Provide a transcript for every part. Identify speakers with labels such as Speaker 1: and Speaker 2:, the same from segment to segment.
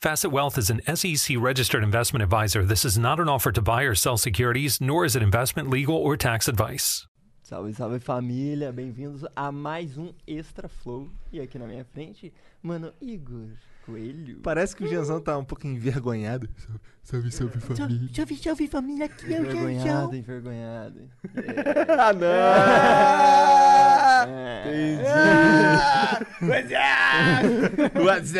Speaker 1: Facet Wealth is an SEC registered investment advisor. This is not an offer to buy or sell securities, nor is it investment, legal, or tax advice.
Speaker 2: Salve, salve família, bem-vindos a mais um Extra Flow. E aqui na minha frente, mano, Igor Coelho.
Speaker 3: Parece que o Gianzão tá um pouco envergonhado. Salve, salve, família.
Speaker 4: Salve, salve família, aqui é o
Speaker 2: Envergonhado,
Speaker 4: Janjão.
Speaker 2: envergonhado.
Speaker 3: Ah, não!
Speaker 2: É.
Speaker 3: Entendi. What's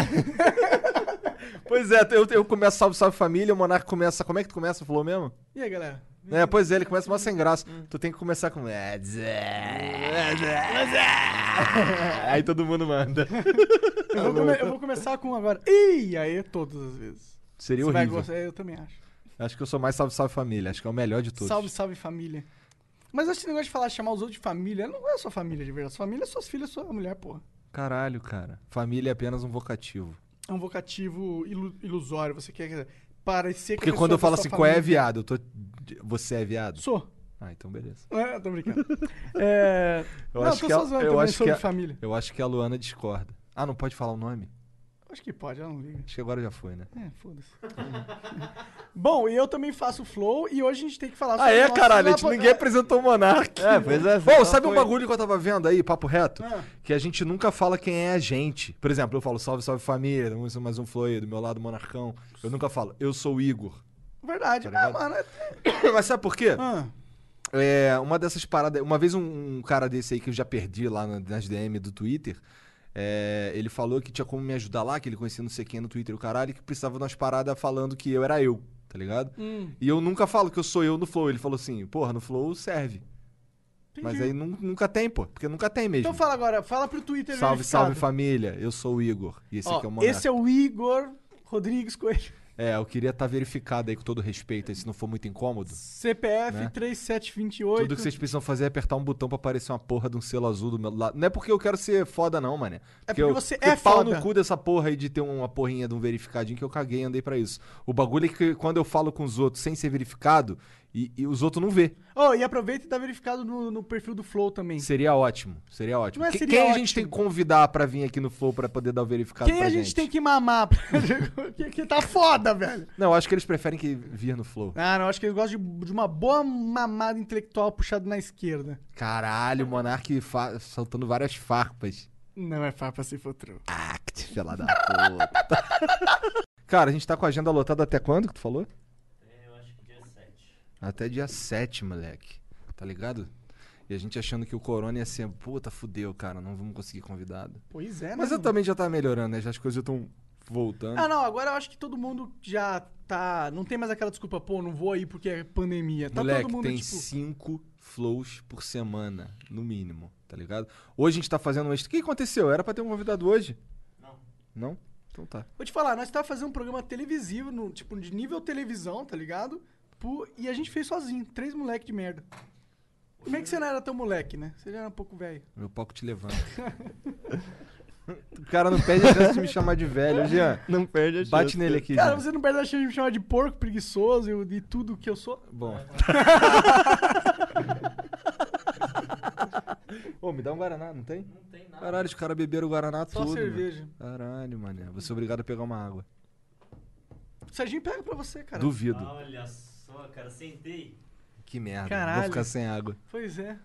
Speaker 3: up? Pois é, eu, eu começo salve, salve família, o Monarca começa. Como é que tu começa, falou mesmo?
Speaker 4: E aí, galera?
Speaker 3: É, pois é, ele começa mó sem graça.
Speaker 4: Hum.
Speaker 3: Tu tem que começar com. "É, What's up?
Speaker 4: É,
Speaker 3: Aí todo mundo manda. Tá
Speaker 4: Eu vou, come- eu vou começar com agora. E aí, é todas as vezes.
Speaker 3: Seria
Speaker 4: Você vai
Speaker 3: horrível.
Speaker 4: gostar, eu também acho.
Speaker 3: Acho que eu sou mais salve, salve família. Acho que é o melhor de todos.
Speaker 4: Salve, salve família. Mas esse negócio de falar, chamar os outros de família, não é sua família de verdade. Sua família é suas filhas, sua mulher, porra.
Speaker 3: Caralho, cara. Família é apenas um vocativo.
Speaker 4: É um vocativo ilu- ilusório. Você quer parecer que a
Speaker 3: Porque quando
Speaker 4: pessoa
Speaker 3: eu
Speaker 4: da
Speaker 3: falo
Speaker 4: sua
Speaker 3: assim, qual é
Speaker 4: família-
Speaker 3: viado? Eu tô. Você é viado?
Speaker 4: Sou.
Speaker 3: Ah, então beleza.
Speaker 4: É, tô brincando. É...
Speaker 3: Eu
Speaker 4: não,
Speaker 3: acho
Speaker 4: tô
Speaker 3: que
Speaker 4: só
Speaker 3: a-
Speaker 4: zoando
Speaker 3: eu
Speaker 4: também
Speaker 3: acho
Speaker 4: sobre
Speaker 3: que é- a-
Speaker 4: família.
Speaker 3: Eu acho que a Luana discorda. Ah, não pode falar o nome?
Speaker 4: Acho que pode, ela não liga.
Speaker 3: Acho que agora já foi, né?
Speaker 4: É, foda-se. Bom, e eu também faço flow e hoje a gente tem que falar
Speaker 3: Ah, é,
Speaker 4: nossa
Speaker 3: caralho, a gente-
Speaker 4: lapa-
Speaker 3: ninguém apresentou o Monark.
Speaker 2: É, pois é.
Speaker 3: Bom,
Speaker 2: só
Speaker 3: sabe um
Speaker 2: foi-
Speaker 3: bagulho que eu tava vendo aí, papo reto?
Speaker 4: Ah.
Speaker 3: Que a gente nunca fala quem é a gente. Por exemplo, eu falo salve, salve família, vamos mais um Flow aí, do meu lado, Monarcão. Eu nunca falo, eu sou o Igor.
Speaker 4: Verdade.
Speaker 3: Tá
Speaker 4: ah,
Speaker 3: ligado?
Speaker 4: mano, é...
Speaker 3: Mas sabe por quê?
Speaker 4: ah,
Speaker 3: É, uma dessas paradas. Uma vez um, um cara desse aí que eu já perdi lá na- nas DM do Twitter. é, ele falou que tinha como me ajudar lá, que ele conhecia não sei quem no Twitter e o caralho, que precisava de umas paradas falando que eu era eu, tá ligado?
Speaker 4: Hum.
Speaker 3: E eu nunca falo que eu sou eu no Flow. Ele falou assim, porra, no Flow serve. Mas é
Speaker 4: entendi.
Speaker 3: aí nu- nunca tem, pô, porque nunca tem mesmo.
Speaker 4: Então fala agora, fala pro Twitter
Speaker 3: salve,
Speaker 4: verificado.
Speaker 3: salve família, eu sou o Igor. E esse
Speaker 4: Ó,
Speaker 3: aqui é o Monarca.
Speaker 4: Esse é o Igor Rodrigues Coelho.
Speaker 3: É, eu queria estar verificado aí com todo respeito, aí se não for muito incômodo.
Speaker 4: CPF
Speaker 3: Né?
Speaker 4: 3728.
Speaker 3: Tudo que vocês precisam fazer é apertar um botão pra aparecer uma porra de um selo azul do meu lado. Não é porque eu quero ser foda, não, mano.
Speaker 4: porque você é
Speaker 3: pau
Speaker 4: foda.
Speaker 3: no cu dessa porra aí de ter uma porrinha de um verificadinho que eu caguei e andei pra isso. O bagulho é que quando eu falo com os outros sem ser verificado, e, e os outros não vê.
Speaker 4: Oh, e aproveita e dá verificado no, no perfil do Flow também.
Speaker 3: Seria ótimo. Seria ótimo.
Speaker 4: Não é
Speaker 3: Que-
Speaker 4: seria
Speaker 3: Quem a gente
Speaker 4: ótimo.
Speaker 3: tem que convidar pra vir aqui no Flow pra poder dar o verificado
Speaker 4: Quem
Speaker 3: pra
Speaker 4: a gente, tem que mamar? pra- que, que tá foda, velho.
Speaker 3: Não, acho que eles preferem que vir no Flow.
Speaker 4: Ah, não, acho que eles gostam de, de uma boa mamada intelectual puxada na esquerda.
Speaker 3: Caralho, o Monark fa- soltando várias farpas.
Speaker 4: Não é farpa se for true.
Speaker 3: Act, fela da puta. Cara, a gente tá com a agenda lotada até quando que tu falou? Eu acho que dia 7. Até dia 7, moleque. Tá ligado? E a gente achando que o Corona ia ser, puta, fudeu, cara, não vamos conseguir convidado.
Speaker 4: Pois é, né?
Speaker 3: Mas eu
Speaker 4: mano?
Speaker 3: também já tá melhorando, né? Já as coisas estão voltando.
Speaker 4: Ah, não, agora eu acho que todo mundo já tá. Não tem mais aquela desculpa, pô, não vou aí porque é pandemia. Tá
Speaker 3: Moleque,
Speaker 4: todo mundo
Speaker 3: tem
Speaker 4: tipo.
Speaker 3: cinco flows por semana, no mínimo, tá ligado? Hoje a gente tá fazendo um extra. O que aconteceu? Era pra ter um convidado hoje? Não. Não? Então tá.
Speaker 4: Vou te falar, nós tava fazendo um programa televisivo, no, tipo, de nível televisão, tá ligado? Pu- e a gente fez sozinho, três moleque de merda. Como é que você não era tão moleque, né? Você já era um pouco velho.
Speaker 3: Meu palco te levanta. o cara não perde a chance de me chamar de velho, Jean.
Speaker 2: Não perde a chance.
Speaker 3: Bate nele aqui,
Speaker 4: Cara,
Speaker 3: Jean.
Speaker 4: você não perde a chance de me chamar de porco, preguiçoso e de tudo que eu sou.
Speaker 3: Bom. Ô, me dá um Guaraná, não tem? Não tem nada. Caralho, os caras beberam o Guaraná
Speaker 4: Só
Speaker 3: todo. mano.
Speaker 4: cerveja.
Speaker 3: Caralho, mané. Você é obrigado a pegar uma água.
Speaker 4: Serginho pega pra você, cara.
Speaker 3: Duvido.
Speaker 5: Olha só, cara, sentei.
Speaker 3: Que merda.
Speaker 4: Caralho.
Speaker 3: Vou ficar sem água.
Speaker 4: Pois é.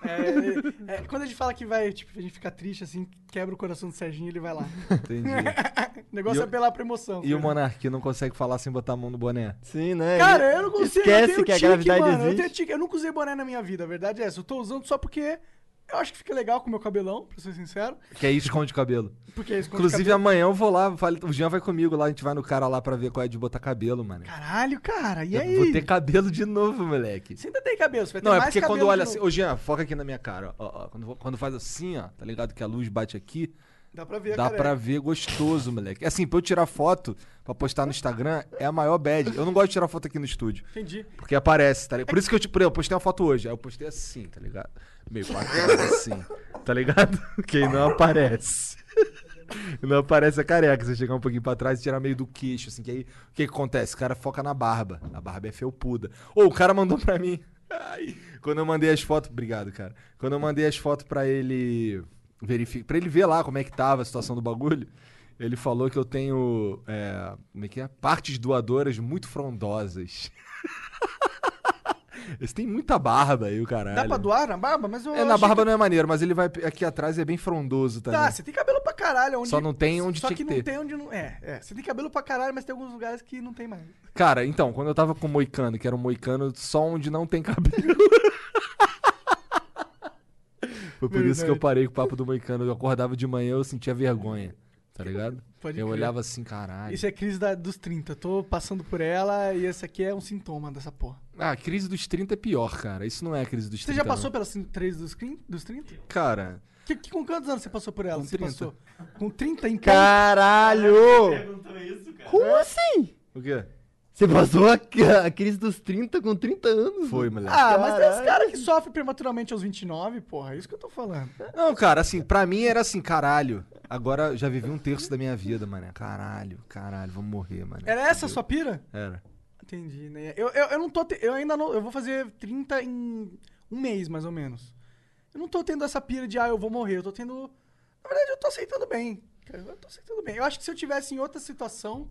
Speaker 4: É, é, quando a gente fala que vai, tipo, a gente fica triste, assim, quebra o coração do Serginho, ele vai lá.
Speaker 3: Entendi.
Speaker 4: O negócio
Speaker 3: E
Speaker 4: é
Speaker 3: o-
Speaker 4: apelar pra emoção.
Speaker 3: e o Monark não consegue falar sem botar a mão no boné.
Speaker 2: Sim, né?
Speaker 4: Cara, eu não consigo.
Speaker 2: Esquece
Speaker 4: eu tenho
Speaker 2: que a
Speaker 4: tique,
Speaker 2: gravidade
Speaker 4: mano, Eu,
Speaker 2: existe.
Speaker 4: tenho tique, eu nunca usei boné na minha vida, a verdade é essa. Eu tô usando só porque eu acho que fica legal com o meu cabelão, pra ser sincero.
Speaker 3: Que aí esconde o cabelo.
Speaker 4: Porque é esconde o
Speaker 3: Inclusive,
Speaker 4: cabelo.
Speaker 3: amanhã eu vou lá, falo- o Jean vai comigo lá, a gente vai no cara lá pra ver qual é de botar cabelo, mano.
Speaker 4: Caralho, cara, e
Speaker 3: Eu
Speaker 4: aí?
Speaker 3: Vou ter cabelo de novo, moleque.
Speaker 4: Você ainda tem cabelo, você vai ter
Speaker 3: Não, é
Speaker 4: mais
Speaker 3: porque quando
Speaker 4: cabelo
Speaker 3: olha
Speaker 4: de
Speaker 3: assim.
Speaker 4: novo.
Speaker 3: Ô, Jean, foca aqui na minha cara. ó, ó, ó. quando, quando faz assim, ó, tá ligado? Que a luz bate aqui,
Speaker 4: Dá pra ver,
Speaker 3: dá
Speaker 4: cara.
Speaker 3: pra ver gostoso, moleque. Assim, pra eu tirar foto, pra postar no Instagram, é a maior bad. Eu não gosto de tirar foto aqui no estúdio.
Speaker 4: Entendi.
Speaker 3: Porque aparece, tá ligado? Por isso que eu, tipo, eu postei uma foto hoje. Aí eu postei assim, tá ligado? Meio pra trás, assim. Tá ligado? Quem não aparece. Não aparece a careca. Você chegar um pouquinho pra trás e tirar meio do queixo, assim. Que aí, o que, que acontece? O cara foca na barba. A barba é felpuda. Ou o cara mandou pra mim. Ai, quando eu mandei as fotos. Obrigado, cara. Quando eu mandei as fotos pra ele verificar. Pra ele ver lá como é que tava a situação do bagulho. Ele falou que eu tenho. é, como é que é? Partes doadoras muito frondosas. Esse tem muita barba aí, o caralho.
Speaker 4: Dá pra doar na barba? Mas eu
Speaker 3: É, na
Speaker 4: achei
Speaker 3: barba
Speaker 4: que...
Speaker 3: não é maneiro, mas ele vai aqui atrás e é bem frondoso também.
Speaker 4: Tá, você tem cabelo pra caralho. Onde...
Speaker 3: Só não tem onde
Speaker 4: Só
Speaker 3: tinha
Speaker 4: que
Speaker 3: que
Speaker 4: não
Speaker 3: ter.
Speaker 4: tem onde não... É, é, você tem cabelo pra caralho, mas tem alguns lugares que não tem mais.
Speaker 3: Cara, então, quando eu tava com o moicano, que era um moicano só onde não tem cabelo. Foi por isso que eu
Speaker 4: Verdade.
Speaker 3: parei com o papo do moicano. Eu acordava de manhã eu sentia vergonha, tá ligado?
Speaker 4: Pode
Speaker 3: eu
Speaker 4: crer.
Speaker 3: olhava assim, caralho.
Speaker 4: Isso é crise da- dos 30. Eu tô passando por ela e esse aqui é um sintoma dessa porra.
Speaker 3: Ah, a crise dos 30 é pior, cara. Isso não é a crise dos
Speaker 4: Você
Speaker 3: 30.
Speaker 4: já passou
Speaker 3: não.
Speaker 4: pela cin- 3 dos, crin- dos 30?
Speaker 3: Cara,
Speaker 4: Que, que- com quantos anos você passou por ela?
Speaker 3: Com
Speaker 4: você
Speaker 3: 30.
Speaker 4: passou? Com 30 em pé?
Speaker 2: Caralho!
Speaker 5: Perguntou isso, cara.
Speaker 2: Como assim?
Speaker 3: o quê?
Speaker 2: Você passou a, ca- a crise dos 30 com 30 anos?
Speaker 3: Foi, moleque.
Speaker 4: Ah, mas tem uns
Speaker 2: Caralho.
Speaker 4: caras que sofrem prematuramente aos 29, porra. É isso que eu tô falando.
Speaker 3: Não, cara, assim, pra mim era assim, caralho. Agora já vivi um terço da minha vida, mano. Caralho, caralho, vamos morrer, mano.
Speaker 4: Era essa a sua pira?
Speaker 3: Era.
Speaker 4: Entendi, né? Eu, eu, eu não tô. te- Eu ainda não. Eu vou fazer 30 em um mês, mais ou menos. Eu não tô tendo essa pira de, ah, eu vou morrer. Eu tô tendo. Na verdade, eu tô aceitando bem. cara, Eu tô aceitando bem. Eu acho que se eu tivesse em outra situação,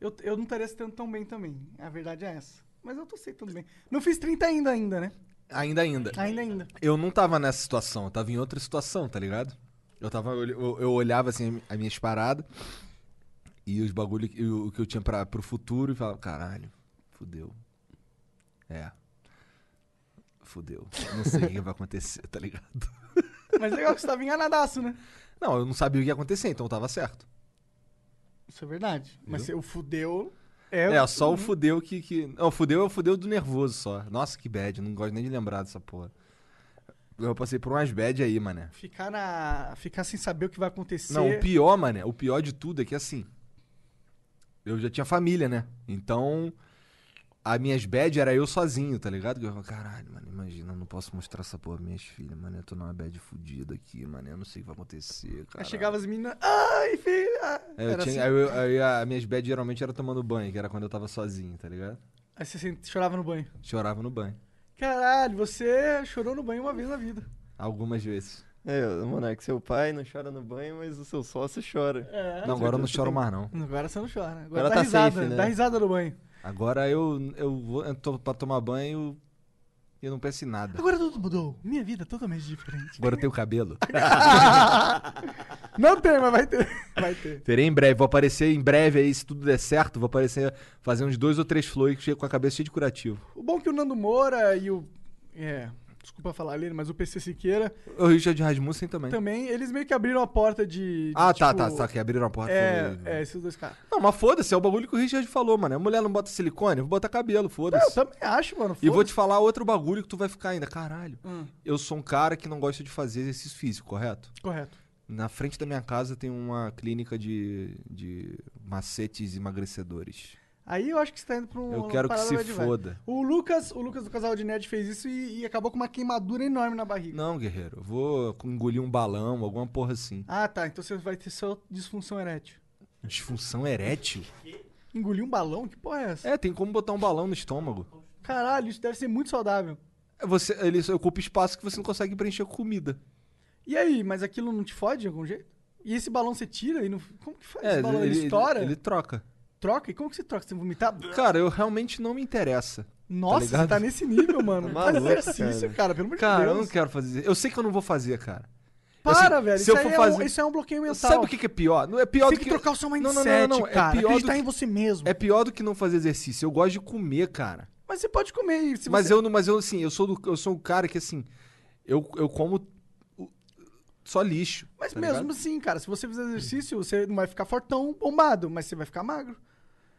Speaker 4: eu, eu não estaria aceitando tão bem também. A verdade é essa. Mas eu tô aceitando bem. Não fiz 30 ainda, ainda, né?
Speaker 3: Ainda, ainda.
Speaker 4: Ainda, ainda.
Speaker 3: Eu não tava nessa situação, eu tava em outra situação, tá ligado? Eu tava. Eu, eu- eu olhava assim as minhas paradas e os bagulho que eu- o que eu tinha pra, pro futuro e falava, caralho, fudeu. É. Fudeu. Eu Não sei o que vai acontecer, tá ligado?
Speaker 4: Mas é legal que você tava enganadaço, né?
Speaker 3: Não, eu não sabia o que ia acontecer, então eu tava certo.
Speaker 4: Isso é verdade. Mas
Speaker 3: Viu?
Speaker 4: o fudeu. É,
Speaker 3: É, só o fudeu que. que... Não, o fudeu é o fudeu do nervoso só. Nossa, que bad, não gosto nem de lembrar dessa porra. Eu passei por umas bad aí, mané.
Speaker 4: Ficar na. Ficar sem saber o que vai acontecer.
Speaker 3: Não, o pior, mané, o pior de tudo é que assim. Eu já tinha família, né? Então. As minhas bad era eu sozinho, tá ligado? Que Eu falava, caralho, mano, imagina, eu não posso mostrar essa porra pra minhas filhas, mano. Eu tô numa bad fudida aqui, mano. Eu não sei o que vai acontecer, cara.
Speaker 4: Aí chegava as meninas. Ai, filha!
Speaker 3: É, eu
Speaker 4: Era
Speaker 3: tinha-
Speaker 4: assim.
Speaker 3: aí eu- aí a- as minhas bad geralmente era tomando banho, que era quando eu tava sozinho, tá ligado?
Speaker 4: Aí você sent- chorava no banho.
Speaker 3: Chorava no banho.
Speaker 4: Caralho, você chorou no banho uma vez na vida.
Speaker 3: Algumas vezes.
Speaker 2: É, Monark, seu pai não chora no banho, mas o seu sócio chora.
Speaker 4: É.
Speaker 3: não, agora eu não
Speaker 2: você
Speaker 3: choro
Speaker 2: tem-
Speaker 3: mais, não.
Speaker 4: Agora você não chora. Agora,
Speaker 2: Agora
Speaker 4: dá
Speaker 2: tá
Speaker 4: risada.
Speaker 2: safe, né?
Speaker 4: Dá risada no banho.
Speaker 3: Agora eu, eu vou eu tô pra tomar banho e eu não penso em nada.
Speaker 4: Agora tudo mudou. Minha vida é totalmente diferente.
Speaker 3: Agora eu tenho cabelo.
Speaker 4: Não tem, mas vai ter. Vai ter.
Speaker 3: Terei em breve, vou aparecer em breve aí, se tudo der certo, vou aparecer, fazer uns dois ou três flows que chega com a cabeça cheia de curativo.
Speaker 4: O bom é que o Nando Moura e o. É. Desculpa falar ali, mas o PC Siqueira
Speaker 3: O Richard Rasmussen também.
Speaker 4: também, eles meio que abriram a porta de. de,
Speaker 3: Ah, tá,
Speaker 4: tipo,
Speaker 3: tá, tá, que abriram a porta. né? falou-
Speaker 4: É, é, esses dois caras.
Speaker 3: Não, mas foda-se, é o bagulho que o Richard falou, mano. A mulher não bota silicone, eu vou botar cabelo,
Speaker 4: Eu
Speaker 3: foda-se.
Speaker 4: também acho, mano.
Speaker 3: E vou
Speaker 4: tá, foda-se.
Speaker 3: te falar outro bagulho que tu vai ficar ainda. Caralho,
Speaker 4: Hum,
Speaker 3: eu sou um cara que não gosta de fazer exercício físico, correto?
Speaker 4: correto.
Speaker 3: Na frente da minha casa tem uma clínica de, de macetes emagrecedores.
Speaker 4: Aí eu acho que você tá indo pra um.
Speaker 3: Eu quero que
Speaker 4: parada
Speaker 3: se
Speaker 4: mais devagar.
Speaker 3: foda.
Speaker 4: O Lucas, o Lucas do Casal de Nerd fez isso e, e acabou com uma queimadura enorme na barriga.
Speaker 3: Não, guerreiro, eu vou engolir um balão, alguma porra assim.
Speaker 4: Ah, tá. Então você vai ter só disfunção erétil.
Speaker 3: Disfunção erétil?
Speaker 4: Engolir um balão? Que porra é essa?
Speaker 3: É, tem como botar um balão no estômago.
Speaker 4: Caralho, isso deve ser muito saudável.
Speaker 3: É, Você, ele ocupa espaço que você não consegue preencher com comida.
Speaker 4: E aí, mas aquilo não te fode de algum jeito? E esse balão você tira e não. Como que faz?
Speaker 3: É,
Speaker 4: esse balão ele, estoura?
Speaker 3: Ele, troca.
Speaker 4: Troca? E como que você troca? Você tem que vomitar?
Speaker 3: Cara, eu realmente não me interessa.
Speaker 4: Nossa, você
Speaker 3: ligado?
Speaker 4: tá nesse nível, mano. Faz
Speaker 2: Maluco,
Speaker 4: exercício,
Speaker 2: cara.
Speaker 4: cara. pelo amor de
Speaker 3: Cara, eu não
Speaker 4: Deus.
Speaker 3: quero fazer. Eu sei que eu não vou fazer, cara.
Speaker 4: Para,
Speaker 3: assim,
Speaker 4: velho.
Speaker 3: se
Speaker 4: isso,
Speaker 3: eu
Speaker 4: aí
Speaker 3: for
Speaker 4: é um,
Speaker 3: fazer-
Speaker 4: isso aí é um bloqueio mental.
Speaker 3: Sabe o que, que é pior? Não é pior do
Speaker 4: Tem que
Speaker 3: que
Speaker 4: trocar o seu
Speaker 3: Não, não,
Speaker 4: mindset,
Speaker 3: não, não, é
Speaker 4: cara.
Speaker 3: pior do
Speaker 4: Acreditar
Speaker 3: que-
Speaker 4: em você mesmo.
Speaker 3: É pior do que não fazer exercício. Eu gosto de comer, cara.
Speaker 4: Mas você pode comer. Se
Speaker 3: mas
Speaker 4: você...
Speaker 3: eu não, mas eu assim, eu sou do, eu sou um cara que assim, eu, eu como o- só lixo.
Speaker 4: Mas
Speaker 3: tá
Speaker 4: mesmo
Speaker 3: ligado?
Speaker 4: assim, cara, se você fizer exercício, você não vai ficar fortão, bombado, mas você vai ficar magro.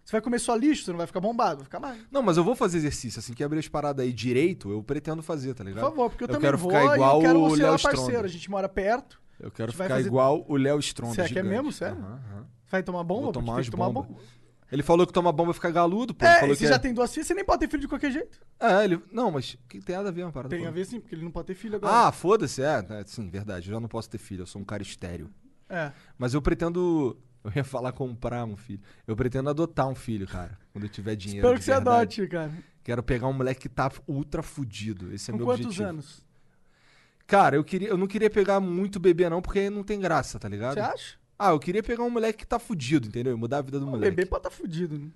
Speaker 4: Você vai comer só lixo, você não vai ficar bombado, vai ficar magro.
Speaker 3: Não, mas eu vou fazer exercício assim que abrir as paradas aí direito, eu pretendo fazer, tá
Speaker 4: Por
Speaker 3: ligado?
Speaker 4: favor, porque eu,
Speaker 3: Eu
Speaker 4: também
Speaker 3: quero
Speaker 4: vou
Speaker 3: ficar igual
Speaker 4: e eu quero
Speaker 3: o
Speaker 4: você
Speaker 3: Léo
Speaker 4: lá, parceiro.
Speaker 3: Stronda.
Speaker 4: A gente mora perto.
Speaker 3: Eu quero
Speaker 4: Você vai
Speaker 3: ficar
Speaker 4: fazer-
Speaker 3: igual o Léo Stronda.
Speaker 4: Você quer
Speaker 3: gigante.
Speaker 4: mesmo, sério?
Speaker 3: Aham, aham.
Speaker 4: Você vai tomar bomba?
Speaker 3: Vou
Speaker 4: Porque
Speaker 3: tomar
Speaker 4: tem
Speaker 3: umas
Speaker 4: que tomar
Speaker 3: bombas.
Speaker 4: bomba.
Speaker 3: Ele falou que toma bomba e fica galudo, pô. Ele
Speaker 4: É, e
Speaker 3: falou
Speaker 4: você
Speaker 3: que
Speaker 4: já
Speaker 3: é-
Speaker 4: tem duas filhas, você nem pode ter filho de qualquer jeito.
Speaker 3: É, ele... Não, mas que tem nada a ver uma parada.
Speaker 4: Tem
Speaker 3: com-
Speaker 4: a ver sim, porque ele não pode ter filho agora.
Speaker 3: Ah, foda-se, é, é, Sim, verdade. Eu já não posso ter filho, eu sou um cara estéreo.
Speaker 4: É.
Speaker 3: Mas eu pretendo. Eu ia falar comprar um filho. Eu pretendo adotar um filho, cara. Quando eu tiver dinheiro.
Speaker 4: Espero
Speaker 3: de
Speaker 4: que você
Speaker 3: verdade.
Speaker 4: adote, cara.
Speaker 3: Quero pegar um moleque que tá ultra fudido. Esse é
Speaker 4: Com
Speaker 3: meu
Speaker 4: quantos
Speaker 3: objetivo.
Speaker 4: anos?
Speaker 3: Cara, eu, queria, eu não queria pegar muito bebê, não, porque não tem graça, tá ligado?
Speaker 4: Você acha?
Speaker 3: Ah, eu queria pegar um moleque que tá fudido, entendeu? E mudar a vida do
Speaker 4: O
Speaker 3: moleque.
Speaker 4: Um bebê pode estar fudido. né?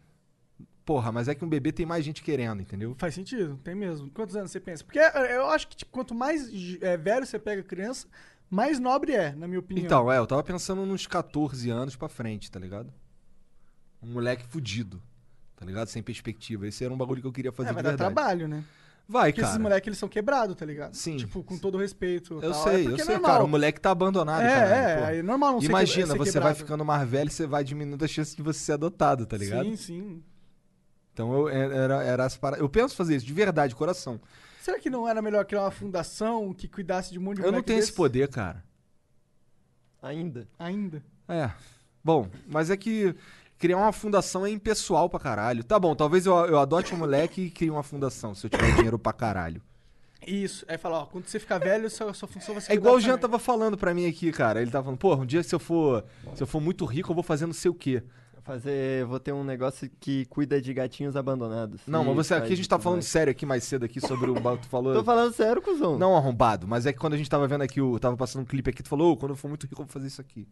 Speaker 3: Porra, mas é que um bebê tem mais gente querendo, entendeu?
Speaker 4: Faz sentido, tem mesmo. Quantos anos você pensa? Porque é, eu acho que tipo, quanto mais é, velho você pega a criança, mais nobre é, na minha opinião.
Speaker 3: Então, é, eu tava pensando nos 14 anos pra frente, tá ligado? Um moleque fudido, tá ligado? Sem perspectiva. Esse era um bagulho que eu queria fazer
Speaker 4: é,
Speaker 3: de
Speaker 4: vai dar
Speaker 3: verdade.
Speaker 4: trabalho, né?
Speaker 3: Vai,
Speaker 4: Porque
Speaker 3: cara.
Speaker 4: esses moleques, eles são quebrados, tá ligado?
Speaker 3: Sim.
Speaker 4: Tipo, com todo o respeito.
Speaker 3: Eu
Speaker 4: tal.
Speaker 3: sei,
Speaker 4: é
Speaker 3: eu
Speaker 4: porque
Speaker 3: sei,
Speaker 4: é normal.
Speaker 3: cara. O moleque tá abandonado,
Speaker 4: é,
Speaker 3: caralho,
Speaker 4: é,
Speaker 3: porra.
Speaker 4: é normal não ser
Speaker 3: Imagina,
Speaker 4: quebra-
Speaker 3: você
Speaker 4: ser
Speaker 3: vai
Speaker 4: quebrado.
Speaker 3: ficando mais velho, você vai diminuindo a chance de você ser adotado, tá ligado?
Speaker 4: Sim, sim.
Speaker 3: Então eu era, era as para... Eu penso fazer isso de verdade, coração.
Speaker 4: Será que não era melhor criar uma fundação que cuidasse de um monte
Speaker 2: é
Speaker 4: de
Speaker 3: Eu não
Speaker 4: moleque
Speaker 3: tenho esse
Speaker 4: desse?
Speaker 3: poder, cara.
Speaker 2: Ainda.
Speaker 4: Ainda.
Speaker 3: É. Bom, mas é que criar uma fundação é impessoal pra caralho. Tá bom, talvez eu, eu adote um moleque e crie uma fundação, se eu tiver dinheiro pra caralho.
Speaker 4: Isso. Aí fala, ó, quando você ficar velho, sua, sua função vai ser
Speaker 3: É igual o
Speaker 4: cuidar
Speaker 3: Jean
Speaker 4: também.
Speaker 3: tava falando pra mim aqui, cara. Ele tava falando, porra, um dia se eu for, se eu for muito rico, eu vou fazer não sei o quê.
Speaker 2: Fazer. Vou ter um negócio que cuida de gatinhos abandonados.
Speaker 3: Não, mas
Speaker 2: E
Speaker 3: você aqui
Speaker 2: faz
Speaker 3: a gente tá
Speaker 2: tudo
Speaker 3: falando
Speaker 2: mais.
Speaker 3: sério aqui mais cedo aqui sobre o bagulho que tu falou.
Speaker 2: Tô falando sério, cuzão.
Speaker 3: Não arrombado, mas é que quando a gente tava vendo aqui, o, tava passando um clipe aqui, tu falou, "Ô, quando eu for muito rico, eu vou fazer isso aqui.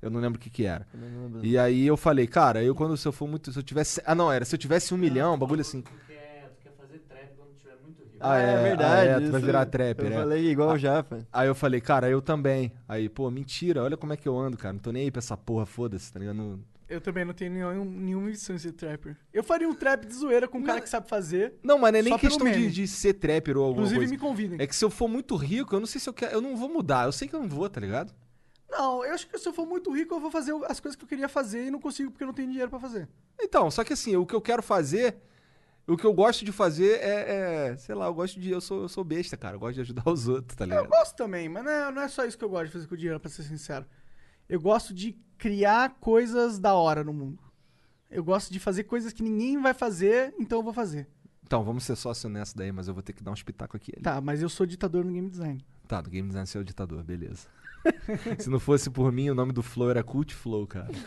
Speaker 3: Eu não lembro o que que era.
Speaker 2: Eu não lembro.
Speaker 3: E aí eu falei, cara, eu quando se eu for muito. Se eu tivesse. Ah, não, era. Se eu tivesse um milhão, um bagulho assim.
Speaker 5: É, Tu quer, tu quer fazer trap quando tiver muito rico.
Speaker 3: Ah, é,
Speaker 2: é, verdade.
Speaker 3: ah, é, tu vai
Speaker 2: isso
Speaker 3: virar trapper,
Speaker 2: Eu
Speaker 3: é.
Speaker 2: falei igual
Speaker 3: Ah.
Speaker 2: o Japa.
Speaker 3: Aí eu falei, cara, eu também. Aí, pô, mentira, olha como é que eu ando, cara. Não tô nem aí pra essa porra, foda-se, tá ligado? Não-
Speaker 4: Eu também não tenho nenhum, nenhuma missão de ser trapper. Eu faria um trap de zoeira com um cara que sabe fazer.
Speaker 3: Não, mas não é
Speaker 4: Só
Speaker 3: nem
Speaker 4: pelo
Speaker 3: questão de,
Speaker 4: meme.
Speaker 3: de ser trapper ou alguma
Speaker 4: Inclusive,
Speaker 3: coisa.
Speaker 4: me convidem.
Speaker 3: É que se eu for muito rico, eu não sei se eu quero. Eu não vou mudar. Eu sei que eu não vou, tá ligado?
Speaker 4: Não, eu acho que se eu for muito rico, eu vou fazer as coisas que eu queria fazer e não consigo porque eu não tenho dinheiro pra fazer.
Speaker 3: Então, só que assim, o que eu quero fazer, o que eu gosto de fazer é, é, sei lá, eu gosto de, eu sou, eu sou besta, cara, eu gosto de ajudar os outros, tá
Speaker 4: Eu
Speaker 3: ligado?
Speaker 4: gosto também, mas não é, não é só isso que eu gosto de fazer com o dinheiro, pra ser sincero. Eu gosto de criar coisas da hora no mundo. Eu gosto de fazer coisas que ninguém vai fazer, então eu vou fazer.
Speaker 3: Então, vamos ser sócio nessa daí, mas eu vou ter que dar um espetáculo aqui. Tá,
Speaker 4: Tá, mas eu sou ditador no game design.
Speaker 3: tá do Game Design você é o ditador, beleza. Se não fosse por mim, o nome do Flow era Cult Flow, cara.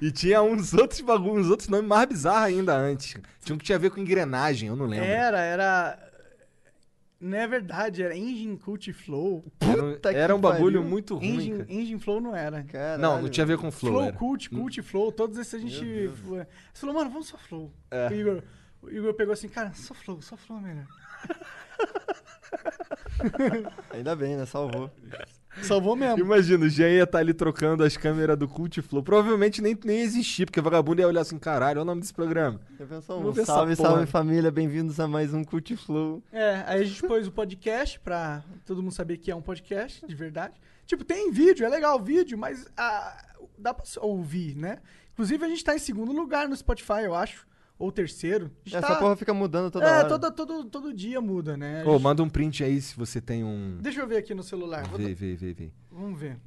Speaker 3: e tinha uns outros bagulhos, uns outros nomes mais bizarros ainda antes. Tinha um que tinha a ver com engrenagem, eu não lembro.
Speaker 4: Era, era. Não é verdade, era Engine Cult Flow.
Speaker 3: Era, um-
Speaker 2: Puta que
Speaker 3: era um bagulho
Speaker 2: pariu.
Speaker 3: muito ruim.
Speaker 4: Engine,
Speaker 3: cara.
Speaker 4: Engine Flow não era.
Speaker 2: Caralho.
Speaker 3: Não, não tinha a ver com Flow.
Speaker 4: Flow,
Speaker 3: era. Hum.
Speaker 4: Cult, Cult, Flow, todos esses a gente. Você falou, mano, vamos só Flow.
Speaker 3: É.
Speaker 4: O, Igor, o Igor pegou assim, cara, só Flow, só Flow é melhor.
Speaker 2: Ainda bem, né? Salvou.
Speaker 4: Salvou mesmo.
Speaker 3: Imagina, o Jean ia estar ali trocando as câmeras do Cult Flow. Provavelmente nem, nem existia, porque vagabundo ia olhar assim, caralho, olha o nome desse programa.
Speaker 2: Eu penso, um
Speaker 3: Vamos ver essa
Speaker 2: salve,
Speaker 3: porra.
Speaker 2: salve família, bem-vindos a mais um Cult Flow.
Speaker 4: É, aí a gente pôs o podcast pra todo mundo saber que é um podcast, de verdade. Tipo, tem vídeo, é legal o vídeo, mas ah, dá pra ouvir, né? Inclusive, a gente tá em segundo lugar no Spotify, eu acho. Ou terceiro. A gente
Speaker 2: Essa
Speaker 4: tá-
Speaker 2: porra fica mudando toda
Speaker 4: é,
Speaker 2: hora.
Speaker 4: toda- todo, todo dia muda, né? A
Speaker 3: Ô,
Speaker 4: gente-
Speaker 3: manda um print aí se você tem um...
Speaker 4: Deixa eu ver aqui no celular. Vou-
Speaker 3: Vê, vê, vê, vê.
Speaker 4: Vamos ver.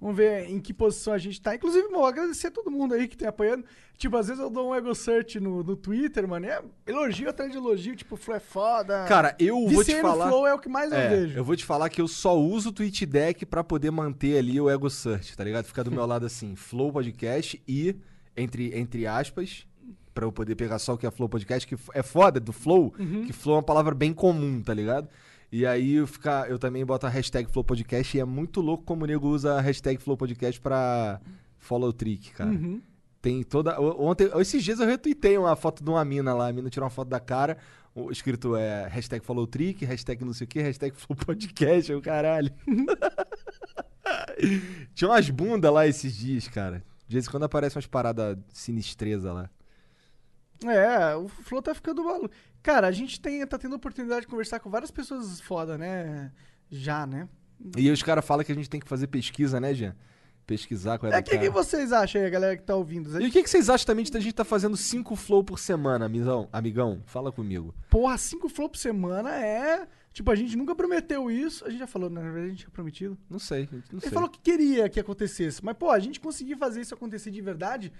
Speaker 4: Vamos ver em que posição a gente tá. Inclusive, mano, agradecer a todo mundo aí que tem apoiando. Tipo, às vezes eu dou um ego search no, no Twitter, mano. e É elogio atrás de elogio, tipo, Flow é foda.
Speaker 3: Cara, eu vou
Speaker 4: Viciei
Speaker 3: te
Speaker 4: no
Speaker 3: falar...
Speaker 4: Flow é o que mais
Speaker 3: É,
Speaker 4: eu vejo.
Speaker 3: eu vou te falar que eu só uso o Twitch Deck pra poder manter ali o Ego Search, tá ligado? Ficar do meu lado assim, Flow Podcast e, entre, entre aspas, pra eu poder pegar só o que é Flow Podcast, que f- é foda do Flow,
Speaker 4: Uhum.
Speaker 3: que Flow é uma palavra bem comum, tá ligado? E aí eu, fica, eu também boto a hashtag Flow Podcast e é muito louco como o nego usa a hashtag Flow Podcast pra follow trick, cara.
Speaker 4: Uhum.
Speaker 3: Tem toda. o- Ontem, esses dias eu retuitei uma foto de uma mina lá. A mina tirou uma foto da cara. o- Escrito é hashtag falou trick, hashtag não sei o que, hashtag falou podcast, o caralho. Tinha umas bundas lá esses dias, cara. De vez em quando aparecem umas paradas sinistreza lá.
Speaker 4: É, o Flow tá ficando maluco. Cara, a gente tem, tá tendo oportunidade de conversar com várias pessoas foda, né? Já, né?
Speaker 3: E aí os caras falam que a gente tem que fazer pesquisa, né, Jean? Pesquisar qual é,
Speaker 4: É,
Speaker 3: do
Speaker 4: que,
Speaker 3: cara.
Speaker 4: que vocês acham aí, a galera que tá ouvindo?
Speaker 3: E o que, que vocês acham também de a gente tá fazendo cinco flow por semana, amigão? Amigão, fala comigo.
Speaker 4: Porra, cinco Flow por semana é... Tipo, a gente nunca prometeu isso. A gente já falou, né? na verdade a gente tinha prometido.
Speaker 3: Não sei, gente, não
Speaker 4: Ele
Speaker 3: sei.
Speaker 4: falou que queria que acontecesse, mas pô, a gente conseguir fazer isso acontecer de verdade,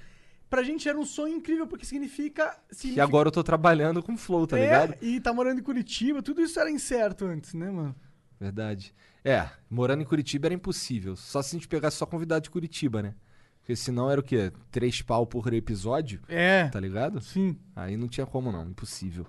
Speaker 4: pra gente era um sonho incrível, porque significa.
Speaker 3: E
Speaker 4: significa
Speaker 3: agora eu tô trabalhando com flow, tá
Speaker 4: É,
Speaker 3: ligado?
Speaker 4: E tá morando em Curitiba, tudo isso era incerto antes, né, mano?
Speaker 3: Verdade. É, morando em Curitiba era impossível. Só se a gente pegasse só convidado de Curitiba, né? Porque senão era o quê? Três pau por episódio,
Speaker 4: É.
Speaker 3: tá ligado?
Speaker 4: Sim.
Speaker 3: Aí não tinha como não, impossível.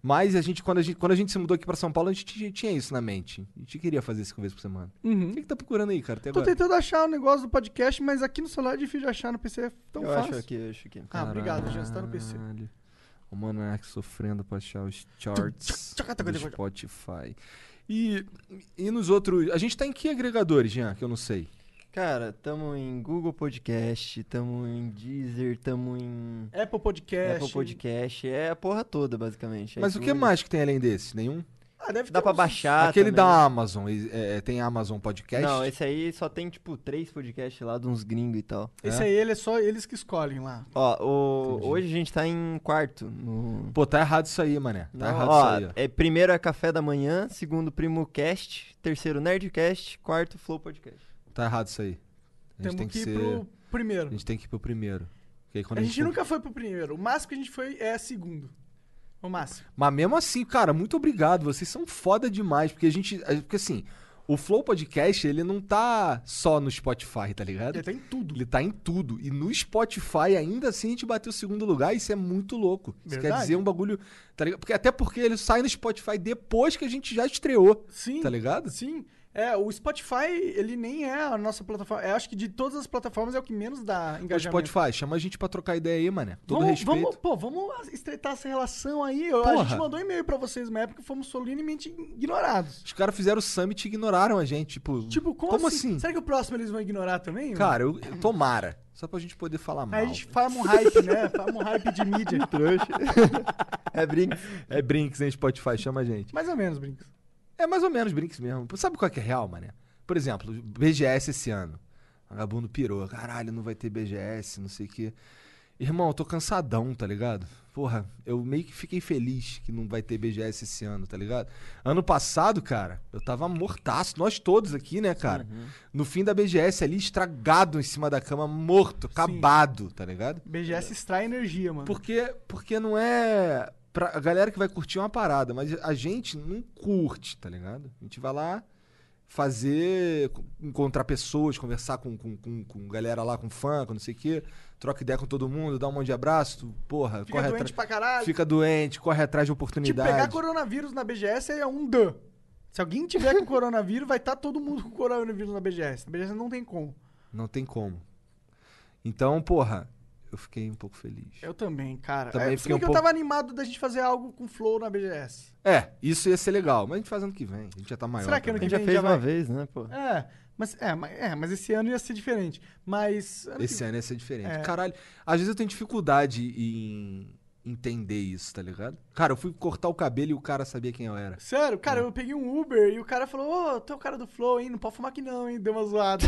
Speaker 3: Mas a gente, quando a gente, quando a gente se mudou aqui pra São Paulo, a gente tinha- tinha isso na mente. A gente queria fazer cinco vezes por semana. O
Speaker 4: Uhum.
Speaker 3: que, que tá procurando aí, cara? Até
Speaker 4: Tô
Speaker 3: agora.
Speaker 4: tentando achar o negócio do podcast, mas aqui no celular é difícil de achar, no PC é tão
Speaker 2: eu
Speaker 4: fácil.
Speaker 2: acho aqui, eu acho aqui.
Speaker 4: Ah, obrigado, Jean, você tá no PC.
Speaker 3: Caralho. O Monark sofrendo pra achar os charts
Speaker 4: tchaca, tchaca,
Speaker 3: do
Speaker 4: tchaca.
Speaker 3: Spotify. E, e nos outros... A gente tá em que agregadores, Jean? Que eu não sei.
Speaker 2: Cara, tamo em Google Podcast, tamo em Deezer, tamo em
Speaker 4: Apple Podcast.
Speaker 2: Apple Podcast, é a porra toda,
Speaker 4: é
Speaker 2: basicamente.
Speaker 3: Mas o que
Speaker 2: iTunes.
Speaker 3: mais que tem além desse? Nenhum?
Speaker 4: Ah, deve
Speaker 2: Dá
Speaker 4: ter
Speaker 2: pra
Speaker 4: uns-
Speaker 2: baixar
Speaker 3: Aquele
Speaker 2: também.
Speaker 3: da Amazon. é, é, tem Amazon Podcast?
Speaker 2: Não, esse aí só tem, tipo, três podcasts lá de uns gringos e tal.
Speaker 3: né?
Speaker 4: Esse aí, ele é só eles que escolhem lá.
Speaker 2: Ó, o-
Speaker 3: Entendi.
Speaker 2: hoje a gente tá em quarto. No...
Speaker 3: Pô, tá errado isso aí, mané. Tá
Speaker 2: Não,
Speaker 3: errado
Speaker 2: ó,
Speaker 3: isso aí, ó.
Speaker 2: é, primeiro é Café da Manhã, segundo Primo Cast, terceiro Nerdcast, quarto Flow Podcast.
Speaker 3: Tá errado isso aí. A gente
Speaker 4: Temos
Speaker 3: tem
Speaker 4: que
Speaker 3: que,
Speaker 4: ir
Speaker 3: ser...
Speaker 4: pro
Speaker 3: A
Speaker 4: primeiro.
Speaker 3: gente tem que ir pro primeiro. Porque aí quando
Speaker 4: A gente
Speaker 3: for-
Speaker 4: nunca foi pro primeiro. O máximo que a gente foi é segundo. O máximo.
Speaker 3: Mas mesmo assim, cara, muito obrigado. Vocês são foda demais. Porque a gente... a- Porque assim, o Flow Podcast, ele não tá só no Spotify, tá ligado?
Speaker 4: Ele tá em tudo.
Speaker 3: Ele tá em tudo. E no Spotify, ainda assim, a gente bateu o segundo lugar. Isso é muito louco. Isso quer
Speaker 4: Verdade.
Speaker 3: dizer um bagulho. Tá ligado? Porque, até porque ele sai no Spotify depois que a gente já estreou.
Speaker 4: Sim.
Speaker 3: Tá ligado?
Speaker 4: Sim. É, o Spotify, ele nem é a nossa plataforma. Eu acho que de todas as plataformas é o que menos dá
Speaker 3: Ô,
Speaker 4: engajamento.
Speaker 3: Spotify, chama a gente pra trocar ideia aí, mané. Todo
Speaker 4: vamos,
Speaker 3: respeito.
Speaker 4: vamos, pô, vamos estreitar essa relação aí. Eu- A
Speaker 3: Porra.
Speaker 4: gente mandou e-mail pra vocês na época e fomos solenemente ignorados.
Speaker 3: Os caras fizeram o summit e ignoraram a gente. Tipo,
Speaker 4: Tipo, como,
Speaker 3: Como assim?
Speaker 4: Será que o próximo eles vão ignorar também? mano?
Speaker 3: cara, eu, eu- tomara. Só pra gente poder falar mal.
Speaker 4: Aí a gente fala um hype, né? Fala um hype de mídia.
Speaker 2: Trouxa. é brinco.
Speaker 3: É Brinks, hein, Spotify, chama a gente.
Speaker 4: Mais ou menos, Brinks.
Speaker 3: É mais ou menos Brinks mesmo. Sabe qual que é real, mané? Por exemplo, BGS esse ano. Vagabundo pirou. Caralho, não vai ter BGS, não sei o quê. Irmão, eu tô cansadão, tá ligado? Porra, eu meio que fiquei feliz que não vai ter BGS esse ano, tá ligado? Ano passado, cara, eu tava mortaço. Nós todos aqui, né, cara?
Speaker 2: Uhum.
Speaker 3: No fim da BGS ali, estragado em cima da cama, morto, acabado, tá ligado?
Speaker 4: BGS extrai energia, mano.
Speaker 3: Porque, porque não é. Pra a galera que vai curtir é uma parada, mas a gente não curte, tá ligado? A gente vai lá fazer. encontrar pessoas, conversar com, com, com, com galera lá, com fã, com não sei o quê, troca ideia com todo mundo, dá um monte de abraço, tu, porra,
Speaker 4: Fica
Speaker 3: corre atrás.
Speaker 4: doente pra caralho.
Speaker 3: Fica doente, corre atrás de
Speaker 4: Tipo,
Speaker 3: oportunidade.
Speaker 4: pegar coronavírus na BGS é um dã. Se alguém tiver com coronavírus, vai estar todo mundo com coronavírus na BGS. Na BGS não tem como.
Speaker 3: Não tem como. Então, porra, eu fiquei um pouco feliz.
Speaker 4: Eu também, cara.
Speaker 3: Também
Speaker 4: é, se
Speaker 3: fiquei
Speaker 4: bem
Speaker 3: um
Speaker 4: que eu
Speaker 3: pouco-
Speaker 4: tava animado da gente fazer algo com flow na BGS.
Speaker 3: É, isso ia ser legal, mas a gente faz ano que vem, a gente já tá maior.
Speaker 4: Será que ano
Speaker 2: A
Speaker 3: também.
Speaker 2: gente já
Speaker 4: Vem,
Speaker 2: fez
Speaker 4: já
Speaker 2: uma
Speaker 4: vai.
Speaker 2: vez, né, pô?
Speaker 4: É, mas, é, mas, é, mas esse ano ia ser diferente. Mas. ano que
Speaker 3: Esse ano ia ser diferente.
Speaker 4: É.
Speaker 3: Caralho, às vezes eu tenho dificuldade em entender isso, tá ligado? Cara, eu fui cortar o cabelo e o cara sabia quem eu era.
Speaker 4: Sério, cara, eu peguei um Uber e o cara falou, ô, tu é o cara do Flow, hein? Não pode fumar aqui não, hein? Deu uma zoada.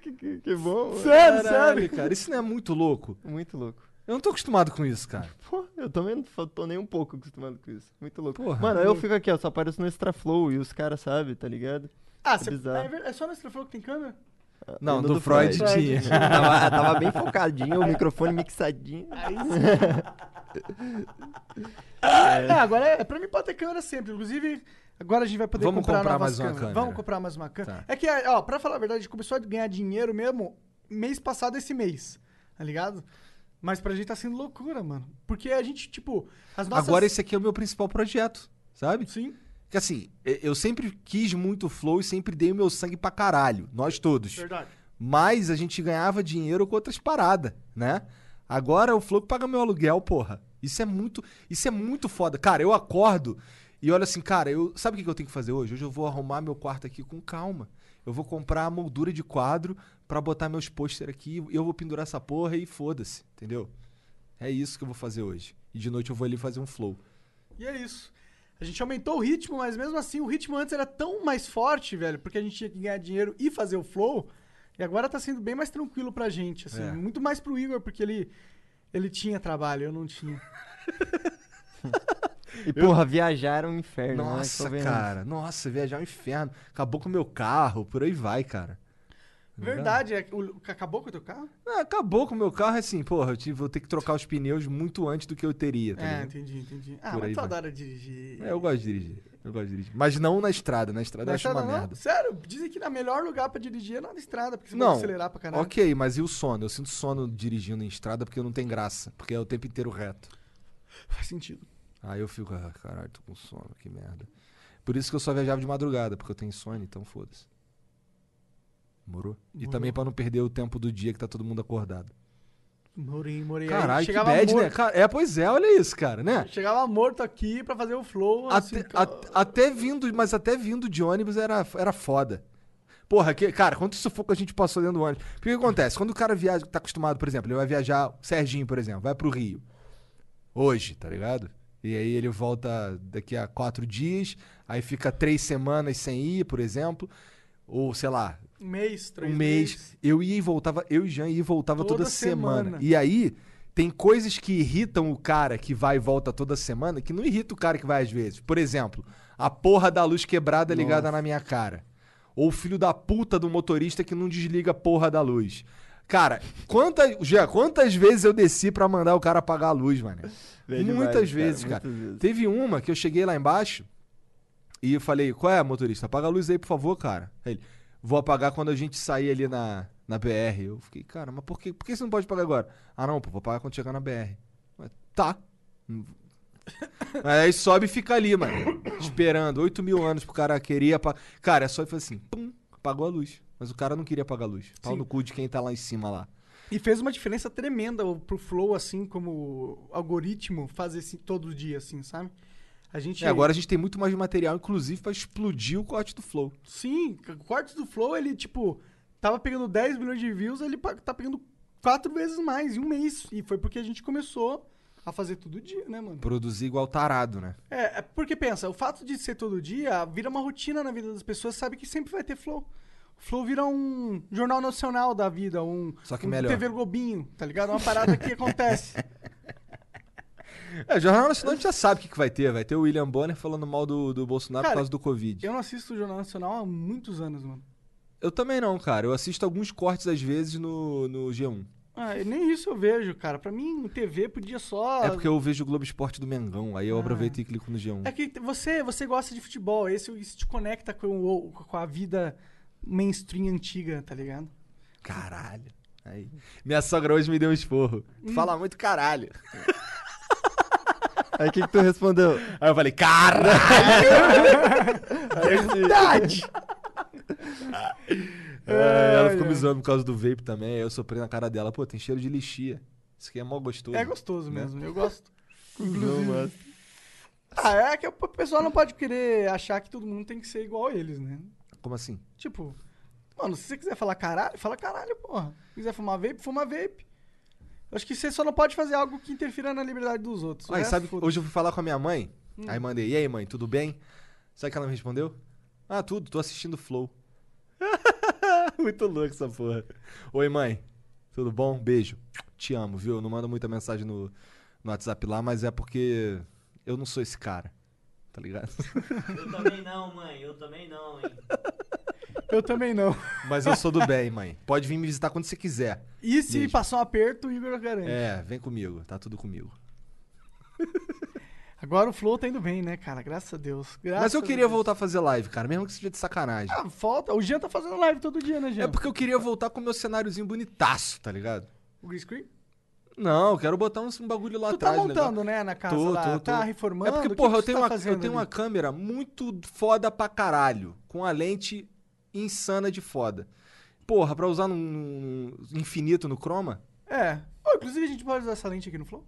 Speaker 2: que, que, que bom.
Speaker 4: Sério,
Speaker 3: Caralho,
Speaker 4: sério.
Speaker 3: cara, isso não é muito louco.
Speaker 2: Muito louco.
Speaker 3: Eu não tô acostumado com isso, cara.
Speaker 2: Pô, eu também não fa- tô nem um pouco acostumado com isso. Muito louco.
Speaker 3: Porra.
Speaker 2: Mano, eu fico aqui, ó, só apareço no Extra Flow e os caras sabem, tá ligado?
Speaker 4: Ah, cê,
Speaker 2: bizarro.
Speaker 4: é, ver- é só no Extra Flow que tem câmera?
Speaker 3: Não,
Speaker 2: E no
Speaker 3: É, do, Freud, tinha.
Speaker 2: tava, tava bem focadinho, o microfone mixadinho.
Speaker 4: Aí sim. é. agora é, pra mim pode ter câmera sempre. Inclusive, agora a gente vai poder
Speaker 3: Vamos
Speaker 4: comprar,
Speaker 3: comprar
Speaker 4: novas
Speaker 3: mais uma
Speaker 4: câmeras.
Speaker 3: câmera.
Speaker 4: Vamos comprar mais uma câmera.
Speaker 3: Tá.
Speaker 4: É que, ó, pra falar a verdade, a gente começou a ganhar dinheiro mesmo mês passado, esse mês. Tá ligado? Mas pra gente tá sendo loucura, mano. Porque a gente, tipo, as nossas.
Speaker 3: Agora esse aqui é o meu principal projeto, sabe?
Speaker 4: Sim.
Speaker 3: Porque assim, e- eu sempre quis muito flow e sempre dei o meu sangue pra caralho. Nós todos.
Speaker 4: Verdade.
Speaker 3: Mas a gente ganhava dinheiro com outras paradas, né? Agora o Flow que paga meu aluguel, porra. Isso é muito, isso é muito foda. Cara, eu acordo e olho assim, cara, eu, sabe o que que eu tenho que fazer hoje? Hoje eu vou arrumar meu quarto aqui com calma. Eu vou comprar a moldura de quadro pra botar meus pôster aqui, eu vou pendurar essa porra e foda-se, entendeu? É isso que eu vou fazer hoje. E de noite eu vou ali fazer um flow.
Speaker 4: E é isso. A gente aumentou o ritmo, mas mesmo assim o ritmo antes era tão mais forte, velho, porque a gente tinha que ganhar dinheiro e fazer o flow. E agora tá sendo bem mais tranquilo pra gente, assim.
Speaker 3: É.
Speaker 4: Muito mais pro Igor, porque ele, ele tinha trabalho, eu não tinha.
Speaker 2: E, porra, viajar é um inferno, né?
Speaker 3: Nossa,
Speaker 2: Convenhamos.
Speaker 3: cara. Nossa, viajar é um inferno. Acabou com o meu carro, por aí vai, cara. Tá
Speaker 4: Verdade, é, o, o- acabou com o teu carro?
Speaker 3: Ah, acabou com o meu carro, é assim, porra, eu tive- vou ter que trocar os pneus muito antes do que eu teria, tá
Speaker 4: é,
Speaker 3: ligado?
Speaker 4: entendi, entendi. Ah,
Speaker 3: Por aí
Speaker 4: mas tu
Speaker 3: vai.
Speaker 4: adora dirigir.
Speaker 3: É, eu gosto de dirigir. Eu gosto de dirigir. Mas não na estrada. Na estrada
Speaker 4: Não
Speaker 3: eu
Speaker 4: é
Speaker 3: acho uma
Speaker 4: estrada, não?
Speaker 3: merda.
Speaker 4: Sério, dizem que o melhor lugar pra dirigir é na estrada, porque você
Speaker 3: Não,
Speaker 4: pode acelerar pra caralho.
Speaker 3: Ok, mas e o sono? Eu sinto sono dirigindo em estrada porque não tem graça. Porque é o tempo inteiro reto.
Speaker 4: Faz sentido.
Speaker 3: Aí eu fico, ah, caralho, tô com sono, que merda. Por isso que eu só viajava de madrugada, porque eu tenho sono, então foda-se. Morou? E
Speaker 4: Morou.
Speaker 3: também pra não perder o tempo do dia que tá todo mundo acordado.
Speaker 4: Morei, morei. Aí
Speaker 3: Caralho, que
Speaker 4: chegava
Speaker 3: bad, né?
Speaker 4: morto,
Speaker 3: Cara, é, pois é, olha isso, cara, né?
Speaker 4: Chegava morto aqui pra fazer o flow.
Speaker 3: Até,
Speaker 4: assim, ca-
Speaker 3: at- até vindo, mas até vindo de ônibus era, era foda. Porra, que, cara, quanto sufoco a gente passou dentro do ônibus. Porque o que acontece? Quando o cara viaja, tá acostumado, por exemplo, ele vai viajar, Serginho, por exemplo, vai pro Rio. Hoje, tá ligado? E aí ele volta daqui a quatro dias, aí fica três semanas sem ir, por exemplo. Ou, sei lá,
Speaker 4: um mês, três
Speaker 3: um mês.
Speaker 4: meses.
Speaker 3: Eu ia e voltava, eu e Jean ia e voltava toda,
Speaker 4: Toda
Speaker 3: semana.
Speaker 4: semana.
Speaker 3: E aí, tem coisas que irritam o cara que vai e volta toda semana que não irrita o cara que vai às vezes. Por exemplo, a porra da luz quebrada ligada na minha cara. Ou o filho da puta do motorista que não desliga a porra da luz. Cara, quantas, Jean, quantas vezes eu desci pra mandar o cara apagar a luz, mano?
Speaker 2: Velho,
Speaker 3: Muitas
Speaker 2: demais,
Speaker 3: vezes, cara.
Speaker 2: muitas vezes.
Speaker 3: Teve uma que eu cheguei lá embaixo e eu falei, qual é, motorista? Apaga a luz aí, por favor, cara. Aí ele, vou apagar quando a gente sair ali na, na BR. Eu fiquei, cara, mas por que, por que você não pode apagar agora? Ah, não, pô, vou apagar quando chegar na BR. Ué, tá. Aí sobe e fica ali, mano. Esperando. 8 mil anos pro cara querer apagar. Cara, é só e fazer assim, pum, apagou a luz. Mas o cara não queria apagar a luz. Pau
Speaker 4: Sim.
Speaker 3: no cu de quem tá lá em cima lá.
Speaker 4: E fez uma diferença tremenda pro flow, assim, como algoritmo fazer assim, todo dia, assim, sabe? A gente.
Speaker 3: E É, agora a gente tem muito mais material, inclusive, pra explodir o corte do Flow.
Speaker 4: Sim, o corte do flow, ele, tipo, tava pegando 10 milhões de views, ele pa- tá pegando quatro vezes mais em um mês. E foi porque a gente começou a fazer todo dia, né, mano?
Speaker 3: Produzir igual tarado, né?
Speaker 4: É, é porque pensa, o fato de ser todo dia vira uma rotina na vida das pessoas, sabe que sempre vai ter flow. O flow vira um jornal nacional da vida, um,
Speaker 3: Só que
Speaker 4: um
Speaker 3: melhor.
Speaker 4: TV Globinho, tá ligado? Uma parada que acontece.
Speaker 3: É, Jornal Nacional a gente já sabe o que, que vai ter. Vai ter o William Bonner falando mal do, do Bolsonaro por
Speaker 4: Cara,
Speaker 3: causa do Covid. Eu...
Speaker 4: Eu não assisto o Jornal Nacional há muitos anos, mano.
Speaker 3: também não, cara. Eu assisto alguns cortes às vezes no, no G1.
Speaker 4: Ah, e nem isso eu vejo, cara. Pra mim, TV podia só.
Speaker 3: É porque eu vejo o Globo Esporte do Mengão. Aí eu aproveito e clico no G1.
Speaker 4: Ah. É que você, você gosta de futebol, esse, isso te conecta com, o- com a vida mainstream antiga, tá ligado?
Speaker 3: Caralho. Aí. Minha sogra hoje me deu um esporro.
Speaker 4: Hum.
Speaker 3: Tu Fala muito caralho.
Speaker 2: Aí o que, que tu respondeu?
Speaker 3: Aí eu falei, caralho!
Speaker 2: Verdade!
Speaker 3: É, ela ficou me zoando por causa do vape também. Aí eu soprei na cara dela. Pô, tem cheiro de lixia. Isso aqui é mó gostoso.
Speaker 4: É gostoso
Speaker 3: Né?
Speaker 4: mesmo, eu gosto.
Speaker 2: Não, mas...
Speaker 4: Ah, é que o pessoal não pode querer achar que todo mundo tem que ser igual a eles, né?
Speaker 3: Como assim?
Speaker 4: Tipo, mano, se você quiser falar caralho, fala caralho, porra. Se quiser fumar vape, fuma vape. Eu acho que você só não pode fazer algo que interfira na liberdade dos outros. O
Speaker 3: Aí,
Speaker 4: resto,
Speaker 3: sabe,
Speaker 4: foda-se.
Speaker 3: hoje eu fui falar com a minha mãe. Aí mandei, e aí, mãe, tudo bem? Sabe o que ela me respondeu? Ah, tudo, tô assistindo Flow. Muito louco essa porra. Oi, mãe. Tudo bom? Beijo. Te amo, viu? Eu não mando muita mensagem no, no WhatsApp lá, mas é porque eu não sou esse cara. Tá ligado?
Speaker 5: Eu também não, mãe. Eu também não, hein.
Speaker 4: Eu também não.
Speaker 3: Mas eu sou do bem, mãe. Pode vir me visitar quando você quiser.
Speaker 4: E se
Speaker 3: Beijo.
Speaker 4: passar um aperto, o Igor garante.
Speaker 3: É, vem comigo. Tá tudo comigo.
Speaker 4: Agora o Flow tá indo bem, né, cara? Graças a Deus. Graças
Speaker 3: Mas eu
Speaker 4: a
Speaker 3: queria
Speaker 4: Deus.
Speaker 3: voltar a fazer live, cara. Mesmo que seja de sacanagem.
Speaker 4: Ah, falta. O Jean tá fazendo live todo dia, né, Jean?
Speaker 3: É porque eu queria voltar com o meu cenáriozinho bonitaço, tá ligado?
Speaker 4: O green screen?
Speaker 3: Não, eu quero botar um, um bagulho lá
Speaker 4: Tu
Speaker 3: atrás.
Speaker 4: tá
Speaker 3: legal.
Speaker 4: montando, né, na casa
Speaker 3: Tô,
Speaker 4: lá.
Speaker 3: tô, tô.
Speaker 4: Tá reformando.
Speaker 3: É porque,
Speaker 4: O que
Speaker 3: porra,
Speaker 4: que
Speaker 3: eu
Speaker 4: tu
Speaker 3: tenho,
Speaker 4: tá
Speaker 3: uma, eu
Speaker 4: fazendo
Speaker 3: tenho uma
Speaker 4: ali?
Speaker 3: câmera muito foda pra caralho. Com a lente insana de foda. Porra, pra usar num, num infinito no Chroma,
Speaker 4: É. Ó, inclusive, a gente pode usar essa lente aqui no Flow?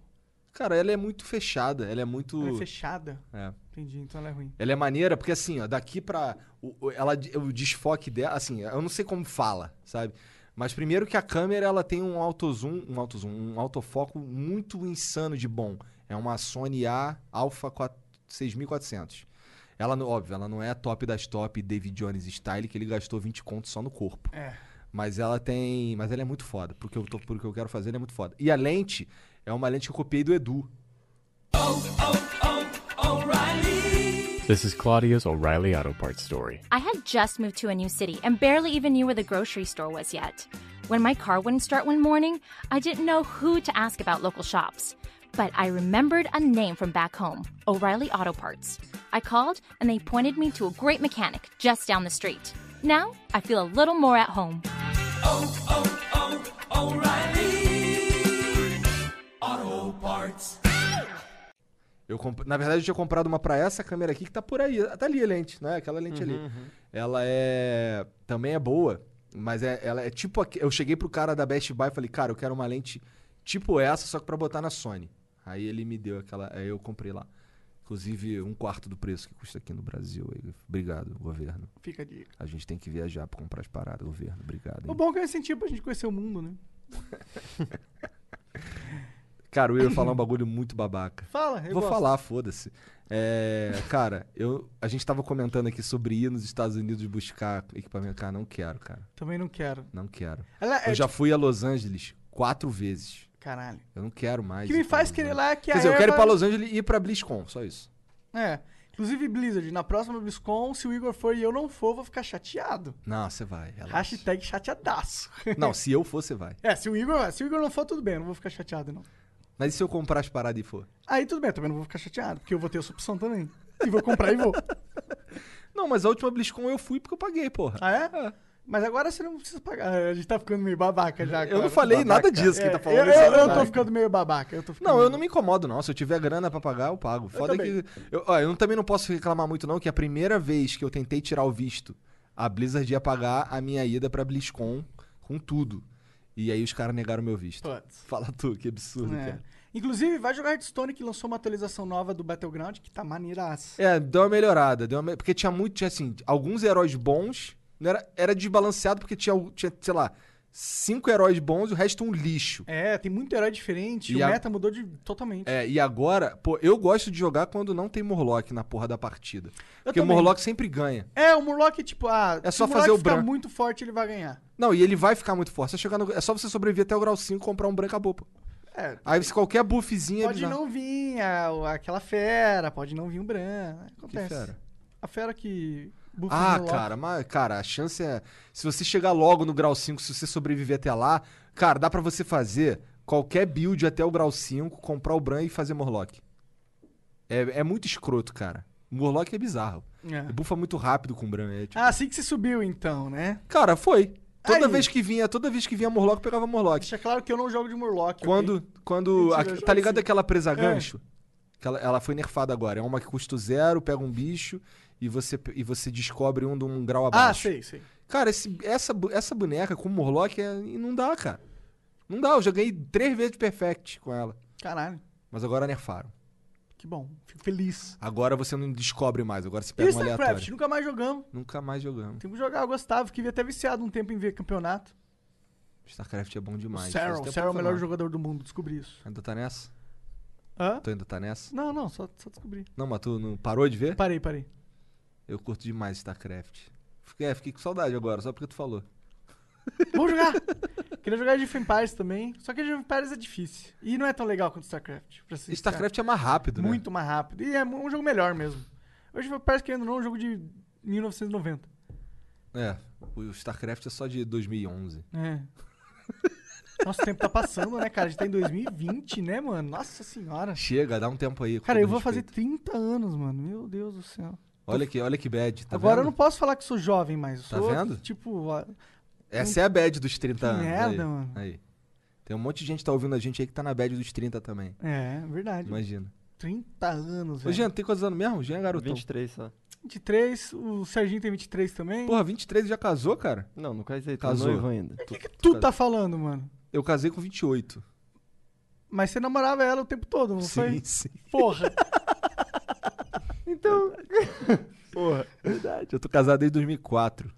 Speaker 3: cara, ela é muito fechada. Ela é muito.
Speaker 4: Ela é fechada.
Speaker 3: É.
Speaker 4: Entendi, então ela é ruim.
Speaker 3: Ela é maneira porque assim, ó, daqui pra. O, o- ela, o desfoque dela, assim, eu não sei como fala, sabe? Mas primeiro que a câmera ela tem um auto zoom, um auto zoom, um autofoco muito insano de bom. É uma Sony A Alpha 4- 6400. Ela, não- óbvio, ela não é a top das top David Jones style que ele gastou 20 contos só no corpo.
Speaker 4: É.
Speaker 3: Mas ela tem. Mas ela é muito foda. Porque eu, tô, porque eu quero fazer, ela é muito foda. E a lente é uma lente que eu copiei do Edu.
Speaker 6: This is Claudia's O'Reilly Auto Parts story.
Speaker 7: I had just moved to a new city and barely even knew where the grocery store was yet. When my car wouldn't start one morning, I didn't know who to ask about local shops. But I remembered a name from back home O'Reilly Auto Parts. I called and they pointed me to a great mechanic just down the street. Now I feel a little more at home.
Speaker 3: Eu comp- Na verdade, eu tinha comprado uma pra essa câmera aqui que tá por aí. Tá ali a lente, né? Aquela lente ali. Ela é. Também é boa, mas é... ela é tipo. aque- Eu cheguei pro cara da Best Buy e falei, cara, eu quero uma lente tipo essa, só que pra botar na Sony. Aí ele me deu aquela. Aí eu comprei lá. Inclusive, um quarto do preço que custa aqui no Brasil. Aí, Obrigado, governo.
Speaker 4: Fica a dica.
Speaker 3: A gente tem que viajar pra comprar as paradas, governo. Obrigado.
Speaker 4: O
Speaker 3: hein?
Speaker 4: bom é que é incentivo pra gente conhecer o mundo, né?
Speaker 3: Cara, eu ia falar um bagulho muito babaca.
Speaker 4: Fala, eu
Speaker 3: Vou
Speaker 4: gosto.
Speaker 3: falar, foda-se. É, cara, eu, a gente tava comentando aqui sobre ir nos Estados Unidos buscar equipamento. Cara, não quero, cara.
Speaker 4: Também não quero.
Speaker 3: Não quero.
Speaker 4: Ela é.
Speaker 3: Eu já fui a Los Angeles quatro vezes.
Speaker 4: tipo- Caralho.
Speaker 3: Eu não quero
Speaker 4: O
Speaker 3: mais.
Speaker 4: que
Speaker 3: ir
Speaker 4: me
Speaker 3: pra
Speaker 4: faz
Speaker 3: Los
Speaker 4: querer
Speaker 3: Angeles.
Speaker 4: lá é que
Speaker 3: então, né? Quer
Speaker 4: a
Speaker 3: dizer, eu quero ir
Speaker 4: Eva-
Speaker 3: pra Los Angeles e ir pra BlizzCon, só isso.
Speaker 4: É. Inclusive, Blizzard, na próxima BlizzCon, se o Igor for e eu não for, eu vou ficar chateado.
Speaker 3: Não, você vai. relaxa.
Speaker 4: Hashtag chateadaço.
Speaker 3: Não, se eu for, você vai.
Speaker 4: É, se o, Igor, se o Igor não for, tudo bem, eu não vou ficar chateado, não.
Speaker 3: Mas e se eu comprar as paradas e for?
Speaker 4: Aí tudo bem, eu também não vou ficar chateado, porque eu vou ter essa opção também. E vou comprar e vou.
Speaker 3: Não, mas a última BlizzCon eu fui porque eu paguei, porra.
Speaker 4: Ah, é? Mas agora você não precisa pagar. A gente tá ficando meio babaca já.
Speaker 3: Eu não
Speaker 4: claro.
Speaker 3: falei
Speaker 4: Ah, Babaca.
Speaker 3: nada disso que tá falando.
Speaker 4: Eu,
Speaker 3: isso é
Speaker 4: eu, eu tô
Speaker 3: verdade.
Speaker 4: ficando meio babaca. Eu tô ficando
Speaker 3: Não, eu
Speaker 4: meio-
Speaker 3: não me incomodo, não. Se eu tiver grana pra pagar, eu pago. Foda
Speaker 4: também.
Speaker 3: que. Eu, ó, eu não- também não posso reclamar muito, não, que a primeira vez que eu tentei tirar o visto, a Blizzard ia pagar a minha ida pra BlizzCon com tudo. E aí os caras negaram meu visto.
Speaker 4: Putz.
Speaker 3: Fala tu, que absurdo,
Speaker 4: É.
Speaker 3: cara.
Speaker 4: Inclusive, vai jogar Hearthstone, que lançou uma atualização nova do Battleground, que tá maneiraça.
Speaker 3: É, deu uma melhorada. Deu uma me- Porque tinha muito, tinha assim, alguns heróis bons. Não era, era desbalanceado porque tinha, o- tinha, sei lá, cinco heróis bons e o resto um lixo.
Speaker 4: É, tem muito herói diferente.
Speaker 3: E
Speaker 4: o
Speaker 3: a-
Speaker 4: meta mudou de... totalmente.
Speaker 3: É, e agora, pô, eu gosto de jogar quando não tem Morlock na porra da partida. Porque o
Speaker 4: também.
Speaker 3: Morlock sempre ganha.
Speaker 4: É, o Murloc, tipo, ah,
Speaker 3: É
Speaker 4: se
Speaker 3: só
Speaker 4: o Murloc
Speaker 3: fazer o
Speaker 4: ficar
Speaker 3: branco.
Speaker 4: muito forte, ele vai ganhar.
Speaker 3: Não, e ele vai ficar muito forte. Só chegar no- É só você sobreviver até o grau 5 e comprar um branco acabou, pô.
Speaker 4: É,
Speaker 3: Aí se qualquer é buffzinha.
Speaker 4: pode não vir a- aquela fera, pode não vir um branco. Acontece.
Speaker 3: fera?
Speaker 4: A fera que. bufa o
Speaker 3: Ah,
Speaker 4: Murloc.
Speaker 3: cara, mas, cara, a chance é. Se você chegar logo no grau 5, se você sobreviver até lá, cara, dá pra você fazer qualquer build até o grau 5, comprar o Bran e fazer Morlock. É, é muito escroto, cara. Morlock é bizarro.
Speaker 4: É.
Speaker 3: Ele Bufa muito rápido com o Bran. é tipo-
Speaker 4: Ah, assim que você subiu, então, né?
Speaker 3: Cara, foi. Toda
Speaker 4: Aí.
Speaker 3: vez que vinha, toda vez que vinha Morlock, eu pegava Morlock.
Speaker 4: Deixa claro que eu não jogo de Murloc. ok?
Speaker 3: Quando. quando
Speaker 4: Mentira,
Speaker 3: a-
Speaker 4: eu já
Speaker 3: tá ligado
Speaker 4: sei.
Speaker 3: aquela
Speaker 4: É.
Speaker 3: presa gancho? Que ela, ela foi nerfada agora. É uma que custa zero, pega um bicho e você, e você descobre um de um grau
Speaker 4: Ah,
Speaker 3: abaixo.
Speaker 4: sei, sei.
Speaker 3: Cara, esse- essa, bu- essa boneca com Morlock é, e não dá, cara. Não dá. Eu joguei três vezes Perfect com ela.
Speaker 4: Caralho,
Speaker 3: Mas agora nerfaram.
Speaker 4: que bom. Fico feliz.
Speaker 3: Agora você não descobre mais. Agora você
Speaker 4: E
Speaker 3: pega um
Speaker 4: StarCraft?
Speaker 3: aleatório.
Speaker 4: Nunca mais jogamos.
Speaker 3: Nunca mais jogamos.
Speaker 4: Temos que jogar. Eu gostava, fiquei até viciado um tempo em ver campeonato.
Speaker 3: StarCraft é bom
Speaker 4: O
Speaker 3: demais. Faz
Speaker 4: Serral,
Speaker 3: tempo
Speaker 4: o
Speaker 3: que
Speaker 4: Serral é
Speaker 3: eu
Speaker 4: o melhor
Speaker 3: não.
Speaker 4: jogador do mundo, descobri isso.
Speaker 3: Ainda tá nessa?
Speaker 4: Hã?
Speaker 3: Tu ainda tá nessa?
Speaker 4: Não, não, só, só descobri.
Speaker 3: Não, mas tu não parou de ver?
Speaker 4: Parei, parei.
Speaker 3: Eu curto demais StarCraft. Fiquei, é, fiquei com saudade agora, só porque tu falou.
Speaker 4: Vamos jogar! Queria jogar Age of Empires também, só que Age of Empires é difícil. E não é tão legal quanto StarCraft. Pra ser
Speaker 3: StarCraft é mais rápido, né?
Speaker 4: sincero. muito mais rápido. E é um jogo melhor mesmo. Hoje of Empires, querendo ou não, é um jogo de 1990.
Speaker 3: É. O StarCraft é só de 2011.
Speaker 4: É. Nossa, o tempo tá passando, né, cara? A gente tá em 2020, né, mano? Nossa senhora.
Speaker 3: Chega, dá um tempo aí. com
Speaker 4: Cara,
Speaker 3: todo
Speaker 4: eu vou fazer
Speaker 3: respeito.
Speaker 4: 30 anos, mano. Meu Deus do céu.
Speaker 3: Olha que, olha que bad. Tá
Speaker 4: Agora eu
Speaker 3: vendo?
Speaker 4: não posso falar que sou jovem mais. Eu
Speaker 3: Tá
Speaker 4: sou,
Speaker 3: vendo?
Speaker 4: Tipo, ó,
Speaker 3: Essa é a bad dos 30
Speaker 4: Que
Speaker 3: anos.
Speaker 4: merda,
Speaker 3: aí.
Speaker 4: mano.
Speaker 3: Aí. Tem um monte de gente que tá ouvindo a gente aí que tá na bad dos 30 também.
Speaker 4: é, verdade.
Speaker 3: Imagina.
Speaker 4: 30 anos,
Speaker 3: Ô,
Speaker 4: velho.
Speaker 3: Jean, tem quantos anos mesmo? Jean é garotão.
Speaker 2: 23 só.
Speaker 4: 23, o Serginho tem 23 também.
Speaker 3: Porra, 23 já casou, cara?
Speaker 2: Não, não casei, tô
Speaker 3: Casou.
Speaker 2: noivo ainda.
Speaker 4: O que, que tu tá falando, mano?
Speaker 3: Eu casei com 28.
Speaker 4: Mas você namorava ela o tempo todo, não
Speaker 3: Sim,
Speaker 4: foi?
Speaker 3: sim.
Speaker 4: Porra.
Speaker 2: Então,
Speaker 3: Porra, verdade. Eu tô casado desde 2004.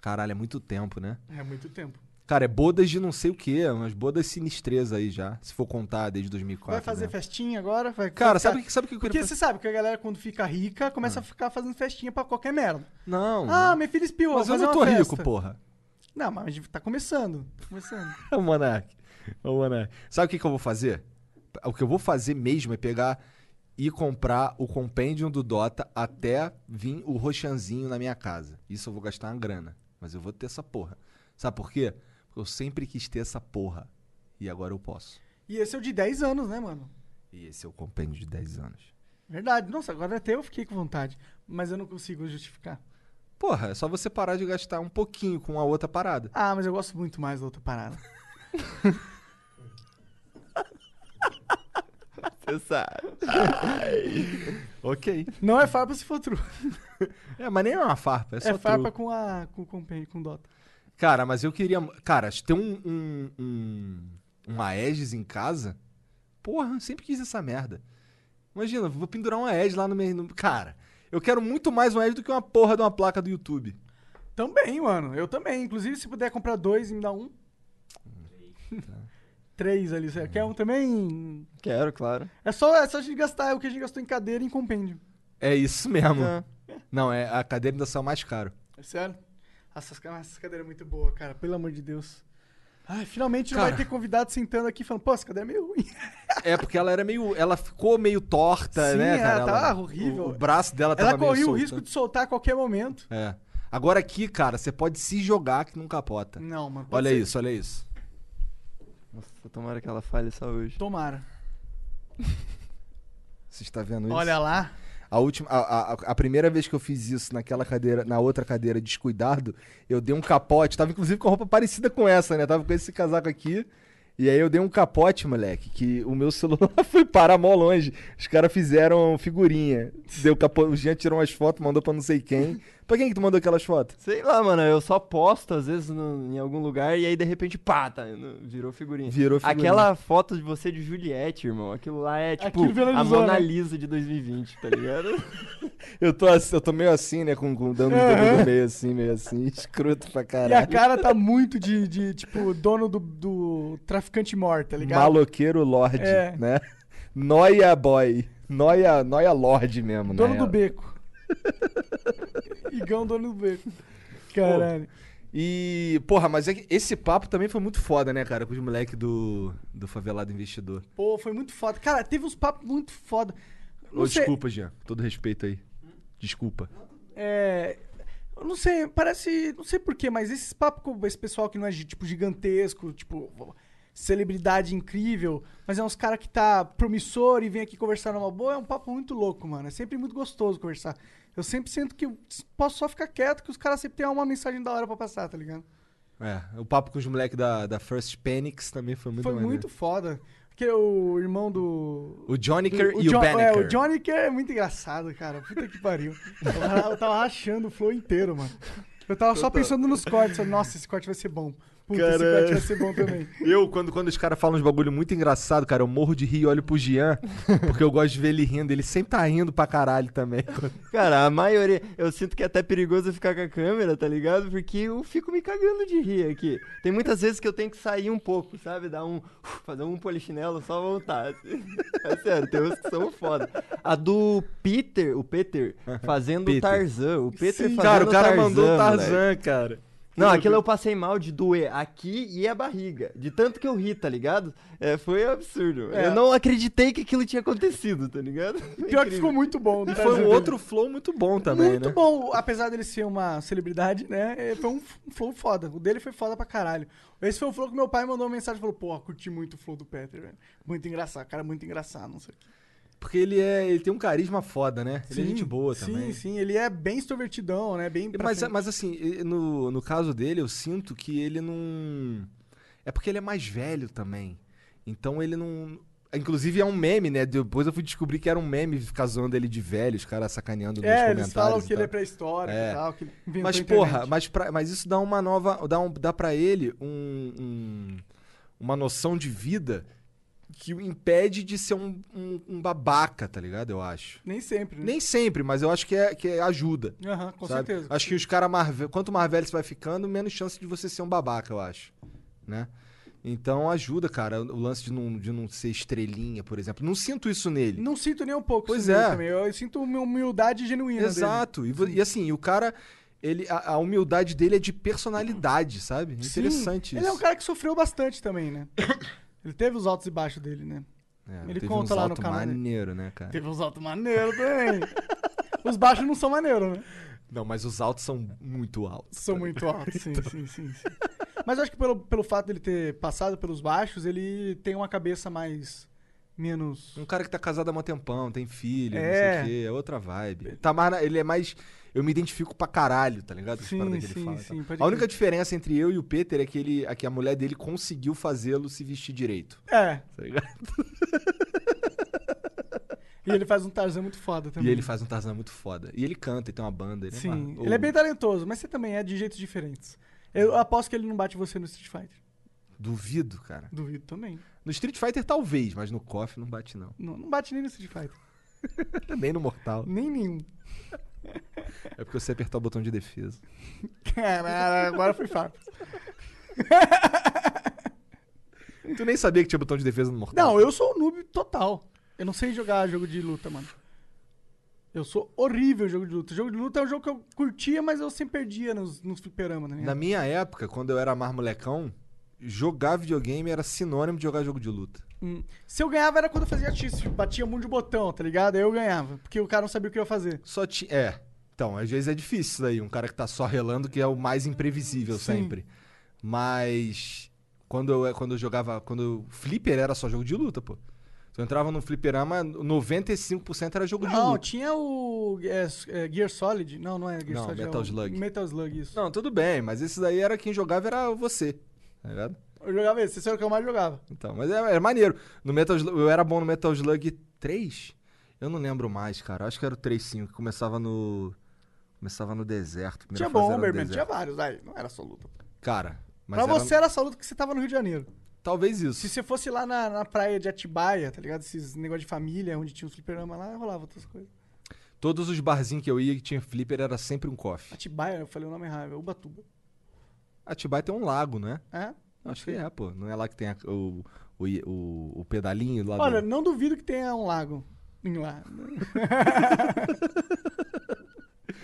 Speaker 3: Caralho, é muito tempo, né?
Speaker 4: É muito tempo.
Speaker 3: Cara, é bodas de não sei o quê, umas bodas sinistreza aí já, se for contar desde 2004.
Speaker 4: Vai fazer
Speaker 3: né?
Speaker 4: festinha agora? Vai
Speaker 3: Cara,
Speaker 4: vai
Speaker 3: sabe o
Speaker 4: ficar-
Speaker 3: que, sabe o que eu queria
Speaker 4: Porque
Speaker 3: fazer?
Speaker 4: você sabe que a galera, quando fica rica, começa a ficar fazendo festinha pra qualquer merda.
Speaker 3: Não.
Speaker 4: Ah,
Speaker 3: não.
Speaker 4: meu filho espiou,
Speaker 3: mas eu não
Speaker 4: vou fazer
Speaker 3: tô
Speaker 4: uma
Speaker 3: rico,
Speaker 4: festa.
Speaker 3: porra.
Speaker 4: Não, mas tá começando. Tá começando.
Speaker 3: Ô, Monark. Ô, Monark. Sabe o que, que eu vou fazer? O que eu vou fazer mesmo é pegar e comprar o Compendium do Dota até vir o Roxanzinho na minha casa. Isso eu vou gastar uma grana. Mas eu vou ter essa porra. Sabe por quê? Porque eu sempre quis ter essa porra. E agora eu posso.
Speaker 4: E esse é o de 10 anos, né, mano?
Speaker 3: E esse é o Compendium de 10 anos.
Speaker 4: Verdade. Nossa, agora até eu fiquei com vontade. Mas eu não consigo justificar.
Speaker 3: Porra, é só você parar de gastar um pouquinho com a outra parada.
Speaker 4: Ah, mas eu gosto muito mais da outra parada.
Speaker 2: você sabe.
Speaker 3: Ok.
Speaker 4: Não é farpa se for true.
Speaker 3: É, mas nem é uma farpa, é só
Speaker 4: É, farpa
Speaker 3: truco.
Speaker 4: com a. com com, com Dota.
Speaker 3: Cara, mas eu queria. Cara, ter um, um, um- Uma Aegis em casa. Porra, eu sempre quis essa merda. Imagina, vou pendurar uma Aegis lá no meu. no- Cara, eu quero muito mais uma Aegis do que uma porra de uma placa do YouTube.
Speaker 4: Também, mano. Eu também. Inclusive, se puder comprar dois e me dar um. Três ali. Você quer um também?
Speaker 2: Quero, claro.
Speaker 4: É só, é só a gente gastar o que a gente gastou em cadeira e em compêndio.
Speaker 3: É isso mesmo.
Speaker 2: É.
Speaker 3: Não, é a cadeira ainda saiu mais caro.
Speaker 4: É sério? Essas, ca- essas cadeiras é muito boa, cara. Pelo amor de Deus. Ai, finalmente não
Speaker 3: Cara.
Speaker 4: vai ter convidado sentando aqui falando, pô, essa cadeira é meio ruim.
Speaker 3: É porque ela era meio. Ela ficou meio torta,
Speaker 4: Sim,
Speaker 3: né,
Speaker 4: ela
Speaker 3: cara?
Speaker 4: tava horrível.
Speaker 3: O, o braço dela tava
Speaker 4: Ela
Speaker 3: meio
Speaker 4: corria o
Speaker 3: solto.
Speaker 4: risco de soltar a qualquer momento.
Speaker 3: É. Agora aqui, cara, você pode se jogar que não capota.
Speaker 4: Não, mano. pode
Speaker 3: Tá. Olha
Speaker 4: ser.
Speaker 3: isso, olha isso.
Speaker 2: Nossa, tomara que ela falhe só hoje.
Speaker 4: Tomara.
Speaker 3: Você está tá vendo isso?
Speaker 4: Olha lá.
Speaker 3: A, última, a, a, a primeira vez que eu fiz isso naquela cadeira, na outra cadeira descuidado, eu dei um capote. Tava inclusive com roupa parecida com essa, né? Tava com esse casaco aqui. E aí eu dei um capote, moleque, que o meu celular foi parar mó longe. Os caras fizeram figurinha. Deu capo... O Jean tirou umas fotos, mandou pra não sei quem. Pra quem que tu mandou aquelas fotos?
Speaker 2: Sei lá, mano, eu só posto às vezes no- em algum lugar e aí de repente, pá, tá, no- virou figurinha.
Speaker 3: Virou figurinha.
Speaker 2: Aquela foto de você de Juliette, irmão, aquilo lá é tipo
Speaker 4: Aquilo viralizou,
Speaker 2: a Mona
Speaker 4: né?
Speaker 2: Lisa de 2020, tá ligado?
Speaker 3: Eu tô, assim- eu tô meio assim, né? Com, com dando um dedo no meio assim, meio assim. Escroto pra
Speaker 4: É. E a
Speaker 3: caralho.
Speaker 4: cara tá muito de, de, tipo, dono do, do traficante morto, tá ligado?
Speaker 3: Maloqueiro Lorde,
Speaker 4: É.
Speaker 3: né? Noia Boy. Noia, noia Lorde mesmo,
Speaker 4: Dono
Speaker 3: né?
Speaker 4: do beco. Igão, dono do beco. Caralho.
Speaker 3: E, porra, mas é que esse papo também foi muito foda, né, cara? Com os moleques do, do Favelado Investidor.
Speaker 4: Pô, foi muito foda. Cara, teve uns papos muito foda. Não
Speaker 3: Ô,
Speaker 4: sei,
Speaker 3: desculpa, Jean. com Todo respeito aí. Desculpa.
Speaker 4: É, eu não sei, parece. Não sei porquê, mas esses papos com esse pessoal que não é gi- tipo gigantesco, tipo. Celebridade incrível, mas é uns cara que tá promissor e vem aqui conversar numa boa, é um papo muito louco, mano. É sempre muito gostoso conversar. Eu sempre sinto que eu posso só ficar quieto, que os caras sempre têm uma mensagem da hora pra passar, tá ligado?
Speaker 3: É, o papo com os moleques da, da First Panics também foi muito
Speaker 4: Foi
Speaker 3: maneiro.
Speaker 4: muito foda. Porque o irmão do.
Speaker 3: O Johnniker
Speaker 4: do-
Speaker 3: e
Speaker 4: Jo-
Speaker 3: o Banneker.
Speaker 4: É, o Johnny Kerr é muito engraçado, cara. Puta que pariu. Eu tava- Eu tava rachando o flow inteiro, mano. Eu tava só pensando nos cortes. eu, Nossa, esse corte vai ser bom. Puta, esse
Speaker 3: Caralho.
Speaker 4: corte vai ser bom também.
Speaker 3: Eu, quando, quando os caras falam uns bagulho muito engraçado, cara, eu morro de rir e olho pro Jean, porque eu gosto de ver ele rindo. Ele sempre tá rindo pra caralho também.
Speaker 2: Cara, a maioria. Eu sinto que é até perigoso eu ficar com a câmera, tá ligado? Porque eu fico me cagando de rir aqui. Tem muitas vezes que eu tenho que sair um pouco, sabe? Dar um. Fazer um polichinelo só voltar. assim. É sério, tem uns que são foda. A do Peter, o Peter, fazendo o
Speaker 3: Peter.
Speaker 2: Tarzan. O Peter fazendo
Speaker 3: cara, o cara
Speaker 2: Tarzan,
Speaker 3: mandou o
Speaker 2: moleque.
Speaker 3: Tarzan, cara.
Speaker 2: Não, aquilo eu passei mal de doer aqui e a barriga. De tanto que eu ri, tá ligado? É, foi absurdo.
Speaker 4: É.
Speaker 2: Eu não acreditei que aquilo tinha acontecido, tá ligado?
Speaker 4: Pior que ficou muito bom.
Speaker 3: E foi um outro flow muito bom também,
Speaker 4: Muito
Speaker 3: né?
Speaker 4: bom, apesar dele ser uma celebridade, né? é, Foi um f- um flow foda. O dele foi foda pra caralho. Esse foi um flow que meu pai mandou uma mensagem e falou: Pô, curti muito o flow do Peter, velho. Muito engraçado, cara, muito engraçado, não sei o quê.
Speaker 3: Porque ele é, ele tem um carisma foda, né? Ele é gente boa
Speaker 4: sim,
Speaker 3: também.
Speaker 4: Sim, ele é bem extrovertidão, né? Bem pra
Speaker 3: Mas,
Speaker 4: frente.
Speaker 3: mas assim, e- no, no caso dele, eu sinto que ele não. É porque ele é mais velho também. Então ele não. Inclusive é um meme, né? Depois eu fui descobrir que era um meme ficar zoando ele de velho, os caras sacaneando nos
Speaker 4: É,
Speaker 3: comentários.
Speaker 4: eles falam
Speaker 3: e
Speaker 4: que
Speaker 3: tal.
Speaker 4: ele é pré-histórico
Speaker 3: É.
Speaker 4: e tal. Que ele inventou
Speaker 3: Mas,
Speaker 4: a internet.
Speaker 3: porra, mas, pra- mas isso dá uma nova. Dá, um, dá pra ele um, um- uma noção de vida que o impede de ser um, um- um babaca, tá ligado? Eu acho.
Speaker 4: Nem sempre, né?
Speaker 3: Nem sempre, mas eu acho que, é, que ajuda.
Speaker 4: Aham, com
Speaker 3: sabe?
Speaker 4: certeza.
Speaker 3: Acho que os caras mais ve- Quanto mais velho você vai ficando, menos chance de você ser um babaca, eu acho. Né? Então ajuda, cara, o lance de não, de não ser estrelinha, por exemplo. Não sinto isso nele.
Speaker 4: Não sinto nem um pouco.
Speaker 3: Pois
Speaker 4: isso nele
Speaker 3: é.
Speaker 4: Também. Eu, eu sinto uma humildade genuína dele.
Speaker 3: Exato. E, vo- e assim, o cara. Ele, a, a humildade dele é de personalidade, sabe?
Speaker 4: Sim,
Speaker 3: Interessante
Speaker 4: Ele
Speaker 3: isso.
Speaker 4: é um cara que sofreu bastante também, né? ele teve os altos e baixos dele, né?
Speaker 3: É,
Speaker 4: ele
Speaker 3: teve
Speaker 4: conta
Speaker 3: uns
Speaker 4: lá no
Speaker 3: alto
Speaker 4: canal dele.
Speaker 3: maneiro, né, cara?
Speaker 4: Teve os altos maneiros também. os baixos não são maneiros, né?
Speaker 3: Não, mas os altos são muito altos.
Speaker 4: São muito altos, sim,
Speaker 3: Então.
Speaker 4: sim, sim, sim. Mas eu acho que pelo, pelo fato dele ter passado pelos baixos, ele tem uma cabeça mais. menos.
Speaker 3: Um cara que tá casado há um tempão, tem filho,
Speaker 4: É.
Speaker 3: não sei o quê, é outra vibe. Tá mais na- ele é mais. Eu me identifico pra caralho, tá ligado? As
Speaker 4: Sim,
Speaker 3: paradas que
Speaker 4: sim,
Speaker 3: ele fala. e
Speaker 4: sim,
Speaker 3: tal.
Speaker 4: pode
Speaker 3: a única
Speaker 4: crer.
Speaker 3: diferença entre eu e o Peter é que, ele, é que a mulher dele conseguiu fazê-lo se vestir direito.
Speaker 4: É.
Speaker 3: Tá ligado?
Speaker 4: E ele faz um Tarzan muito foda também.
Speaker 3: E ele faz um Tarzan muito foda. E ele canta, e tem uma banda. Ele é,
Speaker 4: Sim,
Speaker 3: mar-
Speaker 4: ele é
Speaker 3: Ou-
Speaker 4: bem talentoso, mas você também é de jeitos diferentes. Eu aposto que ele não bate você no Street Fighter.
Speaker 3: Duvido, cara.
Speaker 4: Duvido também.
Speaker 3: No Street Fighter talvez, mas no KOF não bate não.
Speaker 4: Não, não bate nem no Street Fighter.
Speaker 3: Nem no Mortal.
Speaker 4: Nem nenhum.
Speaker 3: É porque você apertar o botão de defesa. É,
Speaker 4: Caralho, agora foi fato.
Speaker 3: Tu nem sabia que tinha botão de defesa no Mortal.
Speaker 4: Não, eu sou um noob total. Eu não sei jogar jogo de luta, mano. Eu sou horrível em jogo de luta. Jogo de luta é um jogo que eu curtia, mas eu sempre perdia nos, nos fliperamas, né?
Speaker 3: Na minha época, quando eu era mais molecão, jogar videogame era sinônimo de jogar jogo de luta.
Speaker 4: Hum. Se eu ganhava era quando eu fazia X, batia um monte de botão, tá ligado? Aí eu ganhava, porque o cara não sabia o que eu ia fazer.
Speaker 3: Só tinha. É. Então, às vezes é difícil isso daí. Um cara que tá só relando, que é o mais imprevisível
Speaker 4: Sim.
Speaker 3: sempre. Mas. Quando eu, quando eu jogava. Quando eu, Flipper era só jogo de luta, pô. Tu entrava num fliperama, 95% era jogo de
Speaker 4: Não,
Speaker 3: luta.
Speaker 4: tinha o é, s- é, Gear Solid. Não, não é Gear
Speaker 3: Não,
Speaker 4: Solid.
Speaker 3: Metal
Speaker 4: é o
Speaker 3: Slug.
Speaker 4: Metal Slug, isso.
Speaker 3: Não, tudo bem, mas esse daí era quem jogava era você. Tá ligado?
Speaker 4: Eu jogava esse, esse era o que eu mais jogava.
Speaker 3: Então, mas é, é maneiro. No Metal Slug, eu era bom no Metal Slug 3? Eu não lembro mais, cara. Acho que era o 3.5, que começava no. Começava no deserto. Primeira
Speaker 4: Tinha
Speaker 3: fase era no
Speaker 4: Bomberman, tinha
Speaker 3: deserto.
Speaker 4: vários. Aí, não era só luta.
Speaker 3: Cara, mas
Speaker 4: pra
Speaker 3: era- um
Speaker 4: você era só luta que você tava no Rio de Janeiro.
Speaker 3: talvez
Speaker 4: Se
Speaker 3: isso.
Speaker 4: você fosse lá na, na praia de Atibaia, tá ligado? Esses negócio de família, onde tinha os fliperama lá, rolava outras coisas.
Speaker 3: Todos os barzinhos que eu ia que tinha flipper era sempre um coffee.
Speaker 4: Atibaia, eu falei o nome errado, é Ubatuba.
Speaker 3: Atibaia tem um lago, né?
Speaker 4: É?
Speaker 3: Acho que é, pô. Não é lá que tem a- o, o, o, o pedalinho lá
Speaker 4: Olha,
Speaker 3: do...
Speaker 4: não duvido que tenha um lago em lá.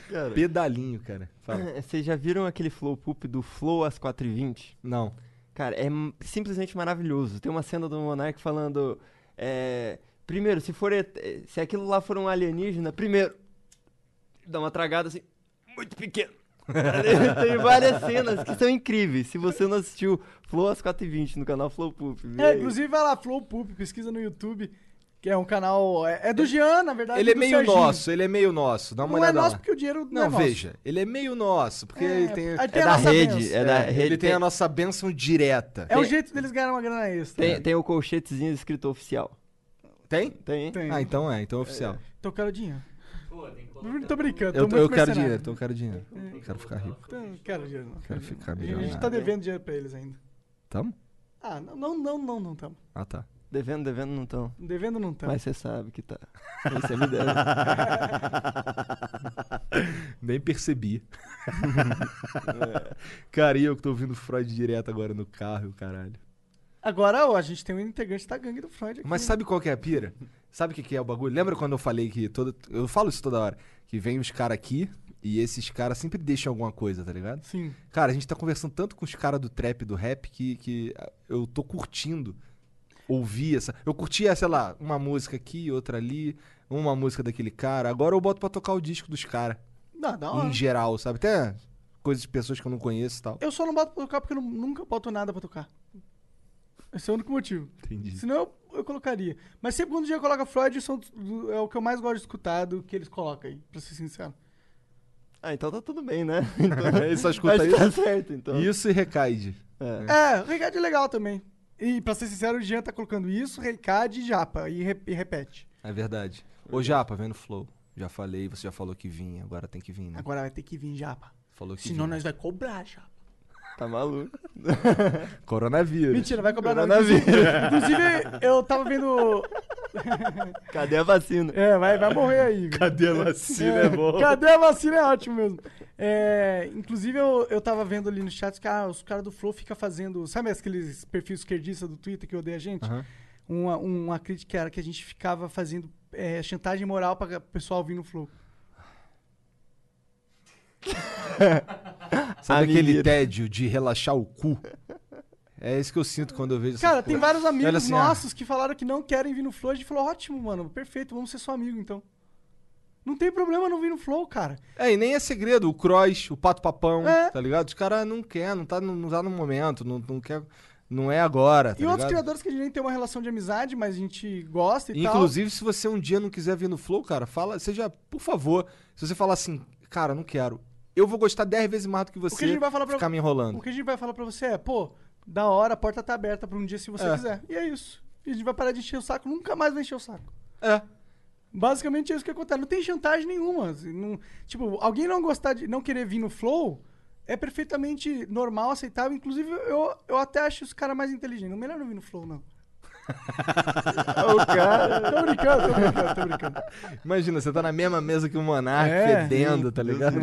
Speaker 2: Cara,
Speaker 3: Pedalinho, cara. Fala.
Speaker 2: vocês já viram aquele flow poop do Flow às 4h20?
Speaker 3: Não.
Speaker 2: Cara, é m- simplesmente maravilhoso. Tem uma cena do Monark falando. é, primeiro, se for. et- eh, Se aquilo lá for um alienígena, primeiro. Dá uma tragada assim. Muito pequeno. Cara, Tem várias cenas que são incríveis. Se você não assistiu Flow às 4h20 no canal Flow Poop. vê
Speaker 4: É,
Speaker 2: aí.
Speaker 4: inclusive vai lá, Flow Poop, pesquisa no YouTube, que é um canal. É, é do Jean, na verdade.
Speaker 3: Ele é
Speaker 4: do
Speaker 3: meio
Speaker 4: Serginho.
Speaker 3: nosso, ele é meio nosso. Dá uma
Speaker 4: Não é
Speaker 3: olhada
Speaker 4: nosso
Speaker 3: lá.
Speaker 4: porque o dinheiro não,
Speaker 3: Não,
Speaker 4: é nosso.
Speaker 3: veja. Ele é meio nosso, porque
Speaker 4: É,
Speaker 3: ele tem...
Speaker 4: aí
Speaker 2: É
Speaker 4: a
Speaker 2: da
Speaker 4: nossa
Speaker 2: rede.
Speaker 4: benção.
Speaker 2: É da rede.
Speaker 3: Ele tem a nossa bênção direta.
Speaker 4: É o
Speaker 2: Tem-
Speaker 4: jeito deles ganharem uma grana extra.
Speaker 2: tem, tem o colchetezinho escrito oficial.
Speaker 3: Tem?
Speaker 2: Tem? hein?
Speaker 4: Tem.
Speaker 3: Ah, então é, então é oficial.
Speaker 4: Então eu quero dinheiro.
Speaker 5: Pô, tem que colocar.
Speaker 4: Não tô brincando,
Speaker 3: Eu,
Speaker 4: tô
Speaker 3: eu quero
Speaker 4: muito mercenário.
Speaker 3: dinheiro, então eu quero dinheiro. Eu Quero ficar rico.
Speaker 4: Então, quero dinheiro. não.
Speaker 3: Quero ficar
Speaker 4: A gente tá
Speaker 3: milionário.
Speaker 4: devendo dinheiro pra eles ainda.
Speaker 3: Tamo?
Speaker 4: Ah, não, não, não, não, não tamo.
Speaker 3: Ah, tá.
Speaker 2: Devendo, devendo não estão.
Speaker 4: Devendo não tamo.
Speaker 2: Mas você sabe que tá. Você me deve.
Speaker 3: Nem percebi. Cara, e eu que tô ouvindo Freud direto agora no carro, e o caralho.
Speaker 4: Agora, ó, a gente tem um integrante da gangue do Freud aqui.
Speaker 3: Mas sabe qual que é a pira? Sabe o que, que é o bagulho? Lembra quando eu falei que todo. Eu falo isso toda hora. Que vem os caras aqui e esses caras sempre deixam alguma coisa, tá ligado?
Speaker 4: Sim.
Speaker 3: Cara, a gente tá conversando tanto com os caras do trap e do rap que, que ah, eu tô curtindo ouvir essa. Eu curtia, sei lá, uma música aqui, outra ali, uma música daquele cara. Agora eu boto pra tocar o disco dos caras,
Speaker 4: Não, da hora.
Speaker 3: em geral, sabe? Até coisas de pessoas que eu não conheço e tal.
Speaker 4: Eu só não boto pra tocar porque eu nu- nunca boto nada pra tocar. Esse é o único motivo.
Speaker 3: Entendi.
Speaker 4: Senão eu, eu colocaria. Mas sempre quando o dia coloca Freud, são, do- é o que eu mais gosto de escutar do que eles colocam aí, pra ser sincero.
Speaker 2: Ah, então tá tudo bem, né? Então,
Speaker 3: Ele só escuta
Speaker 2: acho que tá certo, então.
Speaker 3: Isso e recaide.
Speaker 2: É.
Speaker 4: É, o Ricardo é legal também. E pra ser sincero, o Jean tá colocando isso, Reikad e Japa. E, re- e repete.
Speaker 3: É verdade. Ô, Japa, vendo Flow. Já falei, você já falou que vinha, agora tem que vir, né?
Speaker 4: Agora né? vai ter que vir Japa.
Speaker 3: Falou que
Speaker 4: Senão
Speaker 3: vinha.
Speaker 4: nós vai cobrar, Japa.
Speaker 2: Tá maluco.
Speaker 3: Coronavírus.
Speaker 4: Mentira, vai cobrar não.
Speaker 2: Coronavírus.
Speaker 4: Inclusive, eu tava vendo.
Speaker 2: Cadê a vacina?
Speaker 4: É, vai, vai morrer aí. velho.
Speaker 8: Cadê a vacina? É bom.
Speaker 4: Cadê a vacina? É ótimo mesmo. É, inclusive, eu, eu tava vendo ali no chat que ah, os caras do Flow ficam fazendo. Sabe aqueles perfis esquerdistas do Twitter que odeia a gente? Uma, uma crítica era que a gente ficava fazendo é, chantagem moral pra o pessoal vir no Flow.
Speaker 3: Sabe aquele
Speaker 2: Amiguinho.
Speaker 3: tédio de relaxar o cu? É isso que eu sinto quando eu vejo essas
Speaker 4: Cara, tem
Speaker 3: coisas.
Speaker 4: vários amigos
Speaker 3: Olha assim, ah,
Speaker 4: nossos que falaram que não querem vir no Flow. A gente falou, ótimo, mano, perfeito, vamos ser seu amigo então. Não tem problema não vir no Flow, cara.
Speaker 3: É, e nem é segredo. O Cross, o Pato Papão,
Speaker 4: É.
Speaker 3: tá ligado? Os caras não quer, não tá, no- não tá no momento, não, não quer... Não é agora, tá
Speaker 4: e outros
Speaker 3: ligado?
Speaker 4: criadores que a gente nem tem uma relação de amizade, mas a gente gosta e tal.
Speaker 3: Inclusive, se você um dia não quiser vir no Flow, cara, fala, seja, por favor, se você falar assim, cara, não quero, eu vou gostar 10 vezes mais do que você
Speaker 4: a gente vai falar pra-
Speaker 3: ficar me enrolando.
Speaker 4: O que a gente vai falar pra você é, pô, da hora, a porta tá aberta pra um dia se você
Speaker 3: É.
Speaker 4: quiser. E é isso. E a gente vai parar de encher o saco, nunca mais vai encher o saco.
Speaker 3: É.
Speaker 4: Basicamente é isso que acontece. Não tem chantagem nenhuma. assim, não- tipo, alguém não gostar de não querer vir no flow é perfeitamente normal, aceitável. Inclusive, eu, eu até acho os caras mais inteligentes. Não melhor não vir no flow, não.
Speaker 2: O cara.
Speaker 4: Tô brincando, tô brincando, tô brincando.
Speaker 3: Imagina, você tá na mesma mesa que o Monark,
Speaker 4: É.
Speaker 3: fedendo, tá ligado?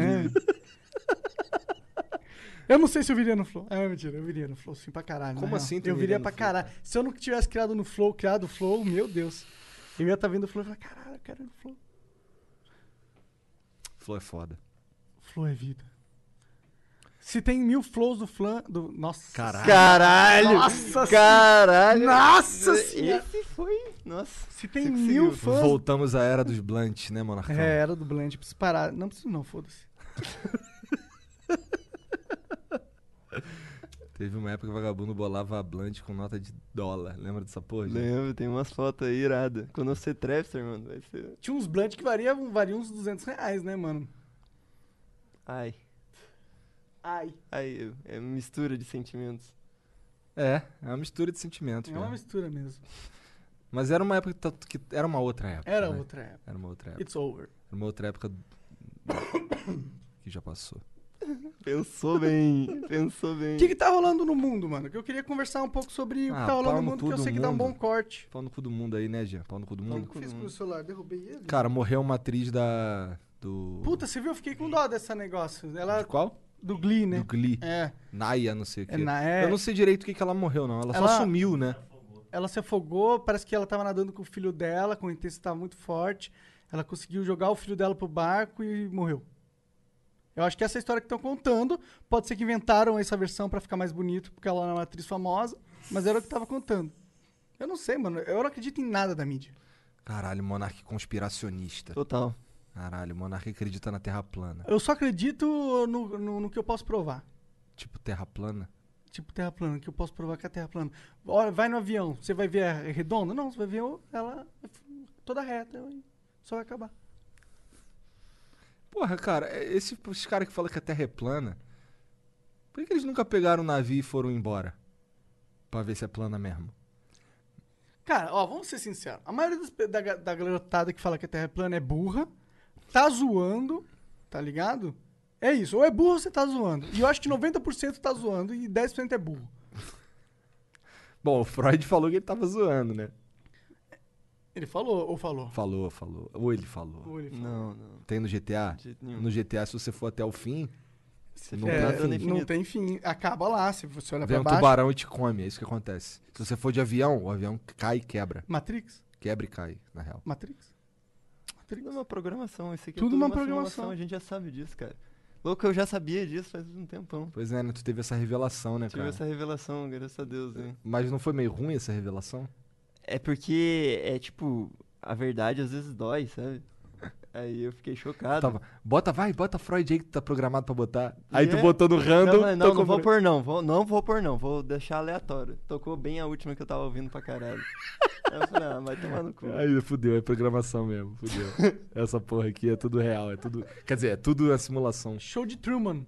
Speaker 4: Eu não sei se eu viria no Flow. É mentira, eu viria no Flow sim pra caralho. na
Speaker 3: Como
Speaker 4: real.
Speaker 3: assim tu
Speaker 4: Eu
Speaker 3: viria
Speaker 4: viria
Speaker 3: no
Speaker 4: pra
Speaker 3: Flow,
Speaker 4: caralho. Se eu não tivesse criado no Flow, criado o Flow, meu Deus. Eu ia estar vendo o Flow e falar, caralho, eu quero ir no Flow.
Speaker 3: Flow é foda.
Speaker 4: Flow é vida. Se tem mil flows do Flan. Do... Nossa.
Speaker 3: Caralho.
Speaker 2: Caralho!
Speaker 4: Nossa
Speaker 2: caralho!
Speaker 4: Nossa senhora.
Speaker 2: Esse foi. Nossa.
Speaker 4: Se tem
Speaker 2: Você conseguiu.
Speaker 4: mil fãs.
Speaker 3: Voltamos à era dos blunts, né, Monarcão?
Speaker 4: É, era do Blanche, preciso parar. Não preciso, não, foda-se.
Speaker 3: Teve uma época que o vagabundo bolava blunt com nota de dólar. Lembra dessa porra? gente?
Speaker 2: Lembro, tem umas fotos aí iradas. Quando você trapster, mano, vai ser.
Speaker 4: Tinha uns Blunt que variam, variam uns 200 reais, né, mano?
Speaker 2: Ai.
Speaker 4: Ai.
Speaker 2: Ai, é mistura de sentimentos.
Speaker 3: É, é uma mistura de sentimentos.
Speaker 4: É uma
Speaker 3: mesmo.
Speaker 4: mistura mesmo.
Speaker 3: Mas era uma época que, tá- que era uma outra época.
Speaker 4: Era
Speaker 3: né?
Speaker 4: outra época.
Speaker 3: Era uma outra época.
Speaker 4: It's over.
Speaker 3: Era uma outra época que já passou.
Speaker 2: Pensou bem, pensou bem.
Speaker 4: O que, que tá rolando no mundo, mano? Que eu queria conversar um pouco sobre o
Speaker 3: Ah,
Speaker 4: que tá rolando
Speaker 3: pau
Speaker 4: no
Speaker 3: no
Speaker 4: mundo,
Speaker 3: cu
Speaker 4: que eu
Speaker 3: do
Speaker 4: sei que dá um
Speaker 3: mundo.
Speaker 4: bom corte.
Speaker 3: Pau no cu do mundo aí, né, Jean? Pau no cu do
Speaker 4: O
Speaker 3: mundo.
Speaker 4: que eu fiz com o celular? Derrubei ele?
Speaker 3: Cara, morreu uma atriz da. Do.
Speaker 4: Puta, você viu? Eu fiquei com dó dessa negócio.
Speaker 3: de
Speaker 4: Ela.
Speaker 3: qual?
Speaker 4: Do Glee, né?
Speaker 3: Do Glee.
Speaker 4: É.
Speaker 3: Naya, não sei o quê.
Speaker 4: É na- é.
Speaker 3: Eu não sei direito o que, que ela morreu, não. Ela, só
Speaker 4: Ela-
Speaker 3: sumiu, né?
Speaker 4: Ela se afogou, parece que ela tava nadando com o filho dela, com intensidade muito forte. Ela conseguiu jogar o filho dela pro barco e morreu. Eu acho que essa é a história que estão contando. Pode ser que inventaram essa versão pra ficar mais bonito, porque ela é uma atriz famosa, mas era o que tava contando. Eu não sei, mano. Eu não acredito em nada da mídia.
Speaker 3: Caralho, monarca conspiracionista.
Speaker 2: Total.
Speaker 3: Caralho, monarca acredita na terra plana.
Speaker 4: Eu só acredito no, no, no que eu posso provar.
Speaker 3: Tipo, terra plana?
Speaker 4: Tipo terra plana, que eu posso provar que é terra plana. Olha, vai no avião, você vai ver a redonda? Não, você vai ver o- ela é toda reta, e só vai acabar.
Speaker 3: Porra, cara, é- esse, os caras que falam que a terra é plana, por que que eles nunca pegaram um navio e foram embora? Pra ver se é plana mesmo.
Speaker 4: Cara, ó, vamos ser sinceros. A maioria das pe- da, ga- da garotada que fala que a terra é plana é burra, tá zoando, tá ligado? É isso, ou é burro ou você tá zoando. E eu acho que 90% tá zoando e 10% é burro.
Speaker 3: Bom, o Freud falou que ele tava zoando, né?
Speaker 4: Ele falou ou falou?
Speaker 3: Falou, falou. Ou ele falou.
Speaker 4: Ou ele falou.
Speaker 2: Não, não.
Speaker 3: Tem no GTA?
Speaker 2: De jeito nenhum.
Speaker 3: No GTA, se você for até o fim,
Speaker 2: Você
Speaker 3: Não
Speaker 2: fica
Speaker 3: tem
Speaker 4: É,
Speaker 2: pensando
Speaker 3: fim.
Speaker 4: não
Speaker 2: infinito.
Speaker 4: tem fim. Acaba lá, se você olhar
Speaker 3: vem
Speaker 4: pra
Speaker 3: um
Speaker 4: baixo.
Speaker 3: tubarão e te come. É isso que acontece. Se você for de avião, o avião cai e quebra.
Speaker 4: Matrix?
Speaker 3: Quebra e cai, na real.
Speaker 4: Matrix? Matrix?
Speaker 2: Tudo é uma programação, isso aqui
Speaker 4: Tudo
Speaker 2: é tudo
Speaker 4: uma
Speaker 2: uma,
Speaker 4: programação.
Speaker 2: simulação, a gente já sabe disso, cara. Louco, eu já sabia disso faz um tempão.
Speaker 3: Pois é, né? Tu teve essa revelação, né,
Speaker 2: Tive
Speaker 3: cara?
Speaker 2: essa revelação, graças a Deus, hein.
Speaker 3: Mas não foi meio ruim essa revelação?
Speaker 2: É porque é tipo, a verdade às vezes dói, sabe? Aí eu fiquei chocado.
Speaker 3: Tava, bota, vai, bota Freud aí que tu tá programado pra botar. Aí tu
Speaker 2: É.
Speaker 3: botou no random. tá
Speaker 2: não, mas não,
Speaker 3: tocou
Speaker 2: não vou
Speaker 3: Freud.
Speaker 2: pôr não, vou, não vou pôr não, vou deixar aleatório. Tocou bem a última que eu tava ouvindo pra caralho. Aí eu falei, ah, vai tomar no cu.
Speaker 4: Tipo,
Speaker 3: Aí fudeu, é programação mesmo, fudeu. Essa porra aqui é tudo real, é tudo. Quer dizer, é tudo a simulação.
Speaker 4: Show de Truman.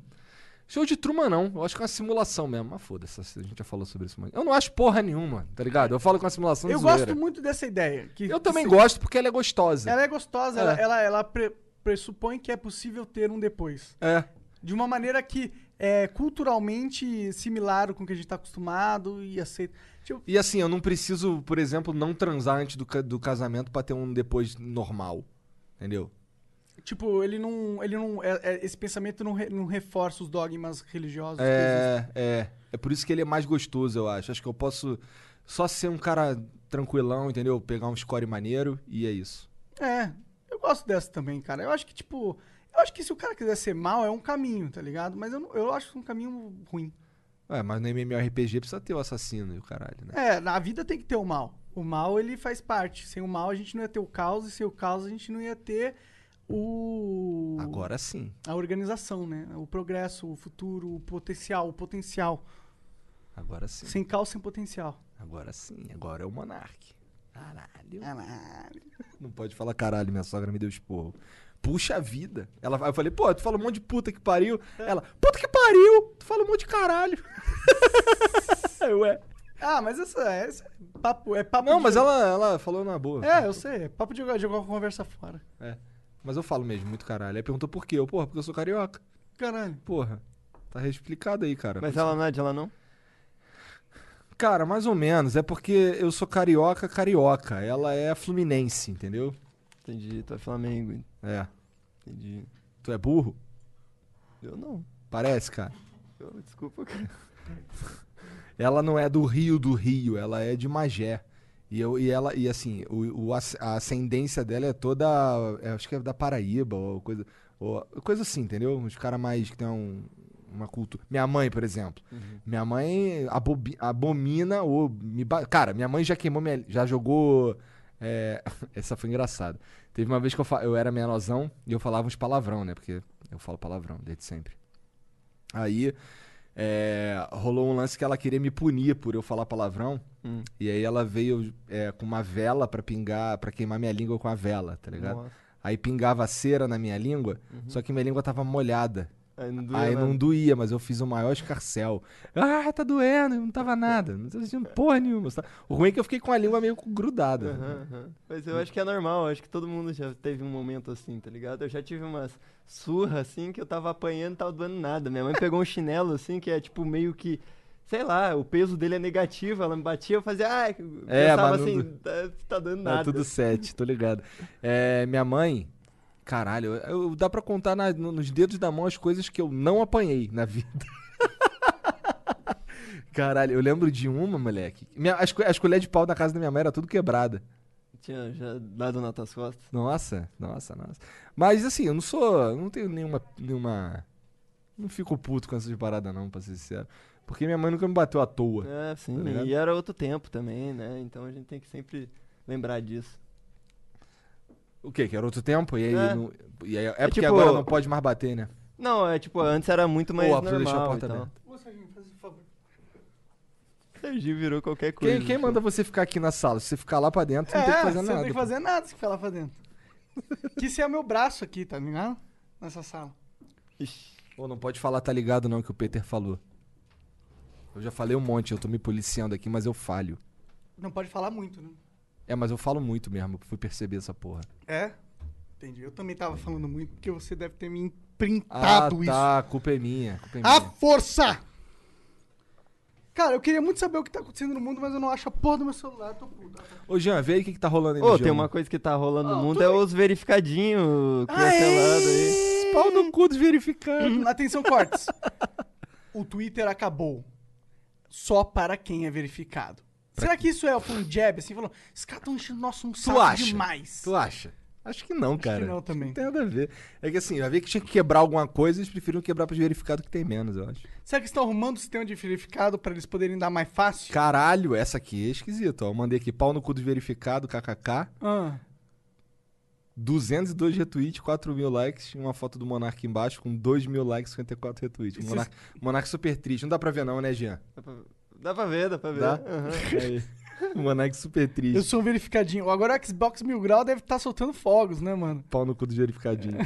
Speaker 3: Show de Truman, não. Eu acho que é uma simulação mesmo. Mas foda-se, a gente já falou sobre isso. Mas eu não acho porra nenhuma, tá ligado? Eu falo que é uma simulação de
Speaker 4: Eu
Speaker 3: zoeira.
Speaker 4: gosto muito dessa ideia. Que,
Speaker 3: Eu também
Speaker 4: que-
Speaker 3: gosto porque ela é gostosa.
Speaker 4: Ela é gostosa,
Speaker 3: É.
Speaker 4: ela, ela, ela pre- pressupõe que é possível ter um depois.
Speaker 3: É.
Speaker 4: De uma maneira que é culturalmente similar com o que a gente tá acostumado e aceita. Tipo,
Speaker 3: E assim, eu não preciso, por exemplo, não transar antes do, ca- do casamento pra ter um depois normal. Entendeu?
Speaker 4: tipo, ele não. Ele não é- é- esse pensamento não, re- não reforça os dogmas religiosos. que existem.
Speaker 3: É, é. É por isso que ele é mais gostoso, eu acho. Acho que eu posso só ser um cara tranquilão, entendeu? Pegar um score maneiro e é isso.
Speaker 4: É, eu gosto dessa também, cara. Eu acho que, tipo. Eu acho que se o cara quiser ser mal, é um caminho, tá ligado? Mas eu, não- eu acho um caminho ruim.
Speaker 3: Ué, mas no MMORPG precisa ter o assassino e o caralho, né?
Speaker 4: É, na vida tem que ter o mal. O mal, ele faz parte. Sem o mal, a gente não ia ter o caos. E sem o caos, a gente não ia ter o...
Speaker 3: Agora sim.
Speaker 4: A organização, né? O progresso, o futuro, o potencial, o potencial.
Speaker 3: Agora sim.
Speaker 4: Sem caos, sem potencial.
Speaker 3: Agora sim. Agora é o monarque. Caralho. Não pode falar caralho, minha sogra me deu esporro. Puxa vida. Ela, eu falei, pô, tu fala um monte de puta que pariu. Ela, puta que pariu. Tu fala um monte de caralho. Ué.
Speaker 4: Ah, mas essa, essa é papo... É papo
Speaker 3: Não,
Speaker 4: de-
Speaker 3: mas ela, ela falou na boa.
Speaker 4: É, eu sei. É papo de jogar, jogar conversa fora.
Speaker 3: Mas eu falo mesmo, muito caralho. Aí perguntou por quê? Eu, porra, porque eu sou carioca.
Speaker 4: Caralho.
Speaker 3: Porra. Tá explicado aí, cara.
Speaker 2: Mas ela não é de lá, não?
Speaker 3: Cara, mais ou menos. É porque eu sou carioca, carioca. Ela é fluminense, entendeu?
Speaker 2: Entendi, tu é Flamengo.
Speaker 3: É.
Speaker 2: Entendi.
Speaker 3: Tu é burro?
Speaker 2: Eu não.
Speaker 3: Parece, cara.
Speaker 2: Eu- desculpa, cara.
Speaker 3: Ela não é do Rio do Rio, ela é de Magé. E, eu, e ela, e assim, o, o as- a ascendência dela é toda. é, acho que é da Paraíba, ou coisa. ou- coisa assim, entendeu? Uns caras mais que tem um, uma cultura. Minha mãe, por exemplo. Minha mãe abobi- abomina ou. Me ba- Cara, minha mãe já queimou minha. Já jogou. é, Essa foi engraçada. Teve uma vez que eu, fa- eu era menorzão e eu falava uns palavrão, né? Porque eu falo palavrão desde sempre. Aí é, rolou um lance que ela queria me punir por eu falar palavrão.
Speaker 2: Hum.
Speaker 3: E aí ela veio é, com uma vela pra pingar, pra queimar minha língua com a vela, tá ligado?
Speaker 2: Nossa. Uhum.
Speaker 3: Aí pingava cera na minha língua, só que minha língua tava molhada.
Speaker 2: Aí não doeu
Speaker 3: aí
Speaker 2: nada.
Speaker 3: não doía, mas eu fiz o maior escarcel. Ah, tá doendo, não tava nada. Não tava sentindo porra nenhuma. só- O ruim é que eu fiquei com a língua meio grudada. né?
Speaker 2: Aham, aham. Mas eu acho que é normal, acho que todo mundo já teve um momento assim, tá ligado? Eu já tive umas surra assim que eu tava apanhando e tava doendo nada. Minha mãe pegou um chinelo assim que é tipo meio que, sei lá, o peso dele é negativo, ela me batia, eu fazia, ah, eu
Speaker 3: É,
Speaker 2: pensava
Speaker 3: mas não
Speaker 2: assim,
Speaker 3: do-
Speaker 2: tá, tá doendo
Speaker 3: Tá
Speaker 2: nada.
Speaker 3: tudo sete, tô ligado. É, minha mãe, caralho, eu- eu- dá pra contar na- no- nos dedos da mão as coisas que eu não apanhei na vida. Caralho, eu lembro de uma, moleque. Minha- as, co- as colheres de pau da casa da minha mãe era tudo quebrada.
Speaker 2: Tinha já dado nas tuas costas.
Speaker 3: Nossa, nossa, nossa. Mas assim, eu não sou. eu Não tenho nenhuma. nenhuma não fico puto com essas paradas, não, pra ser sincero. Porque minha mãe nunca me bateu à toa.
Speaker 2: É, sim,
Speaker 3: tá ligado?
Speaker 2: e era outro tempo também, né? Então a gente tem que sempre lembrar disso.
Speaker 3: O quê? Que era outro tempo? E aí.
Speaker 2: É.
Speaker 3: não- e aí- é porque
Speaker 2: tipo-
Speaker 3: agora não pode mais bater, né?
Speaker 2: Não, é tipo, antes era muito mais
Speaker 3: Pô, a Pru
Speaker 2: normal. então.
Speaker 3: deixou a porta
Speaker 2: e tal.
Speaker 3: aberta.
Speaker 4: Ô, Serginho, faz por favor.
Speaker 2: Sergi virou qualquer coisa.
Speaker 3: Quem, quem
Speaker 2: assim.
Speaker 3: manda você ficar aqui na sala? Se você ficar lá pra dentro, você
Speaker 4: É,
Speaker 3: não tem que fazer
Speaker 4: você não
Speaker 3: nada.
Speaker 4: tem que fazer nada se ficar lá pra dentro. que isso é meu braço aqui, tá ligado? Nessa sala.
Speaker 2: Ixi,
Speaker 3: Pô, não pode falar, tá ligado, não, que o Peter falou. Eu já falei um monte, eu tô me policiando aqui, mas eu falho.
Speaker 4: Não pode falar muito, né?
Speaker 3: É, mas eu falo muito mesmo, eu fui perceber essa porra.
Speaker 4: É? Entendi. Eu também tava falando muito, porque você deve ter me
Speaker 3: Ah,
Speaker 4: imprintado isso. Ah!
Speaker 3: tá, a culpa é minha. a Culpa é
Speaker 4: A
Speaker 3: minha.
Speaker 4: força! Cara, eu queria muito saber o que tá acontecendo no mundo, mas eu não acho a porra do meu celular, tô puto.
Speaker 3: Ô, Jean, vê aí o que, que tá rolando aí no
Speaker 2: Ô,
Speaker 3: Jean.
Speaker 2: tem uma coisa que tá rolando no mundo, é os verificadinhos cancelados aí.
Speaker 3: Esse Pau no cu dos verificados.
Speaker 4: Hum, Atenção, cortes. O Twitter acabou. Só para quem é verificado. Será que isso é um jab, assim, falando? Esses caras estão enchendo nosso um saco
Speaker 3: acha?
Speaker 4: demais.
Speaker 3: Tu acha? Acho que não, cara.
Speaker 4: não também.
Speaker 3: Não tem nada a ver. É que assim, eu vi que tinha que quebrar alguma coisa, eles preferiram quebrar pros verificados que tem menos, eu acho.
Speaker 4: Será que estão arrumando o sistema de verificado para eles poderem dar mais fácil?
Speaker 3: Caralho, essa aqui é esquisita, ó. Eu Mandei aqui pau no cu dos verificado, kkk.
Speaker 4: Ah,
Speaker 3: 202 retweets, 4 mil likes. e Uma foto do Monark embaixo com 2 mil likes, 54 retweets.
Speaker 4: Esses-
Speaker 3: Monark, Monark super triste. Não dá pra ver não, né, Jean?
Speaker 2: Dá pra- Dá pra ver, dá pra ver.
Speaker 3: Dá?
Speaker 2: Aham.
Speaker 3: Aí. Monark super triste.
Speaker 4: É, eu sou um verificadinho. Agora o tá Xbox Mil Grau deve estar soltando fogos, né, mano?
Speaker 3: Pau no cu dos verificadinhos.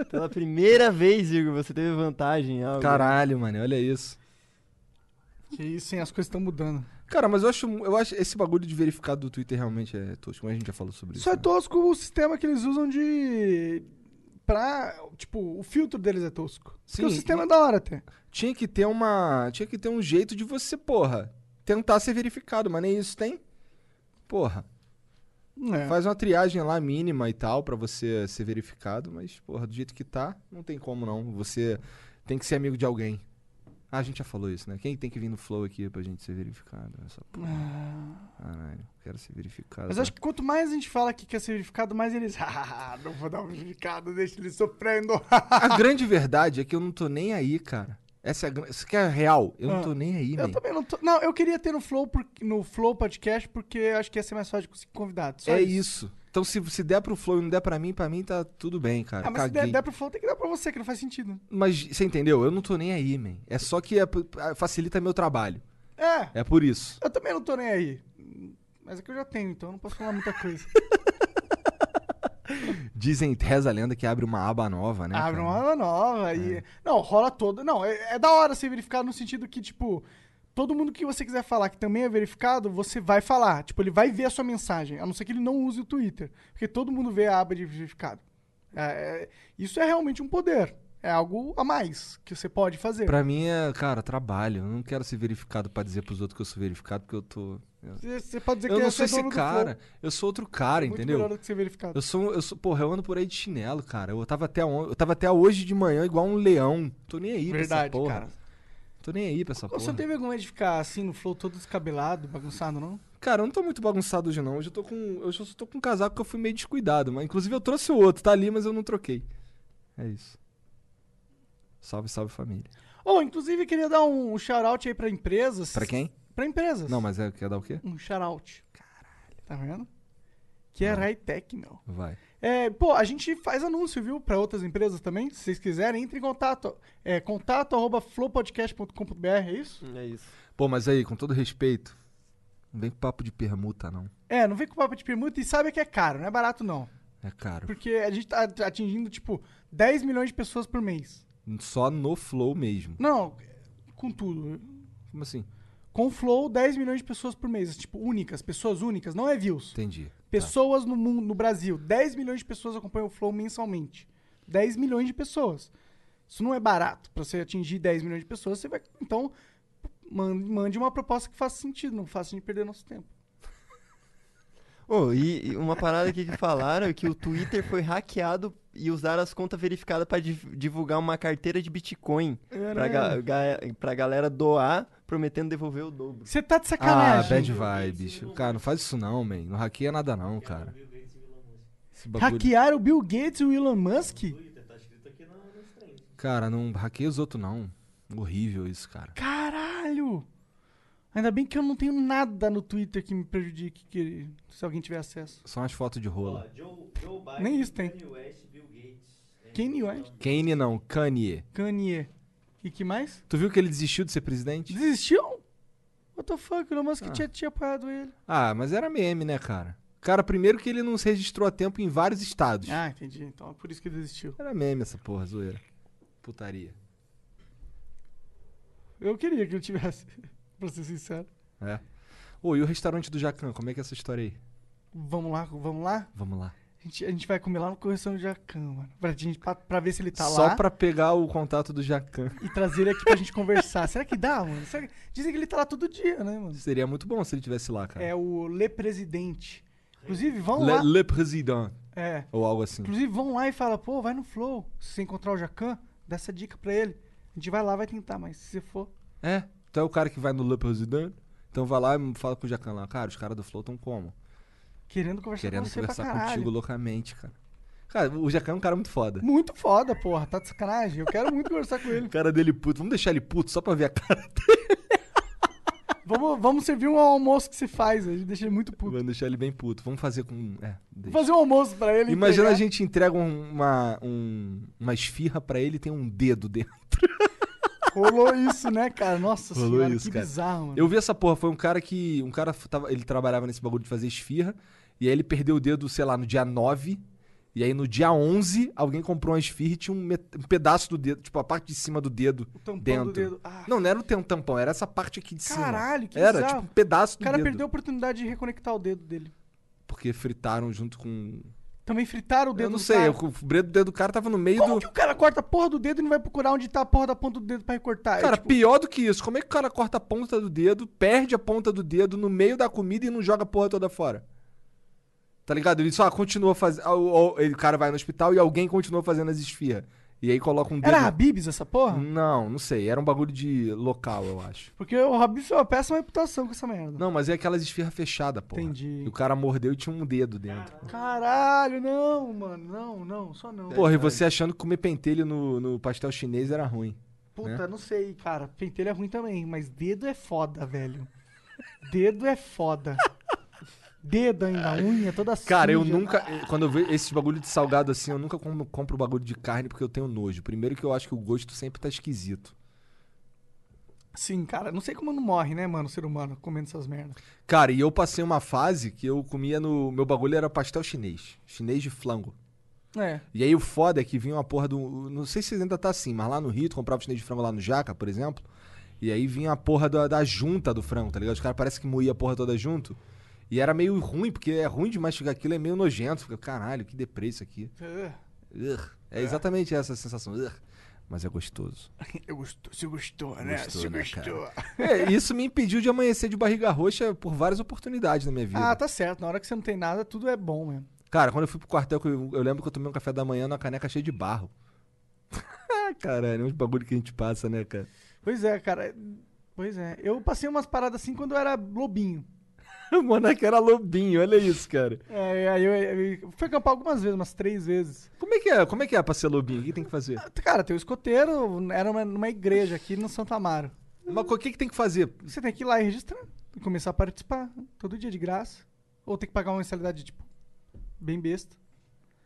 Speaker 2: Ah, Pela primeira vez, Igor, você teve vantagem. em algo.
Speaker 3: Caralho, mano, olha isso.
Speaker 4: Que isso, hein? As coisas estão mudando.
Speaker 3: Cara, mas eu acho, eu acho esse bagulho de verificado do Twitter realmente é tosco, mas a gente já falou sobre isso.
Speaker 4: Só é
Speaker 3: né?
Speaker 4: tosco o sistema que eles usam de. pra. Tipo, o filtro deles é tosco.
Speaker 3: Sim,
Speaker 4: Porque o sistema é da hora até.
Speaker 3: Tinha que ter uma, tinha que ter um jeito de você, porra, tentar ser verificado, mas nem isso tem. Porra,
Speaker 4: É.
Speaker 3: faz uma triagem lá mínima e tal pra você ser verificado, mas porra, do jeito que tá, não tem como não. Você tem que ser amigo de alguém. Ah, a gente já falou isso, né? Quem tem que vir no flow aqui pra gente ser verificado? Essa porra. Caralho, quero ser verificado.
Speaker 4: É. Mas eu acho que quanto mais a gente fala que quer ser verificado, mais eles. "Ah, não vou dar um verificado, deixa eles sofrendo.
Speaker 3: A grande verdade é que eu não tô nem aí, cara. Essa é a gran- Isso que é real. Eu não
Speaker 4: Ah,
Speaker 3: tô nem aí,
Speaker 4: eu
Speaker 3: man.
Speaker 4: também não tô. Não, eu queria ter no Flow, porque- no Flow Podcast, porque eu acho que ia ser mais fácil de conseguir convidados.
Speaker 3: É isso. Então, se, se der pro Flow e não der pra mim, pra mim tá tudo bem, cara.
Speaker 4: Ah, mas se
Speaker 3: Caguei.
Speaker 4: der, der pro Flow, tem que dar pra você, que não faz sentido.
Speaker 3: Mas você entendeu? Eu não tô nem aí, man. É só que é p- a- facilita meu trabalho.
Speaker 4: É,
Speaker 3: É por isso.
Speaker 4: eu também não tô nem aí. Mas é que eu já tenho, então eu não posso falar muita coisa.
Speaker 3: Dizem, reza a lenda que abre uma aba nova, né?
Speaker 4: Abre
Speaker 3: cara?
Speaker 4: uma aba nova
Speaker 3: É.
Speaker 4: e. Não, rola todo. Não, é, é da hora ser verificado no sentido que, tipo, todo mundo que você quiser falar que também é verificado, você vai falar. Tipo, ele vai ver a sua mensagem, a não ser que ele não use o Twitter. Porque todo mundo vê a aba de verificado. É, é- isso é realmente um poder. É algo a mais que você pode fazer.
Speaker 3: Pra mim é, cara, trabalho. Eu não quero ser verificado pra dizer pros outros que eu sou verificado, porque eu tô. Eu,
Speaker 4: Você- Você pode dizer
Speaker 3: eu
Speaker 4: que
Speaker 3: não
Speaker 4: você
Speaker 3: sou
Speaker 4: é
Speaker 3: esse
Speaker 4: dono do
Speaker 3: cara.
Speaker 4: Flow.
Speaker 3: Eu sou outro cara,
Speaker 4: Muito
Speaker 3: entendeu?
Speaker 4: melhor do que ser verificado.
Speaker 3: Eu sou, eu sou, porra, eu ando por aí de chinelo, cara. Eu tava até, on- eu tava até hoje de manhã igual um leão. Tô nem aí pra essa
Speaker 4: Verdade,
Speaker 3: porra.
Speaker 4: cara.
Speaker 3: Tô nem aí pra essa
Speaker 4: Você
Speaker 3: porra.
Speaker 4: não tem vergonha de ficar assim no flow todo descabelado, bagunçado, não?
Speaker 3: Cara, eu não tô muito bagunçado hoje, não. Hoje eu tô com. Eu só tô com um casaco que eu fui meio descuidado. Mas, inclusive, eu trouxe o outro, tá ali, mas eu não troquei. É isso. Salve, salve família.
Speaker 4: Ou, inclusive, queria dar um shout-out aí pra empresas.
Speaker 3: Pra quem?
Speaker 4: Pra empresas.
Speaker 3: Não, mas é quer dar o quê?
Speaker 4: Um shout-out. Caralho. Tá vendo? Que é high-tech, meu.
Speaker 3: Vai.
Speaker 4: É, pô, a gente faz anúncio, viu? Pra outras empresas também. Se vocês quiserem, entre em contato. É contato arroba flowpodcast.com.br, é isso?
Speaker 2: É isso.
Speaker 3: Pô, mas aí, com todo respeito, não vem com papo de permuta, não.
Speaker 4: É, não vem com papo de permuta e sabe que é caro, não é barato não.
Speaker 3: É caro.
Speaker 4: Porque a gente tá atingindo, tipo, 10 milhões de pessoas por mês.
Speaker 3: Só no flow mesmo.
Speaker 4: Não, com tudo.
Speaker 3: Como assim?
Speaker 4: Com o Flow, 10 milhões de pessoas por mês. Tipo, únicas, pessoas únicas, não é views.
Speaker 3: Entendi. Tá.
Speaker 4: Pessoas no mundo, no Brasil, 10 milhões de pessoas acompanham o Flow mensalmente. 10 milhões de pessoas. Isso não é barato. Pra você atingir 10 milhões de pessoas, você vai. Então, man- mande uma proposta que faça sentido, não faça a gente perder nosso tempo.
Speaker 2: Ô, e e uma parada aqui que falaram é que o Twitter foi hackeado e usaram as contas verificadas pra div- divulgar uma carteira de Bitcoin pra, ga ga pra galera doar, prometendo devolver o dobro.
Speaker 4: Você tá de
Speaker 3: Ah,
Speaker 4: sacanagem.
Speaker 3: bad vibes. Cara, não faz isso não, man. Não hackeia nada não, cara. Esse bagulho...
Speaker 4: Hackearam o Bill Gates e o Elon Musk?
Speaker 3: Cara, não hackeia os outros não. Horrível isso, cara.
Speaker 4: Caralho! Ainda bem que eu não tenho nada no Twitter que me prejudique, que- se alguém tiver acesso.
Speaker 3: São as fotos de rola.
Speaker 5: Joe, Joe Biden,
Speaker 4: Nem isso tem.
Speaker 5: Kanye West, Bill Gates. né?
Speaker 4: Kanye West,
Speaker 3: Kane não, Kanye.
Speaker 4: Kanye. E que mais?
Speaker 3: Tu viu que ele desistiu de ser presidente?
Speaker 4: Desistiu? What the fuck? O Elon Musk
Speaker 3: Ah.
Speaker 4: tinha, tinha apoiado ele.
Speaker 3: Ah, mas era meme, né, cara? Cara, primeiro que ele não se registrou a tempo em vários estados.
Speaker 4: Ah, entendi. Então é por isso que ele desistiu.
Speaker 3: Era meme essa porra, zoeira. Putaria.
Speaker 4: Eu queria que ele tivesse, pra ser sincero.
Speaker 3: É. Ô, e o restaurante do Jacan, como é que é essa história aí?
Speaker 4: Vamos lá, vamos lá?
Speaker 3: Vamos lá.
Speaker 4: A gente, a gente vai comer lá no Correção de Jacan, mano. Pra, gente, pra, pra ver se ele tá
Speaker 3: Só
Speaker 4: lá
Speaker 3: pra pegar o contato do Jacan.
Speaker 4: e trazer ele aqui pra gente conversar. Será que dá, mano? Será que- Dizem que ele tá lá todo dia, né, mano?
Speaker 3: Seria muito bom se ele tivesse lá, cara.
Speaker 4: É o Le Presidente. Inclusive, vão lá.
Speaker 3: Le, Le Président,
Speaker 4: É.
Speaker 3: ou algo assim.
Speaker 4: Inclusive, vão lá e fala, pô, vai no Flow. Se você encontrar o Jacan, dá essa dica pra ele. A gente vai lá, vai tentar, mas se você for.
Speaker 3: É, tu é o cara que vai no Le Président, então vai lá e fala com o Jacan lá. Cara, os caras do Flow estão como?
Speaker 4: Querendo conversar
Speaker 3: Querendo
Speaker 4: com você
Speaker 3: conversar
Speaker 4: pra caralho.
Speaker 3: contigo loucamente, cara. Cara, o Jacan é um cara muito foda.
Speaker 4: Muito foda, porra. Tá de sacanagem. Eu quero muito conversar com ele.
Speaker 3: O cara dele puto. Vamos deixar ele puto só pra ver a cara.
Speaker 4: Vamos, vamos servir um almoço que se faz. A gente deixa ele muito puto.
Speaker 3: Vamos deixar ele bem puto. Vamos fazer com. É,
Speaker 4: Vou
Speaker 3: deixa.
Speaker 4: Fazer um almoço pra ele.
Speaker 3: Imagina a
Speaker 4: entregar.
Speaker 3: gente entrega um- uma, um- uma esfirra pra ele e tem um dedo dentro.
Speaker 4: Rolou isso, né, cara? Nossa
Speaker 3: Rolou
Speaker 4: senhora,
Speaker 3: isso,
Speaker 4: que
Speaker 3: cara.
Speaker 4: bizarro, mano.
Speaker 3: Eu vi essa porra, foi um cara que. Um cara f- tava, ele trabalhava nesse bagulho de fazer esfirra. E aí ele perdeu o dedo, sei lá, no dia 9. E aí no dia 11, alguém comprou uma esfirra e tinha um, met- um pedaço do dedo, tipo a parte de cima do dedo
Speaker 4: O tampão do
Speaker 3: dentro.
Speaker 4: dedo. Ah.
Speaker 3: Não, não era o tem- tampão, era essa parte aqui de cima.
Speaker 4: Caralho, que
Speaker 3: Era,
Speaker 4: bizarro.
Speaker 3: tipo, um pedaço
Speaker 4: O
Speaker 3: do
Speaker 4: cara
Speaker 3: dedo.
Speaker 4: perdeu a oportunidade de reconectar o dedo dele.
Speaker 3: Porque fritaram junto com...
Speaker 4: Também fritaram o dedo
Speaker 3: Eu não
Speaker 4: do
Speaker 3: sei,
Speaker 4: cara.
Speaker 3: o o dedo do cara tava no meio
Speaker 4: Como
Speaker 3: do...
Speaker 4: que o cara corta a porra do dedo e não vai procurar onde tá a porra da ponta do dedo pra recortar? É,
Speaker 3: Cara,
Speaker 4: tipo,
Speaker 3: pior do que isso, como é que o cara corta a ponta do dedo, perde a ponta do dedo no meio da comida e não joga a porra toda fora? Tá ligado? Ele só continua fazendo. O cara vai no hospital e alguém continua fazendo as esfirras. E aí coloca um dedo.
Speaker 4: era Habibs essa porra?
Speaker 3: Não, não sei. Era um bagulho de local, eu acho.
Speaker 4: Porque o Habibs é uma péssima reputação com essa merda.
Speaker 3: Não, mas é aquelas esfirras fechadas, porra.
Speaker 4: Entendi.
Speaker 3: E o cara mordeu e tinha um dedo dentro.
Speaker 4: Caralho, não, mano. Não, não, só não.
Speaker 3: Porra, e você achando que comer pentelho no, no pastel chinês era ruim.
Speaker 4: Puta, não sei, cara. Pentelho é ruim também, mas dedo é foda, velho. Dedo é foda. dedo ainda, unha é toda
Speaker 3: Cara, eu
Speaker 4: suja.
Speaker 3: nunca. eh, Quando eu vejo esses bagulho de salgado assim, eu nunca como- compro bagulho de carne porque eu tenho nojo. Primeiro que eu acho que o gosto sempre tá esquisito.
Speaker 4: Sim, cara. Não sei como não morre, né, mano, o ser humano, comendo essas merdas.
Speaker 3: Cara, e eu passei uma fase que eu comia no. Meu bagulho era pastel chinês. Chinês de flango.
Speaker 4: É.
Speaker 3: E aí o foda é que vinha uma porra do. Não sei se ainda tá assim, mas lá no Rio, tu comprava chinês de frango lá no Jaca, por exemplo. E aí vinha a porra da, da junta do frango, tá ligado? Os caras parece que moía a porra toda junto. E era meio ruim, porque é ruim de mastigar aquilo, é meio nojento. Fica, caralho, que deprê isso aqui. Ugh. É exatamente essa a sensação. Ugh. Mas é gostoso.
Speaker 4: Eu gostou, se gostou, né?
Speaker 3: Gostou,
Speaker 4: se
Speaker 3: né,
Speaker 4: gostou.
Speaker 3: É, isso me impediu de amanhecer de barriga roxa por várias oportunidades na minha vida.
Speaker 4: Ah, tá certo. Na hora que você não tem nada, tudo é bom mesmo.
Speaker 3: Cara, quando eu fui pro quartel, que eu, eu lembro que eu tomei um café da manhã numa caneca cheia de barro. Caralho, é uns bagulho que a gente passa, né, cara?
Speaker 4: Pois é, cara. Pois é. Eu passei umas paradas assim quando eu era lobinho.
Speaker 3: O Monark era lobinho, olha isso, cara.
Speaker 4: É, aí eu, eu- eu fui acampar algumas vezes, umas três vezes.
Speaker 3: Como é que é? Como é que é pra ser lobinho? O que tem que fazer?
Speaker 4: Cara, tem o escoteiro, era uma- numa igreja aqui no Santo Amaro.
Speaker 3: Mas o que, que tem que fazer?
Speaker 4: Você tem que ir lá e registrar. E começar a participar. Todo dia de graça. Ou tem que pagar uma mensalidade, tipo, bem besta.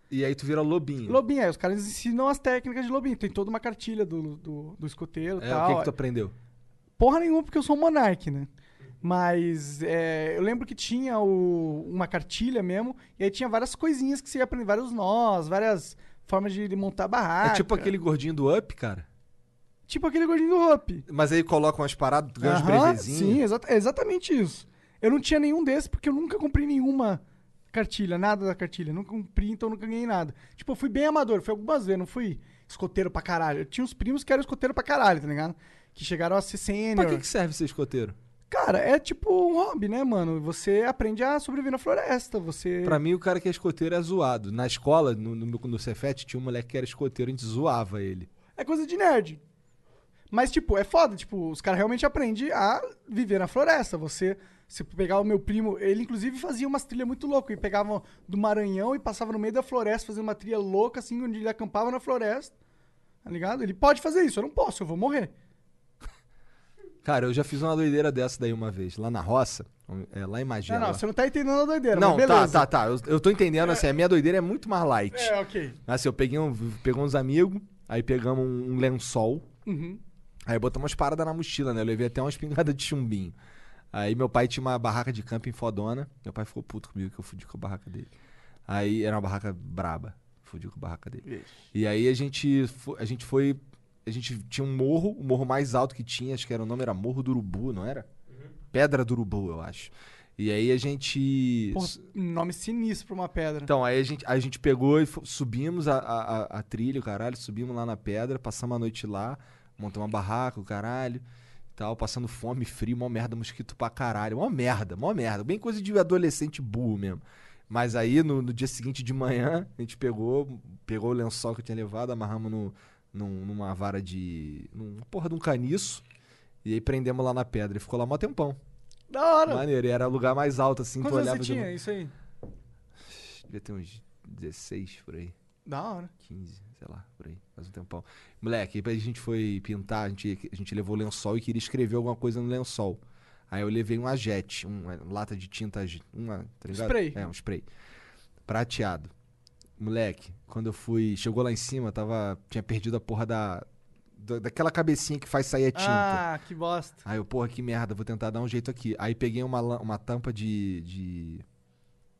Speaker 3: E aí tu vira lobinho.
Speaker 4: Lobinho, aí os caras ensinam as técnicas de lobinho. Tem toda uma cartilha do, do, do escoteiro e
Speaker 3: É, o
Speaker 4: tal.
Speaker 3: que, que tu aprendeu?
Speaker 4: Porra nenhuma, porque eu sou um monarque, né? Mas é, eu lembro que tinha o- uma cartilha mesmo, e aí tinha várias coisinhas que você ia aprender, vários nós, várias formas de montar barraca.
Speaker 3: é tipo aquele gordinho do up, cara.
Speaker 4: Tipo aquele gordinho do Hope.
Speaker 3: Mas aí colocam as paradas, tu ganha uns
Speaker 4: Aham,
Speaker 3: brevezinhos.
Speaker 4: Sim, exata- é exatamente isso. Eu não tinha nenhum desses porque eu nunca comprei nenhuma cartilha, nada da cartilha. Nunca comprei, então nunca ganhei nada. Tipo, eu fui bem amador, fui algumas vezes, não fui escoteiro pra caralho. Eu tinha uns primos que eram escoteiro pra caralho, tá ligado? Que chegaram a ser
Speaker 3: Pra
Speaker 4: sênior.
Speaker 3: que, que serve ser escoteiro?
Speaker 4: Cara, é tipo um hobby, né, mano? Você aprende a sobreviver na floresta, você...
Speaker 3: Pra mim, o cara que é escoteiro é zoado. Na escola, no, no, meu- no Cefete, tinha um moleque que era escoteiro, a gente zoava ele.
Speaker 4: É coisa de nerd. Mas, tipo, é foda. Tipo, os caras realmente aprendem a viver na floresta. Você, se pegar o meu primo, ele inclusive fazia umas trilhas muito loucas. Ele pegava do Maranhão e passava no meio da floresta, fazendo uma trilha louca, assim, onde ele acampava na floresta. Tá ligado? Ele pode fazer isso. Eu não posso, eu vou morrer.
Speaker 3: Cara, eu já fiz uma doideira dessa daí uma vez, lá na roça, é, lá em Magela.
Speaker 4: Não, não, você não tá entendendo a doideira,
Speaker 3: Não,
Speaker 4: mas
Speaker 3: tá,
Speaker 4: beleza.
Speaker 3: tá, tá. Eu, eu tô entendendo, assim, a minha doideira é muito mais light.
Speaker 4: É, ok.
Speaker 3: Assim, eu peguei um, pegou uns amigos, aí pegamos um, um lençol,
Speaker 4: Uhum.
Speaker 3: aí botamos umas paradas na mochila, né? Eu levei até uma espingarda de chumbinho. Aí meu pai tinha uma barraca de camping fodona. Meu pai ficou puto comigo que eu fudi com a barraca dele. Aí era uma barraca braba. Fudi com a barraca dele. E aí a gente, fo- a gente foi. A gente tinha um morro, o morro mais alto que tinha, acho que era o nome, era Morro do Urubu, não era? Pedra do Urubu, eu acho. E aí a gente.
Speaker 4: Porra, nome sinistro pra uma pedra.
Speaker 3: Então, aí a gente, a gente pegou e fo- subimos a, a, a- a trilha, o caralho, subimos lá na pedra, passamos a noite lá, montamos uma barraca, o caralho, e tal, passando fome, frio, mó merda, mosquito pra caralho, mó merda, mó merda, bem coisa de adolescente burro mesmo. Mas aí, no, no dia seguinte de manhã, a gente pegou, pegou o lençol que eu tinha levado, amarramos no, num- numa vara de... num porra de um caniço, e aí prendemos lá na pedra, e ficou lá mó tempão.
Speaker 4: da hora.
Speaker 3: Maneiro, e era o lugar mais alto, assim, tu
Speaker 4: Quantos anos
Speaker 3: olhava...
Speaker 4: você
Speaker 3: de-
Speaker 4: tinha? Isso aí.
Speaker 3: Devia ter uns 16, por aí.
Speaker 4: Da hora.
Speaker 3: 15, sei lá, por aí, faz um tempão. Moleque, aí a gente foi pintar, a gente, a gente levou o lençol e queria escrever alguma coisa no lençol. Aí eu levei um ajete, uma lata de tinta, aje- uma, tá ligado?
Speaker 4: Spray.
Speaker 3: É, um spray. Prateado. Moleque, quando eu fui, chegou lá em cima, tava, tinha perdido a porra da, da- daquela cabecinha que faz sair a tinta.
Speaker 4: Ah, que bosta.
Speaker 3: Aí eu, porra, que merda, vou tentar dar um jeito aqui. Aí peguei uma, lã- uma tampa de, de.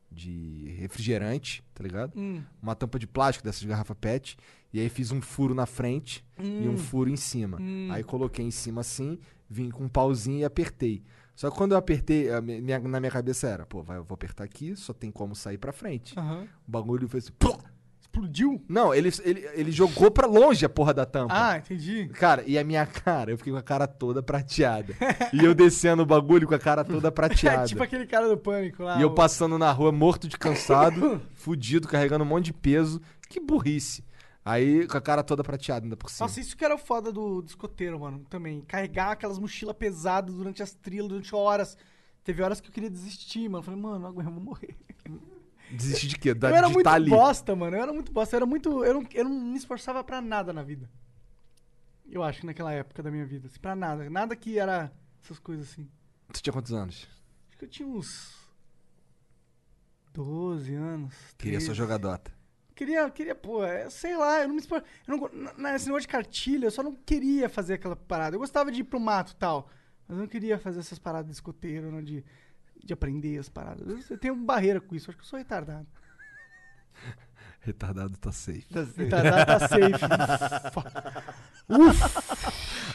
Speaker 3: de refrigerante, tá ligado?
Speaker 4: Hum.
Speaker 3: Uma tampa de plástico dessas garrafa PET. E aí fiz um furo na frente e um
Speaker 4: Hum.
Speaker 3: furo em cima. Aí coloquei em cima assim, vim com um pauzinho e apertei. Só que quando eu apertei, a mi- minha- na minha cabeça era, pô, vai, eu vou apertar aqui, só tem como sair pra frente.
Speaker 4: Aham.
Speaker 3: O bagulho foi assim. plá!
Speaker 4: Ah. Explodiu?
Speaker 3: Não, ele, ele, ele jogou pra longe a porra da tampa.
Speaker 4: Ah, entendi.
Speaker 3: Cara, e a minha cara, eu fiquei com a cara toda prateada. e eu descendo o bagulho com a cara toda prateada.
Speaker 4: É tipo aquele cara do pânico lá.
Speaker 3: E eu
Speaker 4: Ah, o-
Speaker 3: passando na rua morto de cansado, fudido, carregando um monte de peso. Que burrice. Aí com a cara toda prateada ainda por cima.
Speaker 4: Nossa, isso que era o foda do, do escoteiro, mano. Também. Carregar aquelas mochilas pesadas durante as trilhas, durante horas. Teve horas que eu queria desistir, mano. Falei, mano, agora eu vou morrer.
Speaker 3: Desistir de quê? Da,
Speaker 4: Eu era
Speaker 3: de
Speaker 4: muito
Speaker 3: tá ali.
Speaker 4: bosta, mano. Eu era muito bosta. Eu era muito. Eu não, eu não me esforçava pra nada na vida. Eu acho, naquela época da minha vida. Assim, pra nada. Nada que era essas coisas assim.
Speaker 3: Tu tinha quantos anos?
Speaker 4: Acho que eu tinha uns. 12 anos.
Speaker 3: Queria só
Speaker 4: 13.
Speaker 3: jogar Dota.
Speaker 4: Queria, queria, pô, é, sei lá, eu não me expor. Eu não, na- na- esse negócio de cartilha, eu só não queria fazer aquela parada. Eu gostava de ir pro mato e tal, mas eu não queria fazer essas paradas de escoteiro, não, de, de aprender as paradas. Eu, eu tenho barreira com isso, acho que eu sou retardado.
Speaker 3: Retardado tá safe.
Speaker 4: Retardado tá safe. Fa-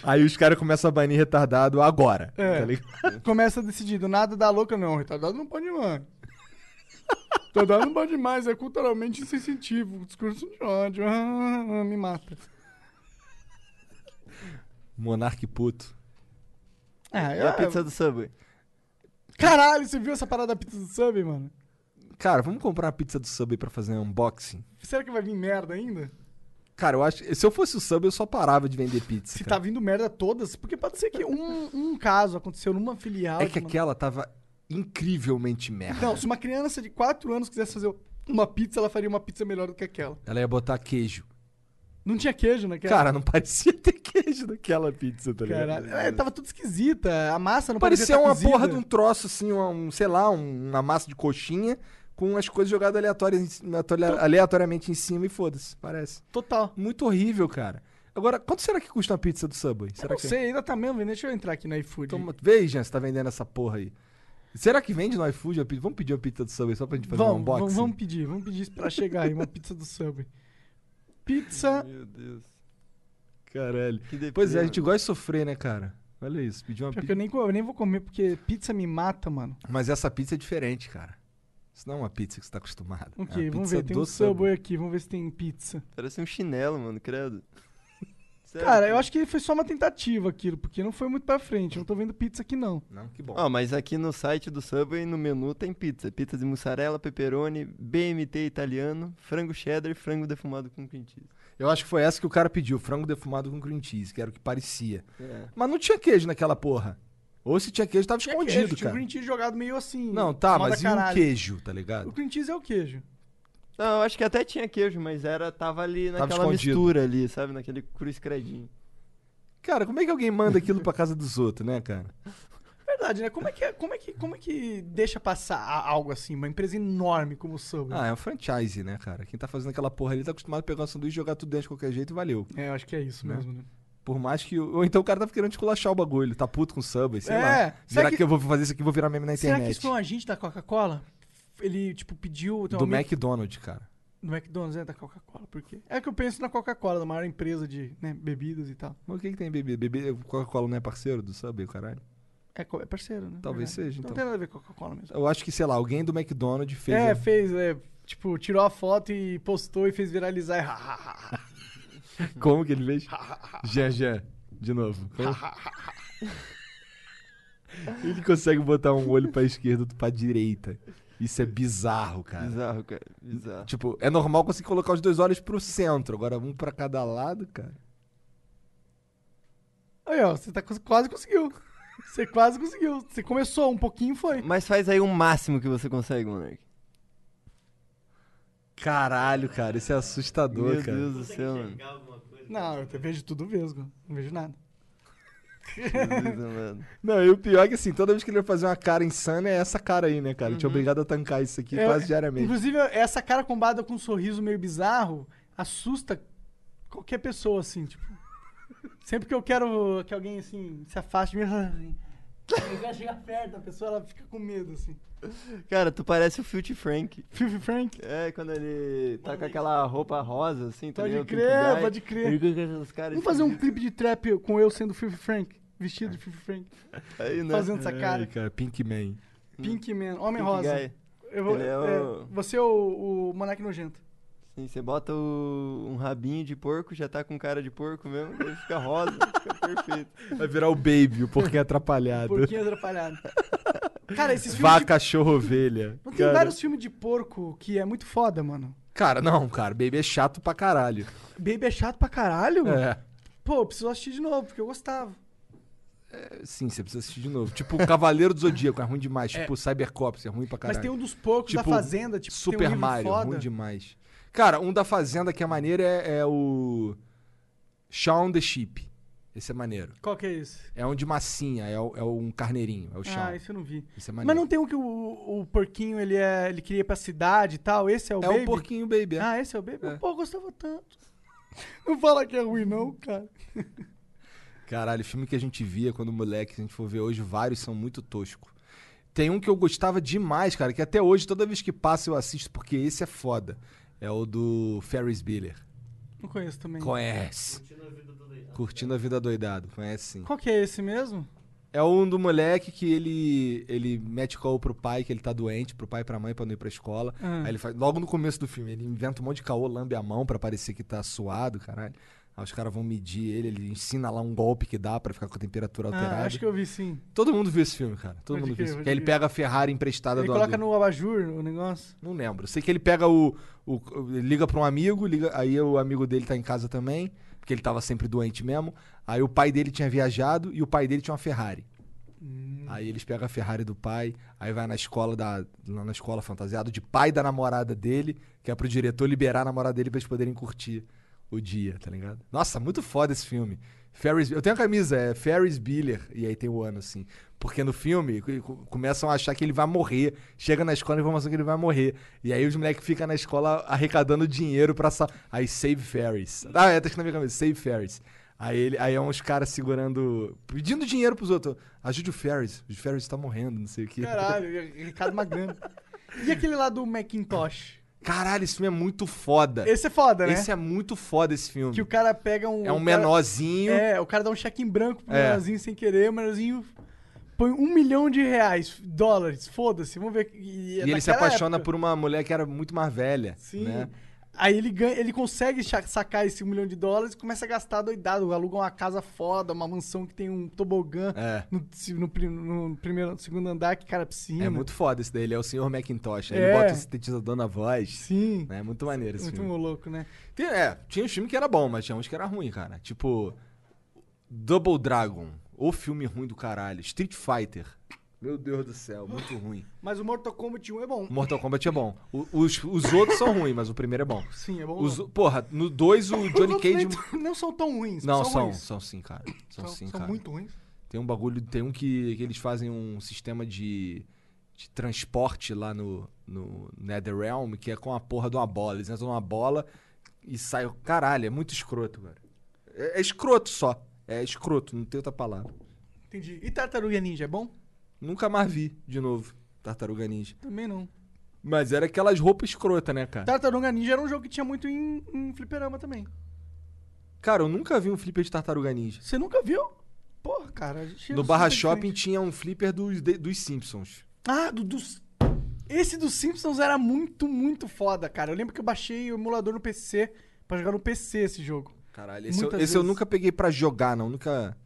Speaker 3: Aí os caras começam a banir retardado agora.
Speaker 4: É.
Speaker 3: Tá ligado?
Speaker 4: Começa decidido, nada dá louca não, retardado não pode mais. Retardado não pode mais, é culturalmente insensitivo, discurso de ódio, ah, ah, me mata.
Speaker 3: Monarque puto.
Speaker 4: Ah,
Speaker 2: E
Speaker 4: eu,
Speaker 2: a pizza do Subway?
Speaker 4: Caralho, você viu essa parada da pizza do sub, mano?
Speaker 3: Cara, vamos comprar uma pizza do Subway pra fazer um unboxing?
Speaker 4: Será que vai vir merda ainda?
Speaker 3: Cara, eu acho. Se eu fosse o Subway, eu só parava de vender pizza.
Speaker 4: Se
Speaker 3: cara.
Speaker 4: tá vindo merda todas, porque pode ser que um, um caso aconteceu numa filial.
Speaker 3: É
Speaker 4: de
Speaker 3: que
Speaker 4: uma-
Speaker 3: aquela tava incrivelmente merda.
Speaker 4: Não, se uma criança de 4 anos quisesse fazer uma pizza, ela faria uma pizza melhor do que aquela.
Speaker 3: Ela ia botar queijo.
Speaker 4: Não tinha queijo né, naquela.
Speaker 3: Cara, não parecia ter queijo naquela pizza, tá ligado?
Speaker 4: Caralho. É, tava tudo esquisita. A massa não
Speaker 3: Parecia
Speaker 4: tá
Speaker 3: uma
Speaker 4: cozida.
Speaker 3: porra de um troço, assim, uma- um, sei lá, um- uma massa de coxinha com as coisas jogadas aleatórias, em cima- atolia- aleatoriamente em cima e foda-se, parece.
Speaker 4: Total.
Speaker 3: Então- Muito horrível, cara. Agora, quanto será que custa uma pizza do Subway?
Speaker 4: Eu
Speaker 3: Será
Speaker 4: não
Speaker 3: que é?
Speaker 4: sei, ainda tá mesmo. Deixa eu entrar aqui no iFood.
Speaker 3: Toma... Vê, Jean, você tá vendendo essa porra aí. Será que vende no iFood? a pizza? Vamos pedir uma pizza do Subway só pra gente fazer um
Speaker 4: Vamos,
Speaker 3: unboxing?
Speaker 4: vamos, vamos pedir, vamos pedir pra chegar aí uma pizza do Subway. Pizza.
Speaker 2: Meu Deus.
Speaker 3: Caralho.
Speaker 2: Que deprê,
Speaker 3: Pois é, a
Speaker 2: mano.
Speaker 3: gente gosta de sofrer, né, cara? Olha isso, pedir uma
Speaker 4: Pior
Speaker 3: pizza.
Speaker 4: que eu nem, co- eu nem vou comer, porque pizza me mata, mano.
Speaker 3: Mas essa pizza é diferente, cara. Isso não é uma pizza que você tá acostumado. é
Speaker 4: Ok,
Speaker 3: uma
Speaker 4: vamos
Speaker 3: pizza
Speaker 4: ver. Tem um
Speaker 3: do
Speaker 4: Subway aqui, vamos ver se tem pizza.
Speaker 2: Parece um chinelo, mano, credo. Sério,
Speaker 4: Cara, eu acho que foi só uma tentativa aquilo, porque não foi muito pra frente. Eu Não tô vendo pizza aqui, não.
Speaker 3: Não, que bom.
Speaker 2: Ó, mas aqui no site do Subway, no menu, tem pizza. Pizza de mussarela, pepperoni, BMT italiano, frango cheddar e frango defumado com cream cheese.
Speaker 3: Eu acho que foi essa que o cara pediu, frango defumado com cream cheese, que era o que parecia.
Speaker 2: É.
Speaker 3: Mas não tinha queijo naquela porra. Ou se tinha queijo, tava escondido,
Speaker 4: queijo, tinha
Speaker 3: cara.
Speaker 4: o cream cheese jogado meio assim.
Speaker 3: Não, tá,
Speaker 4: moda
Speaker 3: mas e o
Speaker 4: caralho.
Speaker 3: queijo, tá
Speaker 4: O
Speaker 3: ligado?
Speaker 4: cream cheese é o queijo.
Speaker 2: Não, eu acho que até tinha queijo, mas era, tava ali
Speaker 3: Tava
Speaker 2: naquela
Speaker 3: escondido.
Speaker 2: mistura ali, sabe? Naquele cruz credinho.
Speaker 3: Cara, como é que alguém manda aquilo pra casa dos outros, né, cara?
Speaker 4: Verdade, né? Como é que, é- como é que, como é que deixa passar a- algo assim? Uma empresa enorme como o Subway.
Speaker 3: Ah, é um franchise, né, cara? Quem tá fazendo aquela porra ali tá acostumado a pegar um sanduíche, jogar tudo dentro de qualquer jeito e valeu.
Speaker 4: É, eu acho que é isso
Speaker 3: Né?
Speaker 4: mesmo, né?
Speaker 3: Por mais que. o- Ou então o cara tava querendo esculachar o bagulho, tá puto com o Subway, sei
Speaker 4: É,
Speaker 3: lá.
Speaker 4: será
Speaker 3: Será que...
Speaker 4: que-
Speaker 3: eu vou fazer isso aqui e vou virar meme na
Speaker 4: Será
Speaker 3: internet?
Speaker 4: que isso foi um agente da Coca-Cola? Ele, tipo, pediu... tem um
Speaker 3: Do
Speaker 4: amigo-
Speaker 3: McDonald's, cara.
Speaker 4: Do McDonald's, é da Coca-Cola, por quê? É que eu penso na Coca-Cola, da maior empresa de né, bebidas e tal.
Speaker 3: Mas o que, que tem bebida? Bebê, Coca-Cola não é parceiro do Subway, caralho?
Speaker 4: É, co- é parceiro, né?
Speaker 3: Talvez
Speaker 4: Verdade.
Speaker 3: seja, então.
Speaker 4: Não tem nada a ver com a Coca-Cola mesmo.
Speaker 3: Eu acho que, sei lá, alguém do McDonald's fez. né?
Speaker 4: É,
Speaker 3: a-
Speaker 4: fez, é, tipo, tirou a foto e postou e fez viralizar.
Speaker 3: Como que ele fez? Jean, Jean, de novo. Como- ele consegue botar um olho pra esquerda, outro pra direita. Isso é bizarro, cara.
Speaker 2: Bizarro, cara. Bizarro.
Speaker 3: Tipo, é normal conseguir colocar os dois olhos pro centro, agora um pra cada lado, cara.
Speaker 4: Aí, ó, você tá, cons- quase conseguiu. Você quase conseguiu. Você começou um pouquinho e foi.
Speaker 2: Mas faz aí o máximo que você consegue, Monark.
Speaker 3: Caralho, cara, isso é assustador,
Speaker 2: Meu
Speaker 3: cara.
Speaker 2: Deus do céu, mano.
Speaker 5: Pegar alguma coisa.
Speaker 4: Não, eu te- vejo tudo vesgo. Não vejo nada.
Speaker 2: Jesus amado.
Speaker 3: Não, e o pior é que assim, toda vez que ele vai fazer uma cara insana, é essa cara aí, né, cara? A gente é obrigado a tancar isso aqui
Speaker 4: É,
Speaker 3: quase diariamente.
Speaker 4: Inclusive, essa cara combada com um sorriso meio bizarro assusta qualquer pessoa, assim, tipo. Sempre que eu quero que alguém, assim, se afaste de mim, Eu quero chegar perto da pessoa, ela fica com medo, assim.
Speaker 2: Cara, tu parece o Filthy Frank.
Speaker 4: Fifi Frank?
Speaker 2: É, quando ele tá com aquela roupa rosa, assim, tá
Speaker 4: Pode
Speaker 2: ligado?
Speaker 4: crer,
Speaker 2: Pink Guy.
Speaker 4: pode crer.
Speaker 2: Ele fica com essas caras assim,
Speaker 4: Vamos fazer um
Speaker 2: esquisitas.
Speaker 4: clipe de trap com eu sendo Fifi Frank. Vestido de Fifi Frank.
Speaker 2: Aí, né?
Speaker 4: Fazendo
Speaker 3: É,
Speaker 4: essa cara.
Speaker 3: Pink Man.
Speaker 4: Pink Man, Homem
Speaker 2: Pink
Speaker 4: Rosa.
Speaker 2: Guy.
Speaker 4: Eu vou,
Speaker 2: Ele é
Speaker 4: é,
Speaker 2: o-
Speaker 4: você é o, o Monark Nojento.
Speaker 2: Sim, você bota o- um rabinho de porco, já tá com cara de porco mesmo, ele fica rosa, fica perfeito.
Speaker 3: Vai virar o Baby, o porquinho atrapalhado.
Speaker 4: Porquinho atrapalhado. Cara, esses filmes.
Speaker 3: Vaca,
Speaker 4: de-
Speaker 3: cachorro, ovelha.
Speaker 4: Não tem
Speaker 3: cara.
Speaker 4: vários filmes de porco que é muito foda, mano.
Speaker 3: Cara, não, cara. Baby é chato pra caralho.
Speaker 4: Baby é chato pra caralho.
Speaker 3: É.
Speaker 4: Pô, eu preciso assistir de novo, porque eu gostava.
Speaker 3: Sim, você precisa assistir de novo. Tipo, Cavaleiro do Zodíaco é ruim demais. Tipo, Cybercops é ruim pra caralho.
Speaker 4: Mas tem um dos porcos da
Speaker 3: Tipo,
Speaker 4: Fazenda, tipo,
Speaker 3: Super
Speaker 4: tem um livro
Speaker 3: Mario,
Speaker 4: foda.
Speaker 3: ruim demais. Cara, um da Fazenda que é maneiro é, é o. Shaun the Sheep. Esse é maneiro.
Speaker 4: Qual que é esse?
Speaker 3: É um de massinha, é, o- é um carneirinho, é o Shaun.
Speaker 4: Ah, esse eu não vi.
Speaker 3: Esse é
Speaker 4: Mas
Speaker 3: maneiro.
Speaker 4: não tem um que o, o porquinho, ele, é, ele queria ir pra cidade e tal? Esse é o
Speaker 3: é
Speaker 4: Baby?
Speaker 3: o porquinho baby. é.
Speaker 4: Ah, esse é o Baby? Pô, eu gostava tanto. Não fala que é ruim não, cara.
Speaker 3: Caralho, filme que a gente via quando moleque, se a gente for ver hoje, vários são muito toscos. Tem um que eu gostava demais, cara, que até hoje, toda vez que passa, eu assisto, porque esse é foda. É o do Ferris Bueller.
Speaker 4: Não conheço também.
Speaker 3: Conhece. Curtindo a vida doidado. Conhece sim.
Speaker 4: Qual que é esse mesmo?
Speaker 3: É um do moleque que ele ele mete call pro pai, que ele tá doente, pro pai e pra mãe pra não ir pra escola.
Speaker 4: Ah.
Speaker 3: Aí ele faz, logo no começo do filme, ele inventa um monte de caô, lambe a mão pra parecer que tá suado, caralho. Aí os caras vão medir ele, ele ensina lá um golpe que dá pra ficar com a temperatura alterada.
Speaker 4: Ah, acho que eu vi sim.
Speaker 3: Todo mundo viu esse filme, cara. Todo
Speaker 4: Pode
Speaker 3: mundo viu
Speaker 4: crer,
Speaker 3: esse filme.
Speaker 4: pode
Speaker 3: Que aí ele
Speaker 4: crer.
Speaker 3: pega a Ferrari emprestada
Speaker 4: Ele
Speaker 3: do
Speaker 4: coloca
Speaker 3: adulto.
Speaker 4: no abajur o negócio.
Speaker 3: Não lembro. Sei que ele pega o, o- o- ele Liga pra um amigo, liga, aí o amigo dele tá em casa também, porque ele tava sempre doente mesmo. Aí o pai dele tinha viajado e o pai dele tinha uma Ferrari. Aí eles pegam a Ferrari do pai, aí vai na escola da. lá na escola fantasiado de pai da namorada dele, que é pro diretor liberar a namorada dele pra eles poderem curtir o dia, tá ligado? Nossa, muito foda esse filme. Ferris, eu tenho a camisa, é Ferris Bueller, e aí tem o ano, assim. Porque no filme co- co- começam a achar que ele vai morrer. Chega na escola a informação é que ele vai morrer. E aí os moleques ficam na escola arrecadando dinheiro pra. Sa... Aí Save Ferris. Ah, é, tá aqui na minha camisa, Save Ferris. Aí, ele, aí é uns caras segurando. pedindo dinheiro pros outros. Ajude o Ferris, o Ferris tá morrendo, não sei o que.
Speaker 4: Caralho, Ricardo Magano. E aquele lá do Macintosh?
Speaker 3: Caralho, esse filme é muito foda.
Speaker 4: Esse é foda, né?
Speaker 3: Esse é muito foda esse filme.
Speaker 4: Que o cara pega um.
Speaker 3: É um
Speaker 4: o cara-
Speaker 3: menorzinho.
Speaker 4: É, o cara dá um cheque em branco pro
Speaker 3: É.
Speaker 4: menorzinho sem querer, o menorzinho põe um milhão de reais, dólares, foda-se, vamos ver. E,
Speaker 3: E ele se apaixona por uma mulher que era muito mais velha.
Speaker 4: é Sim.
Speaker 3: né?
Speaker 4: Aí ele ganha, ele consegue cha- sacar esse um milhão de dólares e começa a gastar doidado. Aluga uma casa foda, uma mansão que tem um tobogã
Speaker 3: É.
Speaker 4: no, se- no pri- no primeiro, no segundo andar que cara piscina.
Speaker 3: É muito foda esse daí, ele é o senhor Macintosh. Ele
Speaker 4: É.
Speaker 3: bota o sintetizador na voz.
Speaker 4: Sim.
Speaker 3: É muito maneiro esse
Speaker 4: Muito
Speaker 3: filme.
Speaker 4: louco, né?
Speaker 3: Tem- é, tinha uns filmes que era bom, mas tinha uns que era ruim, cara. Tipo, Double Dragon, o filme ruim do caralho. Street Fighter. Meu Deus do céu, muito ruim.
Speaker 4: Mas o Mortal Kombat 1 é bom.
Speaker 3: Mortal Kombat é bom. O- os, os outros são ruins, mas o primeiro é bom.
Speaker 4: Sim, é bom.
Speaker 3: Os, porra, no 2 o
Speaker 4: Os
Speaker 3: Johnny
Speaker 4: outros
Speaker 3: Cage.
Speaker 4: nem- Não são tão ruins.
Speaker 3: Não, são,
Speaker 4: ruins.
Speaker 3: são sim, cara. São, sim,
Speaker 4: são
Speaker 3: cara.
Speaker 4: muito ruins.
Speaker 3: Tem um bagulho, tem um que, que eles fazem um sistema de, de transporte lá no, no Netherrealm, que é com a porra de uma bola. Eles entram numa bola e saem. Caralho, é muito escroto, cara. É, é escroto só. É escroto, não tem outra palavra.
Speaker 4: Entendi. E Tartaruga Ninja é bom?
Speaker 3: Nunca mais vi, de novo, Tartaruga Ninja.
Speaker 4: Também não.
Speaker 3: Mas era aquelas roupas escrotas, né, cara?
Speaker 4: Tartaruga Ninja era um jogo que tinha muito em, em fliperama também.
Speaker 3: Cara, eu nunca vi um flipper de Tartaruga Ninja.
Speaker 4: Você nunca viu? Porra, cara. A gente
Speaker 3: No
Speaker 4: é
Speaker 3: Barra
Speaker 4: super
Speaker 3: Shopping
Speaker 4: diferente.
Speaker 3: tinha um flipper dos, de- dos Simpsons.
Speaker 4: Ah, do, dos... Esse dos Simpsons era muito, muito foda, cara. Eu lembro que eu baixei o emulador no PC pra jogar no PC esse jogo.
Speaker 3: Caralho, esse, eu,
Speaker 4: Muitas
Speaker 3: esse eu
Speaker 4: vezes.
Speaker 3: nunca peguei pra jogar, não. Nunca.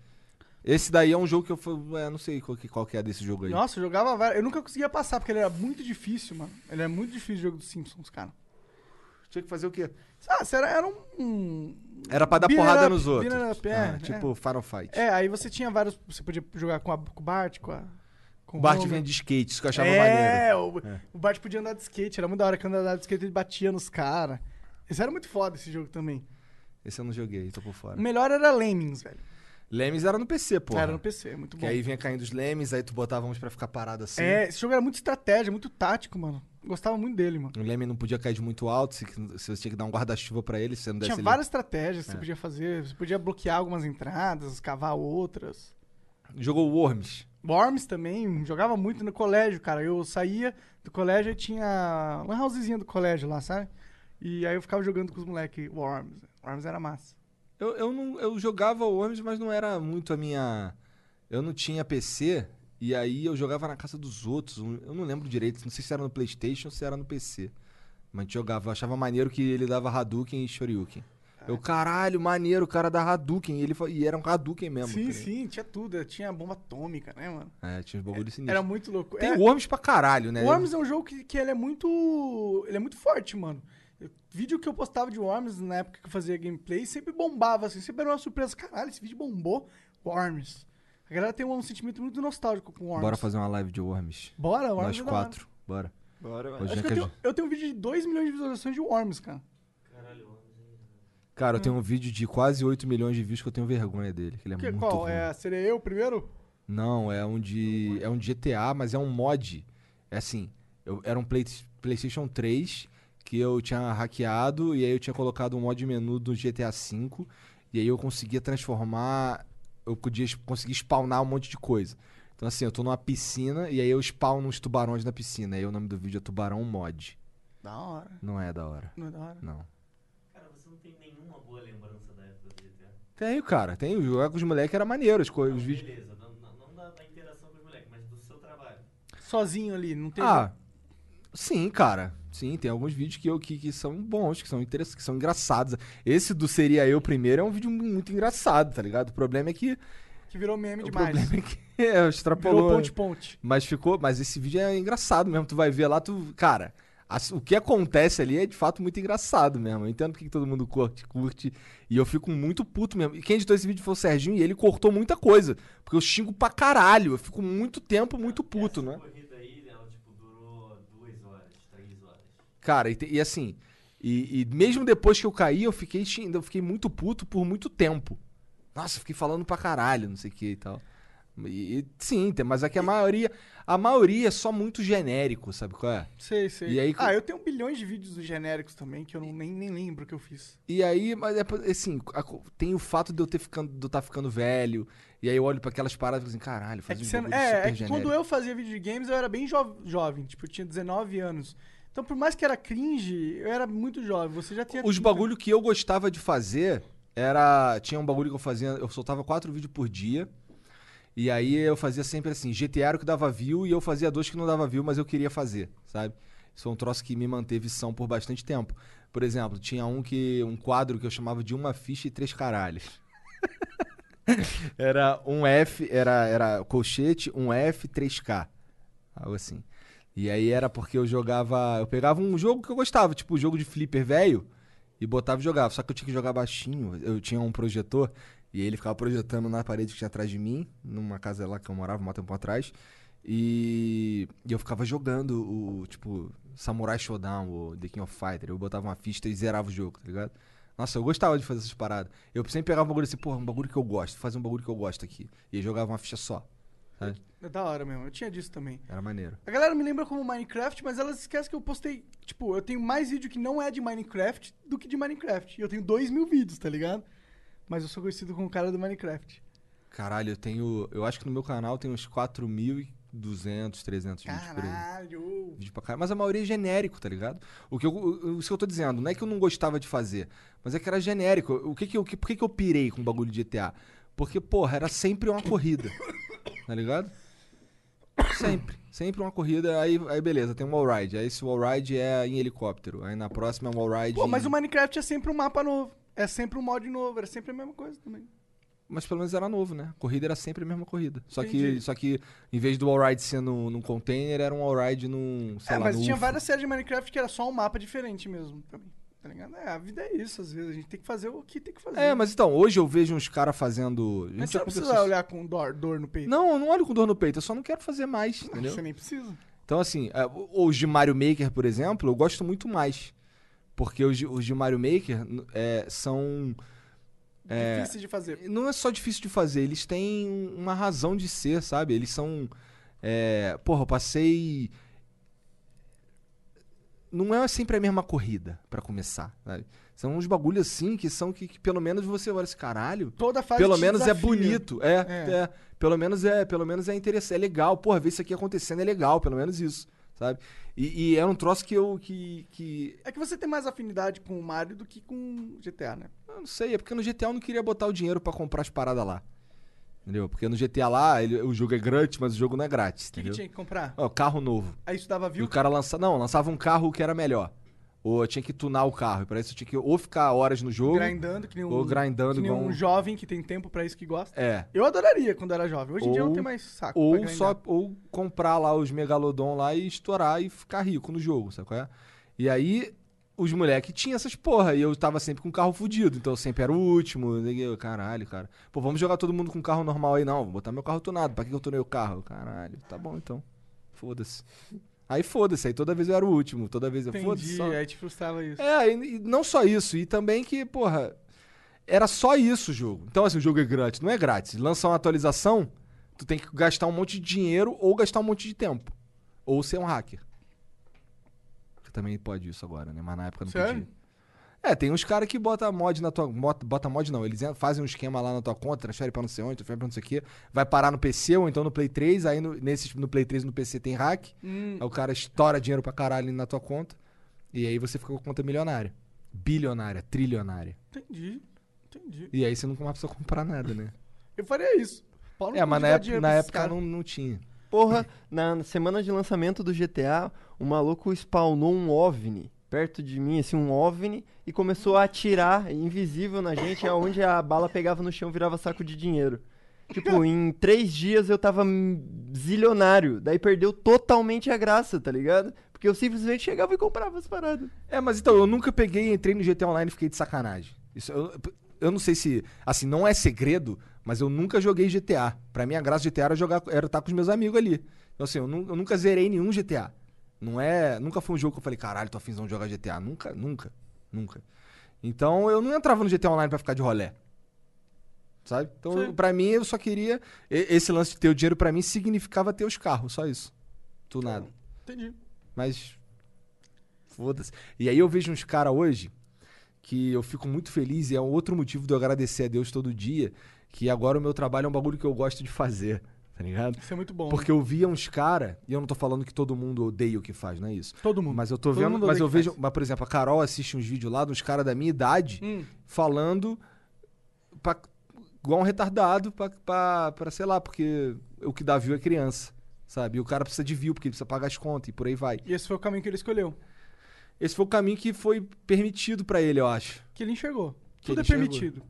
Speaker 3: Esse daí é um jogo que eu fui- é, não sei qual que, qual que é desse jogo aí.
Speaker 4: Nossa, eu jogava várias. Eu nunca conseguia passar, porque ele era muito difícil, mano. Ele é muito difícil o jogo dos Simpsons, cara.
Speaker 3: Tinha que fazer o quê?
Speaker 4: Ah, você era, era um.
Speaker 3: Era pra dar
Speaker 4: Beat
Speaker 3: porrada
Speaker 4: it up,
Speaker 3: nos outros.
Speaker 4: beat it up, é,
Speaker 3: Ah, tipo Final Fight.
Speaker 4: É, aí você tinha vários. Você podia jogar com, a, com o Bart, com a. Com
Speaker 3: o Bart
Speaker 4: Homer.
Speaker 3: vinha de skate, isso que eu achava maneiro.
Speaker 4: é, O, o Bart podia andar de skate, era muito da hora que andava de skate ele batia nos caras. Esse era muito foda esse jogo também.
Speaker 3: Esse eu não joguei, tô por fora.
Speaker 4: O melhor era Lemmings, velho.
Speaker 3: Lemes era no PC, pô.
Speaker 4: Era no PC, é muito
Speaker 3: Que
Speaker 4: bom.
Speaker 3: aí vinha caindo os lemes, aí tu botava uns pra ficar parado assim.
Speaker 4: É, esse jogo era muito estratégia, muito tático, mano. Gostava muito dele, mano.
Speaker 3: O leme não podia cair de muito alto, se, se você tinha que dar um guarda-chuva pra ele, se você não desse É.
Speaker 4: Tinha
Speaker 3: ele-
Speaker 4: várias estratégias que você podia fazer. Você podia bloquear algumas entradas, cavar outras.
Speaker 3: Jogou Worms.
Speaker 4: Worms também, jogava muito no colégio, cara. Eu saía do colégio e tinha uma housezinha do colégio lá, sabe? E aí eu ficava jogando com os moleques Worms. Worms era massa.
Speaker 3: Eu, eu, não, eu jogava Worms, mas não era muito a minha. Eu não tinha PC, e aí eu jogava na casa dos outros. um- Eu não lembro direito, não sei se era no PlayStation ou se era no PC. Mas a gente jogava, eu achava maneiro que ele dava Hadouken e Shoryuken.
Speaker 4: Ah,
Speaker 3: Eu, caralho, maneiro, o cara dá Hadouken. E, ele, fa- e era um Hadouken mesmo.
Speaker 4: sim,
Speaker 3: tá ligado?
Speaker 4: sim, tinha tudo. Tinha bomba atômica, né, mano?
Speaker 3: É, tinha uns bagulho sinistro.
Speaker 4: Era muito louco.
Speaker 3: Tem
Speaker 4: É,
Speaker 3: Worms pra caralho, né?
Speaker 4: Worms é um jogo que, que ele é muito. Ele é muito forte, mano. Eu- vídeo que eu postava de Worms na época que eu fazia gameplay sempre bombava, assim, sempre era uma surpresa. Caralho, esse vídeo bombou. Worms. A galera tem um sentimento muito nostálgico com é Worms.
Speaker 3: Bora fazer uma live de Worms.
Speaker 4: Bora,
Speaker 3: Nós
Speaker 4: Worms. é da hora.
Speaker 3: quatro. Bora.
Speaker 2: Bora, vai.
Speaker 3: Hoje
Speaker 4: Acho
Speaker 3: é
Speaker 4: que
Speaker 3: que
Speaker 4: eu,
Speaker 3: a
Speaker 4: tenho, eu tenho um vídeo de 2 milhões de visualizações de Worms, cara. Hum.
Speaker 3: Cara, eu tenho um vídeo de quase 8 milhões de views que eu tenho vergonha dele. Que ele é
Speaker 4: Que,
Speaker 3: muito
Speaker 4: qual?
Speaker 3: ruim.
Speaker 4: É, seria eu primeiro?
Speaker 3: Não, é um de. É um de GTA, mas é um mod. É assim, eu, era um Play- Playstation 3 que eu tinha hackeado e aí eu tinha colocado um mod menu do GTA V e aí eu conseguia transformar. Eu podia es- conseguir spawnar um monte de coisa. Então assim, eu tô numa piscina e aí eu spawno uns tubarões na piscina. E aí o nome do vídeo é Tubarão Mod.
Speaker 4: Da hora.
Speaker 3: Não é da hora.
Speaker 4: Não é da hora.
Speaker 3: Não.
Speaker 5: Cara, você não tem nenhuma boa lembrança da época do GTA.
Speaker 3: Tem, cara. Tem. Jogar com os moleques era maneiro. As coisas, os vídeos.
Speaker 5: Beleza, não, não- não da, da interação com os moleques, mas do seu trabalho.
Speaker 4: Sozinho ali, não tem.
Speaker 3: Ah, sim, cara. Sim, tem alguns vídeos que, eu, que, que são bons, que são interessantes, que são engraçados. Esse do Seria Eu Primeiro é um vídeo muito engraçado, tá ligado? O problema é que.
Speaker 4: Que virou meme
Speaker 3: O
Speaker 4: demais.
Speaker 3: problema é que é,
Speaker 4: Virou
Speaker 3: extrapolou.
Speaker 4: ponte-ponte.
Speaker 3: Mas ficou. Mas esse vídeo é engraçado mesmo. Tu vai ver lá, tu. Cara, as- o que acontece ali é de fato muito engraçado mesmo. Eu entendo porque que todo mundo curte, curte. E eu fico muito puto mesmo. E quem editou esse vídeo foi o Serginho e ele cortou muita coisa. Porque eu xingo pra caralho. Eu fico muito tempo muito puto, né?
Speaker 5: A corrida aí, ela tipo durou duas horas, três horas.
Speaker 3: Cara, e, te- e assim, e, e mesmo depois que eu caí, eu fiquei, xing- eu fiquei muito puto por muito tempo. Nossa, eu fiquei falando pra caralho, não sei o que e tal. E, e sim, tem- mas é que a maioria, a maioria é só muito genérico, sabe qual é?
Speaker 4: Sei, sei.
Speaker 3: E aí que-
Speaker 4: ah, eu tenho bilhões de vídeos genéricos também que eu não, nem, nem lembro o que eu fiz.
Speaker 3: E aí, mas é po- assim, a co- tem o fato de eu ter ficando, de eu estar ficando velho, e aí eu olho pra aquelas paradas e falo assim, caralho,
Speaker 4: É
Speaker 3: faz
Speaker 4: que,
Speaker 3: um
Speaker 4: você-
Speaker 3: bagulho
Speaker 4: é,
Speaker 3: super
Speaker 4: é que
Speaker 3: genérico.
Speaker 4: quando eu fazia videogames eu era bem jo- jovem, tipo, eu tinha 19 anos. Então, por mais que era cringe, eu era muito jovem. Você já tinha.
Speaker 3: Os
Speaker 4: 30.
Speaker 3: bagulho que eu gostava de fazer era. Tinha um bagulho que eu fazia. Eu soltava quatro vídeos por dia. E aí eu fazia sempre assim: GTA era o que dava view e eu fazia dois que não dava view, mas eu queria fazer, sabe? Isso é um troço que me manteve são por bastante tempo. Por exemplo, tinha um que. um quadro que eu chamava de uma ficha e três caralhos. era um F, era, era colchete, um F, 3K. Algo assim. E aí era porque eu jogava. Eu pegava um jogo que eu gostava, tipo o jogo de flipper velho, e botava e jogava. Só que eu tinha que jogar baixinho. Eu tinha um projetor, e ele ficava projetando na parede que tinha atrás de mim, numa casa lá que eu morava, um tempo atrás. E, e eu ficava jogando o, tipo, Samurai Showdown, o The King of Fighter. Eu botava uma ficha e zerava o jogo, tá ligado? Nossa, eu gostava de fazer essas paradas. Eu sempre pegava um bagulho assim, porra, um bagulho que eu gosto, vou fazer um bagulho que eu gosto aqui. E eu jogava uma ficha só. sabe?
Speaker 4: É da hora mesmo, eu tinha disso também.
Speaker 3: Era maneiro.
Speaker 4: A galera me lembra como Minecraft, mas elas esquecem que eu postei. Tipo, eu tenho mais vídeo que não é de Minecraft do que de Minecraft. E eu tenho 2 mil vídeos, tá ligado? Mas eu sou conhecido como o cara do Minecraft.
Speaker 3: Caralho, eu tenho. Eu acho que no meu canal tem uns 4.200, 300 vídeos por aí.
Speaker 4: Caralho!
Speaker 3: Vídeo pra caralho. Mas a maioria é genérico, tá ligado? O que eu, o- isso que eu tô dizendo, não é que eu não gostava de fazer, mas é que era genérico. O que que eu, que- por que que eu pirei com o bagulho de GTA? Porque, porra, era sempre uma corrida. tá ligado? Sempre. Sempre uma corrida. Aí, aí beleza, tem um wallride. Aí esse wallride é em helicóptero. Aí na próxima é um wallride.
Speaker 4: Pô, mas
Speaker 3: em-
Speaker 4: o Minecraft é sempre um mapa novo. É sempre um mod novo, é sempre a mesma coisa também.
Speaker 3: Mas pelo menos era novo, né? A corrida era sempre a mesma corrida. Só que,
Speaker 4: Entendi.
Speaker 3: só que em vez do all-ride ser num, num container, era um all-ride num, sei
Speaker 4: é,
Speaker 3: lá,
Speaker 4: mas
Speaker 3: num
Speaker 4: tinha
Speaker 3: UFO.
Speaker 4: várias séries de Minecraft que era só um mapa diferente mesmo pra mim. Tá ligado? É, a vida é isso, às vezes. A gente tem que fazer o que tem que fazer.
Speaker 3: É, mas então, hoje eu vejo uns caras fazendo...
Speaker 4: Uhum. Mas
Speaker 3: já
Speaker 4: você não
Speaker 3: conversou
Speaker 4: precisa
Speaker 3: isso.
Speaker 4: olhar com dor, dor no peito.
Speaker 3: Não, eu não olho com dor no peito, eu só não quero fazer mais, entendeu?
Speaker 4: Você nem precisa.
Speaker 3: Então, assim, é, o- os de Mario Maker, por exemplo, eu gosto muito mais. Porque os, de- os de Mario Maker n- é, são...
Speaker 4: Difícil de fazer.
Speaker 3: Não é só difícil de fazer, eles têm uma razão de ser, sabe? Eles são. É, porra, eu passei. Não é sempre a mesma corrida pra começar, sabe? São uns bagulho assim que são que, que pelo menos você olha esse caralho.
Speaker 4: Toda fase
Speaker 3: Pelo
Speaker 4: te
Speaker 3: menos é
Speaker 4: desafia.
Speaker 3: bonito. É,
Speaker 4: É.
Speaker 3: é. Pelo menos é, pelo menos é interessante, é legal. Porra, ver isso aqui acontecendo é legal, pelo menos isso, sabe? E, e é um troço que eu que, que
Speaker 4: É que você tem mais afinidade com o Mario do que com GTA, né?
Speaker 3: eu não sei, é porque no GTA eu não queria botar o dinheiro pra comprar as paradas lá. Entendeu? Porque no GTA lá, ele- o jogo é grátis, mas o jogo não é grátis,
Speaker 4: O que, que
Speaker 3: entendeu?
Speaker 4: tinha que comprar?
Speaker 3: Ó, carro novo.
Speaker 4: Aí isso dava
Speaker 3: E o
Speaker 4: view.
Speaker 3: cara lançava. Não, lançava um carro que era melhor. Ou eu tinha que tunar o carro. E pra isso eu tinha que ou ficar horas no jogo.
Speaker 4: Grindando, que nem um,
Speaker 3: ou grindando
Speaker 4: que nem
Speaker 3: igual
Speaker 4: um
Speaker 3: um-
Speaker 4: jovem que tem tempo pra isso que gosta.
Speaker 3: É.
Speaker 4: Eu adoraria quando era jovem. Hoje em dia eu não
Speaker 3: Ou-
Speaker 4: tenho mais saco. pra
Speaker 3: Ou
Speaker 4: grindar.
Speaker 3: só ou comprar lá os megalodon lá e estourar e ficar rico no jogo, sabe qual é? E aí os moleques tinham essas porra e eu tava sempre com o carro fudido, então eu sempre era o último. e eu, Caralho, cara. Pô, vamos jogar todo mundo com carro normal aí não, vou botar meu carro tunado. Pra que que eu tunei o carro? Caralho, tá bom então. Foda-se. Aí foda-se, aí toda vez eu era o último, toda vez eu foda-se.
Speaker 4: Entendi,
Speaker 3: só-
Speaker 4: aí te frustrava isso.
Speaker 3: É, e, e não só isso, e também que, porra, era só isso o jogo. Então, assim, o jogo é grátis. Não é grátis. Lançar uma atualização, tu tem que gastar um monte de dinheiro ou gastar um monte de tempo. Ou ser um hacker. Que também pode isso agora, né? Mas na época não
Speaker 4: Sério?
Speaker 3: podia. É, tem uns caras que bota mod na tua. mot- Bota mod não, eles en- fazem um esquema lá na tua conta, transfere pra não sei onde, transfere pra não sei o quê. Vai parar no PC ou então no Play 3, aí no, nesses, no Play 3 e no PC tem hack.
Speaker 4: Hum,
Speaker 3: Aí o cara estoura dinheiro pra caralho na tua conta. E aí você fica com a conta milionária. Bilionária, trilionária.
Speaker 4: entendi. Entendi.
Speaker 3: E aí você nunca mais precisa comprar nada, né?
Speaker 4: Eu faria isso. Paulo
Speaker 3: é,
Speaker 4: não
Speaker 3: mas
Speaker 4: podia
Speaker 3: na
Speaker 4: dar
Speaker 3: época,
Speaker 4: dinheiro
Speaker 3: na
Speaker 4: pra esses
Speaker 3: época
Speaker 4: caras.
Speaker 3: não, não tinha.
Speaker 2: Porra, na semana de lançamento do GTA, o um maluco spawnou um OVNI perto de mim, assim, um OVNI, e começou a atirar invisível na gente, aonde a bala pegava no chão virava saco de dinheiro. Tipo, em três dias eu tava hum, zilionário, daí perdeu totalmente a graça, tá ligado? Porque eu simplesmente chegava e comprava as paradas.
Speaker 3: É, mas então, eu nunca peguei, entrei no GTA Online e fiquei de sacanagem. Isso, eu, eu não sei se. Assim, não é segredo, mas eu nunca joguei GTA. Pra mim, a graça do GTA era jogar, era estar com os meus amigos ali. Então, assim, eu, nu- eu nunca zerei nenhum GTA. Não é. Nunca foi um jogo que eu falei, caralho, tô afimzão de jogar GTA. Nunca, nunca, nunca. Então eu não entrava no GTA Online pra ficar de rolé. Sabe? Então,
Speaker 4: Sim.
Speaker 3: pra mim, eu só queria. e- Esse lance de ter o dinheiro pra mim significava ter os carros, só isso. Tu nada.
Speaker 4: Entendi.
Speaker 3: Mas. Foda-se. E aí eu vejo uns caras hoje que eu fico muito feliz e é um outro motivo de eu agradecer a Deus todo dia. Que agora o meu trabalho é um bagulho que eu gosto de fazer, tá ligado?
Speaker 4: Isso é muito bom.
Speaker 3: Porque eu via uns caras, e eu não tô falando que todo mundo odeia o que faz, não é isso?
Speaker 4: Todo mundo.
Speaker 3: Mas eu tô
Speaker 4: Todo
Speaker 3: vendo,
Speaker 4: mundo
Speaker 3: mas
Speaker 4: odeia
Speaker 3: eu
Speaker 4: o que
Speaker 3: vejo,
Speaker 4: faz.
Speaker 3: mas por exemplo, a Carol assiste uns vídeos lá dos caras da minha idade
Speaker 4: Hum.
Speaker 3: falando pra, igual um retardado pra, pra, pra, sei lá, porque o que dá view é criança, sabe? E o cara precisa de view porque ele precisa pagar as contas e por aí vai.
Speaker 4: E esse foi o caminho que ele escolheu.
Speaker 3: Esse foi o caminho que foi permitido pra ele, eu acho.
Speaker 4: Que ele enxergou.
Speaker 3: Que ele
Speaker 4: Tudo é
Speaker 3: enxergou.
Speaker 4: permitido.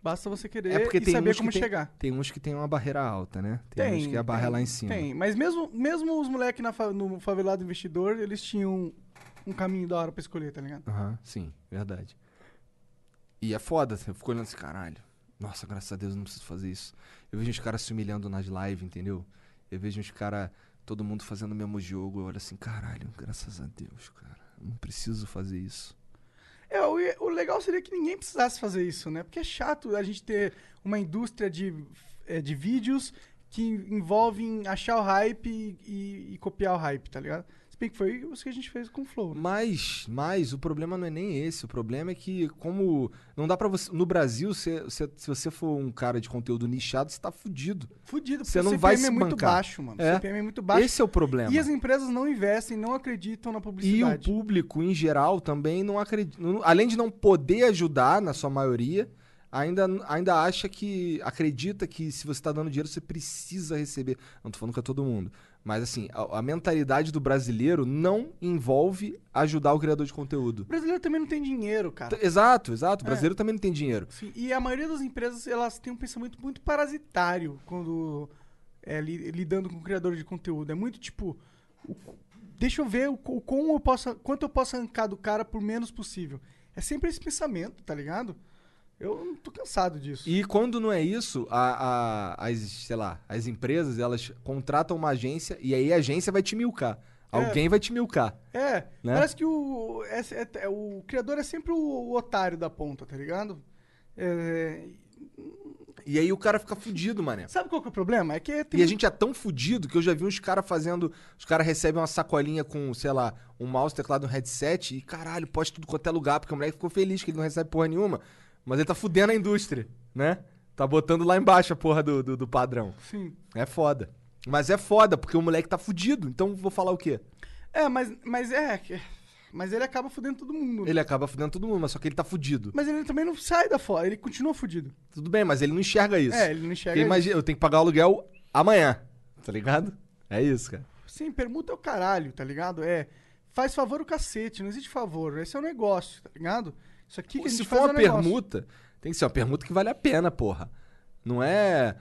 Speaker 4: Basta você querer
Speaker 3: É porque
Speaker 4: e
Speaker 3: tem
Speaker 4: saber
Speaker 3: uns que
Speaker 4: como
Speaker 3: tem-
Speaker 4: chegar.
Speaker 3: Tem uns que tem uma barreira alta, né? Tem, uns que a barra é lá em cima.
Speaker 4: Tem, mas mesmo, mesmo os moleques no favelado investidor, eles tinham um caminho da hora pra escolher, tá ligado?
Speaker 3: Aham, sim, verdade. E é foda, eu fico olhando assim, caralho. Nossa, graças a Deus eu não preciso fazer isso. Eu vejo uns caras se humilhando nas lives, entendeu? Eu vejo uns caras, todo mundo fazendo o mesmo jogo. Eu olho assim, caralho, graças a Deus, cara. eu Não preciso fazer isso.
Speaker 4: É, o, o legal seria que ninguém precisasse fazer isso, né? Porque é chato a gente ter uma indústria de, é, de vídeos que envolvem achar o hype e, e- e copiar o hype, tá ligado? Se bem que foi isso que a gente fez com o Flow. né?
Speaker 3: Mas, mas o problema não é nem esse. O problema é que, como. Não dá pra você. No Brasil, você- você- se você for um cara de conteúdo nichado, você tá fudido.
Speaker 4: Fudido, porque
Speaker 3: Você não
Speaker 4: o CPM
Speaker 3: vai
Speaker 4: é
Speaker 3: se
Speaker 4: muito
Speaker 3: bancar.
Speaker 4: baixo, mano. O
Speaker 3: É.
Speaker 4: CPM é muito baixo.
Speaker 3: Esse é o problema.
Speaker 4: E as empresas não investem, não acreditam na
Speaker 3: E o
Speaker 4: publicidade.
Speaker 3: público em geral também não acredita. Além de não poder ajudar, na sua maioria, ainda, ainda acha que. Acredita que se você está dando dinheiro, você precisa receber. Não tô falando que é todo mundo. Mas assim, a, a mentalidade do brasileiro não envolve ajudar o criador de conteúdo.
Speaker 4: O brasileiro também não tem dinheiro, cara.
Speaker 3: T- Exato, exato. O
Speaker 4: É.
Speaker 3: brasileiro também não tem dinheiro.
Speaker 4: Sim, e a maioria das empresas, elas têm um pensamento muito parasitário quando é, li- lidando com o criador de conteúdo. É muito tipo, o- deixa eu ver o, co- como eu posso, quanto eu posso arrancar do cara por menos possível. É sempre esse pensamento, tá ligado? Eu não tô cansado disso.
Speaker 3: E quando não é isso, a, a- as, sei lá, as empresas, elas contratam uma agência e aí a agência vai te milcar.
Speaker 4: É.
Speaker 3: Alguém vai te milcar.
Speaker 4: é,
Speaker 3: né?
Speaker 4: parece que o, é, é- é- o criador é sempre o, o otário da ponta, tá ligado? É,
Speaker 3: E aí o cara fica fudido, mané.
Speaker 4: Sabe qual que é o problema? É que tem
Speaker 3: E a gente é tão fudido que eu já vi uns caras fazendo. Os caras recebem uma sacolinha com, sei lá, um mouse, teclado, um headset e caralho, posta tudo quanto é lugar, porque o moleque ficou feliz que ele não recebe porra nenhuma. Mas ele tá fudendo a indústria, né? Tá botando lá embaixo a porra do, do, do padrão.
Speaker 4: Sim.
Speaker 3: É foda. Mas é foda, porque o moleque tá fudido. Então vou falar o quê?
Speaker 4: É, mas, mas é. que- Mas ele acaba fudendo todo mundo. né?
Speaker 3: Ele acaba fudendo todo mundo, mas só que ele tá fudido.
Speaker 4: Mas ele também não sai da fora, ele continua fudido.
Speaker 3: Tudo bem, mas ele não enxerga isso.
Speaker 4: É, ele não enxerga
Speaker 3: Porque imagina, eu tenho que pagar o aluguel amanhã, tá ligado? É isso, cara.
Speaker 4: Sim, permuta é o caralho, tá ligado? É. Faz favor o cacete, não existe favor. Esse é o negócio, tá ligado? Isso aqui que a
Speaker 3: se
Speaker 4: gente
Speaker 3: for
Speaker 4: faz é
Speaker 3: uma
Speaker 4: um negócio.
Speaker 3: permuta, tem que ser uma permuta que vale a pena, porra. Não é.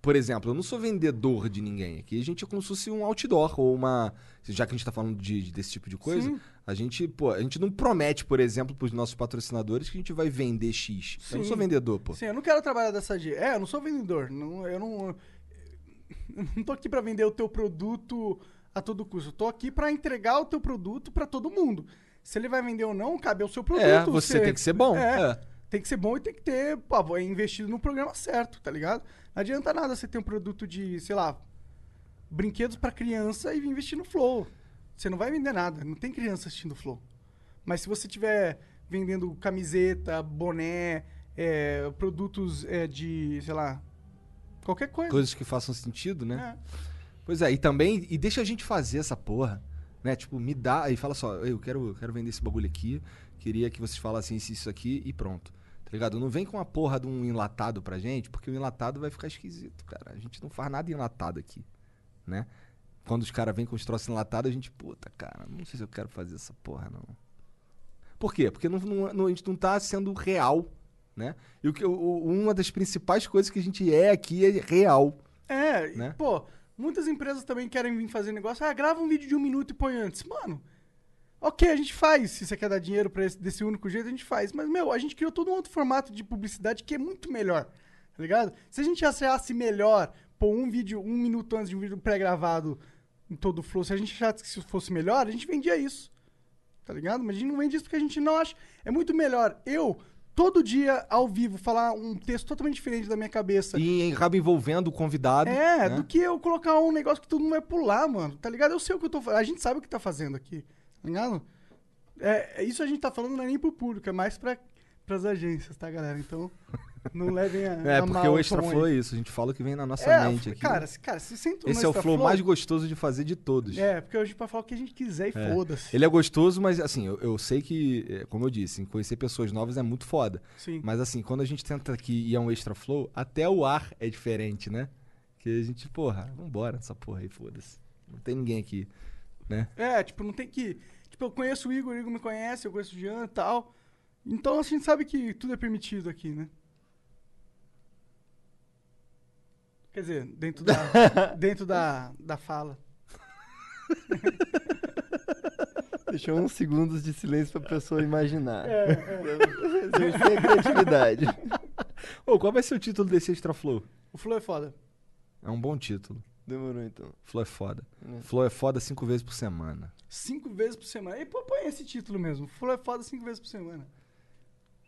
Speaker 3: Por exemplo, eu não sou vendedor de ninguém aqui. A gente é como se fosse um outdoor ou uma. Já que a gente tá falando de- de- desse tipo de coisa,
Speaker 4: Sim.
Speaker 3: a gente, pô, a gente não promete, por exemplo, pros nossos patrocinadores que a gente vai vender X. Eu não
Speaker 4: Sim.
Speaker 3: sou vendedor, pô.
Speaker 4: Sim, eu não quero trabalhar dessa jeito. É, eu não sou vendedor. Não, eu não. eu Não tô aqui pra vender o teu produto a todo custo. Eu tô aqui pra entregar o teu produto pra todo mundo. Se ele vai vender ou não, cabe ao seu produto.
Speaker 3: É, você tem que ser bom.
Speaker 4: É,
Speaker 3: É.
Speaker 4: Tem que ser bom e tem que ter, pô, é investido no programa certo, tá ligado? Não adianta nada você ter um produto de, sei lá, brinquedos pra criança e investir no Flow. Você não vai vender nada, não tem criança assistindo Flow. Mas se você tiver vendendo camiseta, boné, é, produtos é, de, sei lá, qualquer coisa.
Speaker 3: É. Coisas que façam sentido, né?
Speaker 4: É.
Speaker 3: Pois é, e também, e deixa a gente fazer essa porra, né? Tipo, me dá, e fala só, eu quero, quero vender esse bagulho aqui, queria que vocês falassem isso, isso aqui e pronto. Tá ligado? Não vem com uma porra de um enlatado pra gente, porque o enlatado vai ficar esquisito, cara. A gente não faz nada enlatado aqui, né? Quando os caras vêm com os troços enlatados, a gente, puta, cara, não sei se eu quero fazer essa porra, não. Por quê? Porque não- não- não- a gente não tá sendo real, né? E o que, o- o- uma das principais coisas que a gente é aqui é real.
Speaker 4: É, e,
Speaker 3: Né?
Speaker 4: pô, muitas empresas também querem vir fazer negócio. Ah, grava um vídeo de um minuto e põe antes. Mano, ok, a gente faz. Se você quer dar dinheiro pra esse, desse único jeito, a gente faz. Mas, meu, a gente criou todo um outro formato de publicidade que é muito melhor, tá ligado? Se a gente achasse melhor pôr um vídeo, um minuto antes de um vídeo pré-gravado em todo o flow, se a gente achasse que isso fosse melhor, a gente vendia isso. Tá ligado? Mas a gente não vende isso porque a gente não acha. É muito melhor eu, todo dia, ao vivo, falar um texto totalmente diferente da minha cabeça.
Speaker 3: E acaba envolvendo o convidado.
Speaker 4: É,
Speaker 3: né?
Speaker 4: do que eu colocar um negócio que todo mundo vai pular, mano. Tá ligado? Eu sei o que eu tô falando. A gente sabe o que tá fazendo aqui. Tá ligado? É, é isso a gente tá falando não é nem pro público, é mais pra, pras agências, tá, galera? Então, não levem a.
Speaker 3: É,
Speaker 4: a
Speaker 3: porque
Speaker 4: mal
Speaker 3: o extra
Speaker 4: tom aí.
Speaker 3: flow é isso, a gente fala o que vem na nossa
Speaker 4: É,
Speaker 3: mente aqui. né?
Speaker 4: Cara, se- cara, se senta no
Speaker 3: Esse é o
Speaker 4: extra
Speaker 3: flow, mais gostoso de fazer de todos.
Speaker 4: É, porque hoje pra falar o que a gente quiser e
Speaker 3: É.
Speaker 4: foda-se.
Speaker 3: Ele é gostoso, mas assim, eu, eu sei que, é, como eu disse, conhecer pessoas novas é muito foda.
Speaker 4: Sim.
Speaker 3: Mas assim, quando a gente tenta aqui e é um extra flow, até o ar é diferente, né? Que a gente, porra, vambora essa porra aí, foda-se. Não tem ninguém aqui. né?
Speaker 4: É, tipo, não tem que. Tipo, eu conheço o Igor, o Igor me conhece, eu conheço o Jean e tal. Então a gente sabe que tudo é permitido aqui, né? Quer dizer, dentro da, dentro da, da fala.
Speaker 2: Deixou uns segundos de silêncio pra pessoa imaginar.
Speaker 3: É,
Speaker 2: Exercer a criatividade.
Speaker 3: Ô, qual vai ser o título desse extra flow?
Speaker 4: O flow é foda.
Speaker 3: É um bom título.
Speaker 2: Demorou então.
Speaker 3: Flow é foda.
Speaker 2: É.
Speaker 3: Flow é foda cinco vezes por semana.
Speaker 4: Cinco vezes por semana. E pô, põe esse título mesmo. Flow é foda cinco vezes por semana.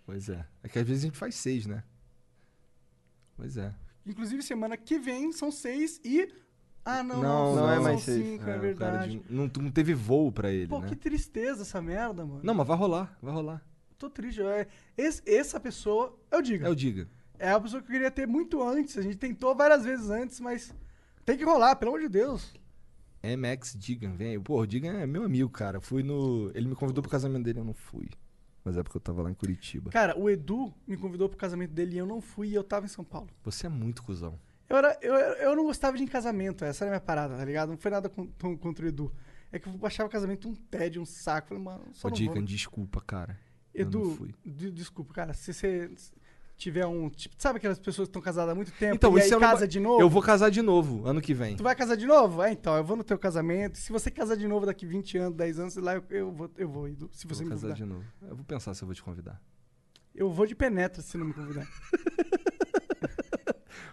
Speaker 3: Pois é. É que às vezes a gente faz seis, né? Pois é.
Speaker 4: Inclusive, semana que vem são seis e. Ah, não,
Speaker 3: Não,
Speaker 4: não,
Speaker 2: não é
Speaker 4: são
Speaker 2: mais seis.
Speaker 4: cinco, é
Speaker 3: o cara de-
Speaker 4: verdade.
Speaker 3: um, não, não teve voo pra ele,
Speaker 4: Pô,
Speaker 3: né?
Speaker 4: que tristeza essa merda, mano.
Speaker 3: Não, mas vai rolar, vai rolar.
Speaker 4: Tô triste. eu- é- esse- essa pessoa, eu digo.
Speaker 3: É o Diga.
Speaker 4: É a pessoa que eu queria ter muito antes. A gente tentou várias vezes antes, mas tem que rolar, pelo amor de Deus.
Speaker 3: MX Digan, vem aí. Pô, o Digan é meu amigo, cara. Eu Fui no. Ele me convidou pro casamento dele, eu não fui. Mas é porque eu tava lá em Curitiba.
Speaker 4: Cara, o Edu me convidou pro casamento dele e eu não fui e eu tava em São Paulo.
Speaker 3: Você é muito cuzão.
Speaker 4: Eu, era, eu, eu não gostava de ir em casamento, essa era a minha parada, tá ligado? Não foi nada con- con- contra o Edu. É que eu achava o casamento um tédio, um saco. Falei, mano, só
Speaker 3: Ô,
Speaker 4: não
Speaker 3: Digan,
Speaker 4: vou. né?
Speaker 3: desculpa, cara. eu não
Speaker 4: Edu,
Speaker 3: fui.
Speaker 4: de- desculpa, cara, se você tiver um. Tipo, sabe aquelas pessoas que estão casadas há muito tempo
Speaker 3: Então,
Speaker 4: É, e
Speaker 3: esse
Speaker 4: aí
Speaker 3: ano
Speaker 4: casa
Speaker 3: vai-
Speaker 4: de novo?
Speaker 3: Eu vou casar de novo, ano que vem.
Speaker 4: Tu vai casar de novo? É, então, eu vou no teu casamento. Se você casar de novo daqui 20 anos, 10 anos, sei lá, eu, eu vou, eu vou, Edu. Se você
Speaker 3: vou
Speaker 4: me
Speaker 3: casar
Speaker 4: convidar.
Speaker 3: de novo. Eu vou pensar se eu vou te convidar.
Speaker 4: Eu vou de penetra se não me convidar.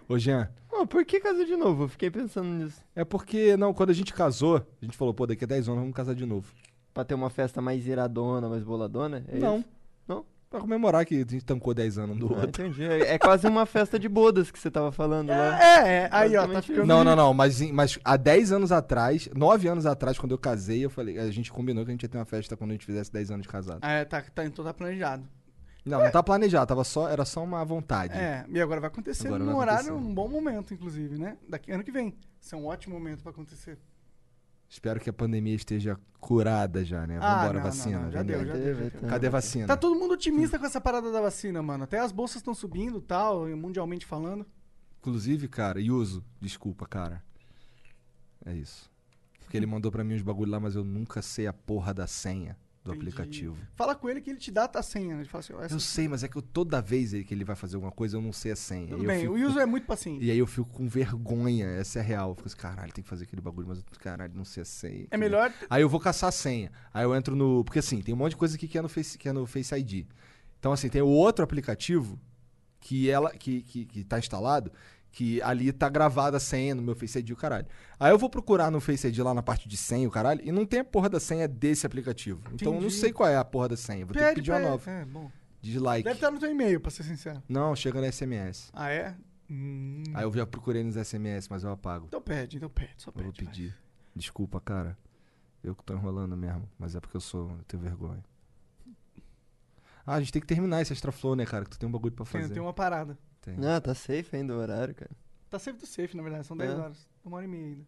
Speaker 3: Ô, Jean,
Speaker 2: Pô, por que casa de novo? Eu fiquei pensando nisso.
Speaker 3: é porque, não, quando a gente casou, a gente falou, pô, daqui a 10 anos vamos casar de novo.
Speaker 2: Pra ter uma festa mais iradona, mais boladona? É
Speaker 3: não.
Speaker 2: isso? Não?
Speaker 3: Pra comemorar que a gente tancou 10 anos um do
Speaker 2: Ah,
Speaker 3: outro.
Speaker 2: entendi. É é quase uma festa de bodas que você tava falando lá.
Speaker 4: É, é, aí ó, tá
Speaker 2: Basicamente
Speaker 4: ficando.
Speaker 3: Não, não, não, mas, em- mas há 10 anos atrás, 9 anos atrás, quando eu casei, eu falei, a gente combinou que a gente ia ter uma festa quando a gente fizesse 10 anos de casado.
Speaker 4: Ah, É, tá, tá, então tá planejado.
Speaker 3: Não, não tá planejado, tava só, era só uma vontade.
Speaker 4: É, e agora vai acontecer
Speaker 3: Agora
Speaker 4: num
Speaker 3: vai
Speaker 4: horário,
Speaker 3: acontecer.
Speaker 4: um bom momento, inclusive, né? Daqui ano que vem. Isso é um ótimo momento pra acontecer.
Speaker 3: Espero que a pandemia esteja curada já, né?
Speaker 4: Ah,
Speaker 3: Vambora,
Speaker 4: não,
Speaker 3: vacina.
Speaker 4: não, não, já
Speaker 3: vem
Speaker 4: deu,
Speaker 3: daí.
Speaker 4: já
Speaker 2: Teve,
Speaker 4: deu. já
Speaker 2: teve.
Speaker 4: deu.
Speaker 3: Cadê a vacina?
Speaker 4: Tá todo mundo otimista com essa parada da vacina, mano. Até as bolsas estão subindo tal, e mundialmente falando.
Speaker 3: Inclusive, cara, Yuso, desculpa, cara. É isso. Porque ele mandou pra mim uns bagulho lá, mas eu nunca sei a porra da senha do
Speaker 4: Entendi.
Speaker 3: aplicativo.
Speaker 4: Fala com ele que ele te dá a senha. né? Ele fala assim, ó, essa-
Speaker 3: Eu sei, mas é que eu, toda vez aí que ele vai fazer alguma coisa, eu não sei a senha.
Speaker 4: Tudo
Speaker 3: E eu
Speaker 4: bem,
Speaker 3: fico-
Speaker 4: o Yuzo é muito paciente.
Speaker 3: E aí eu fico com vergonha, essa é a real. Eu fico assim, caralho, tem que fazer aquele bagulho, mas eu, caralho, não sei a senha.
Speaker 4: É melhor.
Speaker 3: Aí eu vou caçar a senha. Aí eu entro no. Porque assim, tem um monte de coisa aqui que é no Face, que é no Face ID. Então, assim, tem o outro aplicativo que ela que, que, que tá instalado, que ali tá gravada a senha no meu Face ID, o caralho. Aí eu vou procurar no Face ID lá na parte de senha, o caralho, e não tem a porra da senha desse aplicativo. Então eu não
Speaker 4: Entendi.
Speaker 3: sei qual é a porra da senha. Vou ter que
Speaker 4: Pede
Speaker 3: pedir uma
Speaker 4: pra ele.
Speaker 3: nova.
Speaker 4: É, bom.
Speaker 3: Dislike.
Speaker 4: Deve estar no teu e-mail, pra ser sincero.
Speaker 3: Não, chega no SMS.
Speaker 4: Ah, é? Hum.
Speaker 3: Aí eu já procurei nos SMS, mas eu apago.
Speaker 4: Então pede, então pede, só
Speaker 3: Eu
Speaker 4: pede.
Speaker 3: vou
Speaker 4: vai.
Speaker 3: pedir. Desculpa, cara. Eu que tô enrolando mesmo, mas é porque eu sou. Eu tenho vergonha. Ah, a gente tem que terminar esse extra flow, né, cara? Que tu tem um bagulho pra
Speaker 4: Tem,
Speaker 3: fazer.
Speaker 4: tem uma né? parada.
Speaker 3: Tem.
Speaker 2: Não, tá safe ainda o horário, cara.
Speaker 4: Tá sempre do safe, na verdade. São 10
Speaker 2: É.
Speaker 4: horas. Uma hora e meia ainda.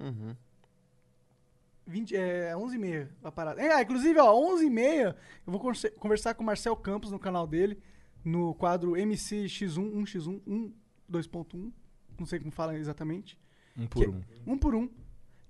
Speaker 2: Uhum.
Speaker 4: 20, é 11h30 a parada. É, ah, inclusive, ó, 11h30 eu vou converse- conversar com o Marcel Campos no canal dele, no quadro MCX1, 1x1, 1, 2.1, não sei como fala exatamente.
Speaker 3: Um por
Speaker 4: Que-
Speaker 3: um.
Speaker 4: Um por um.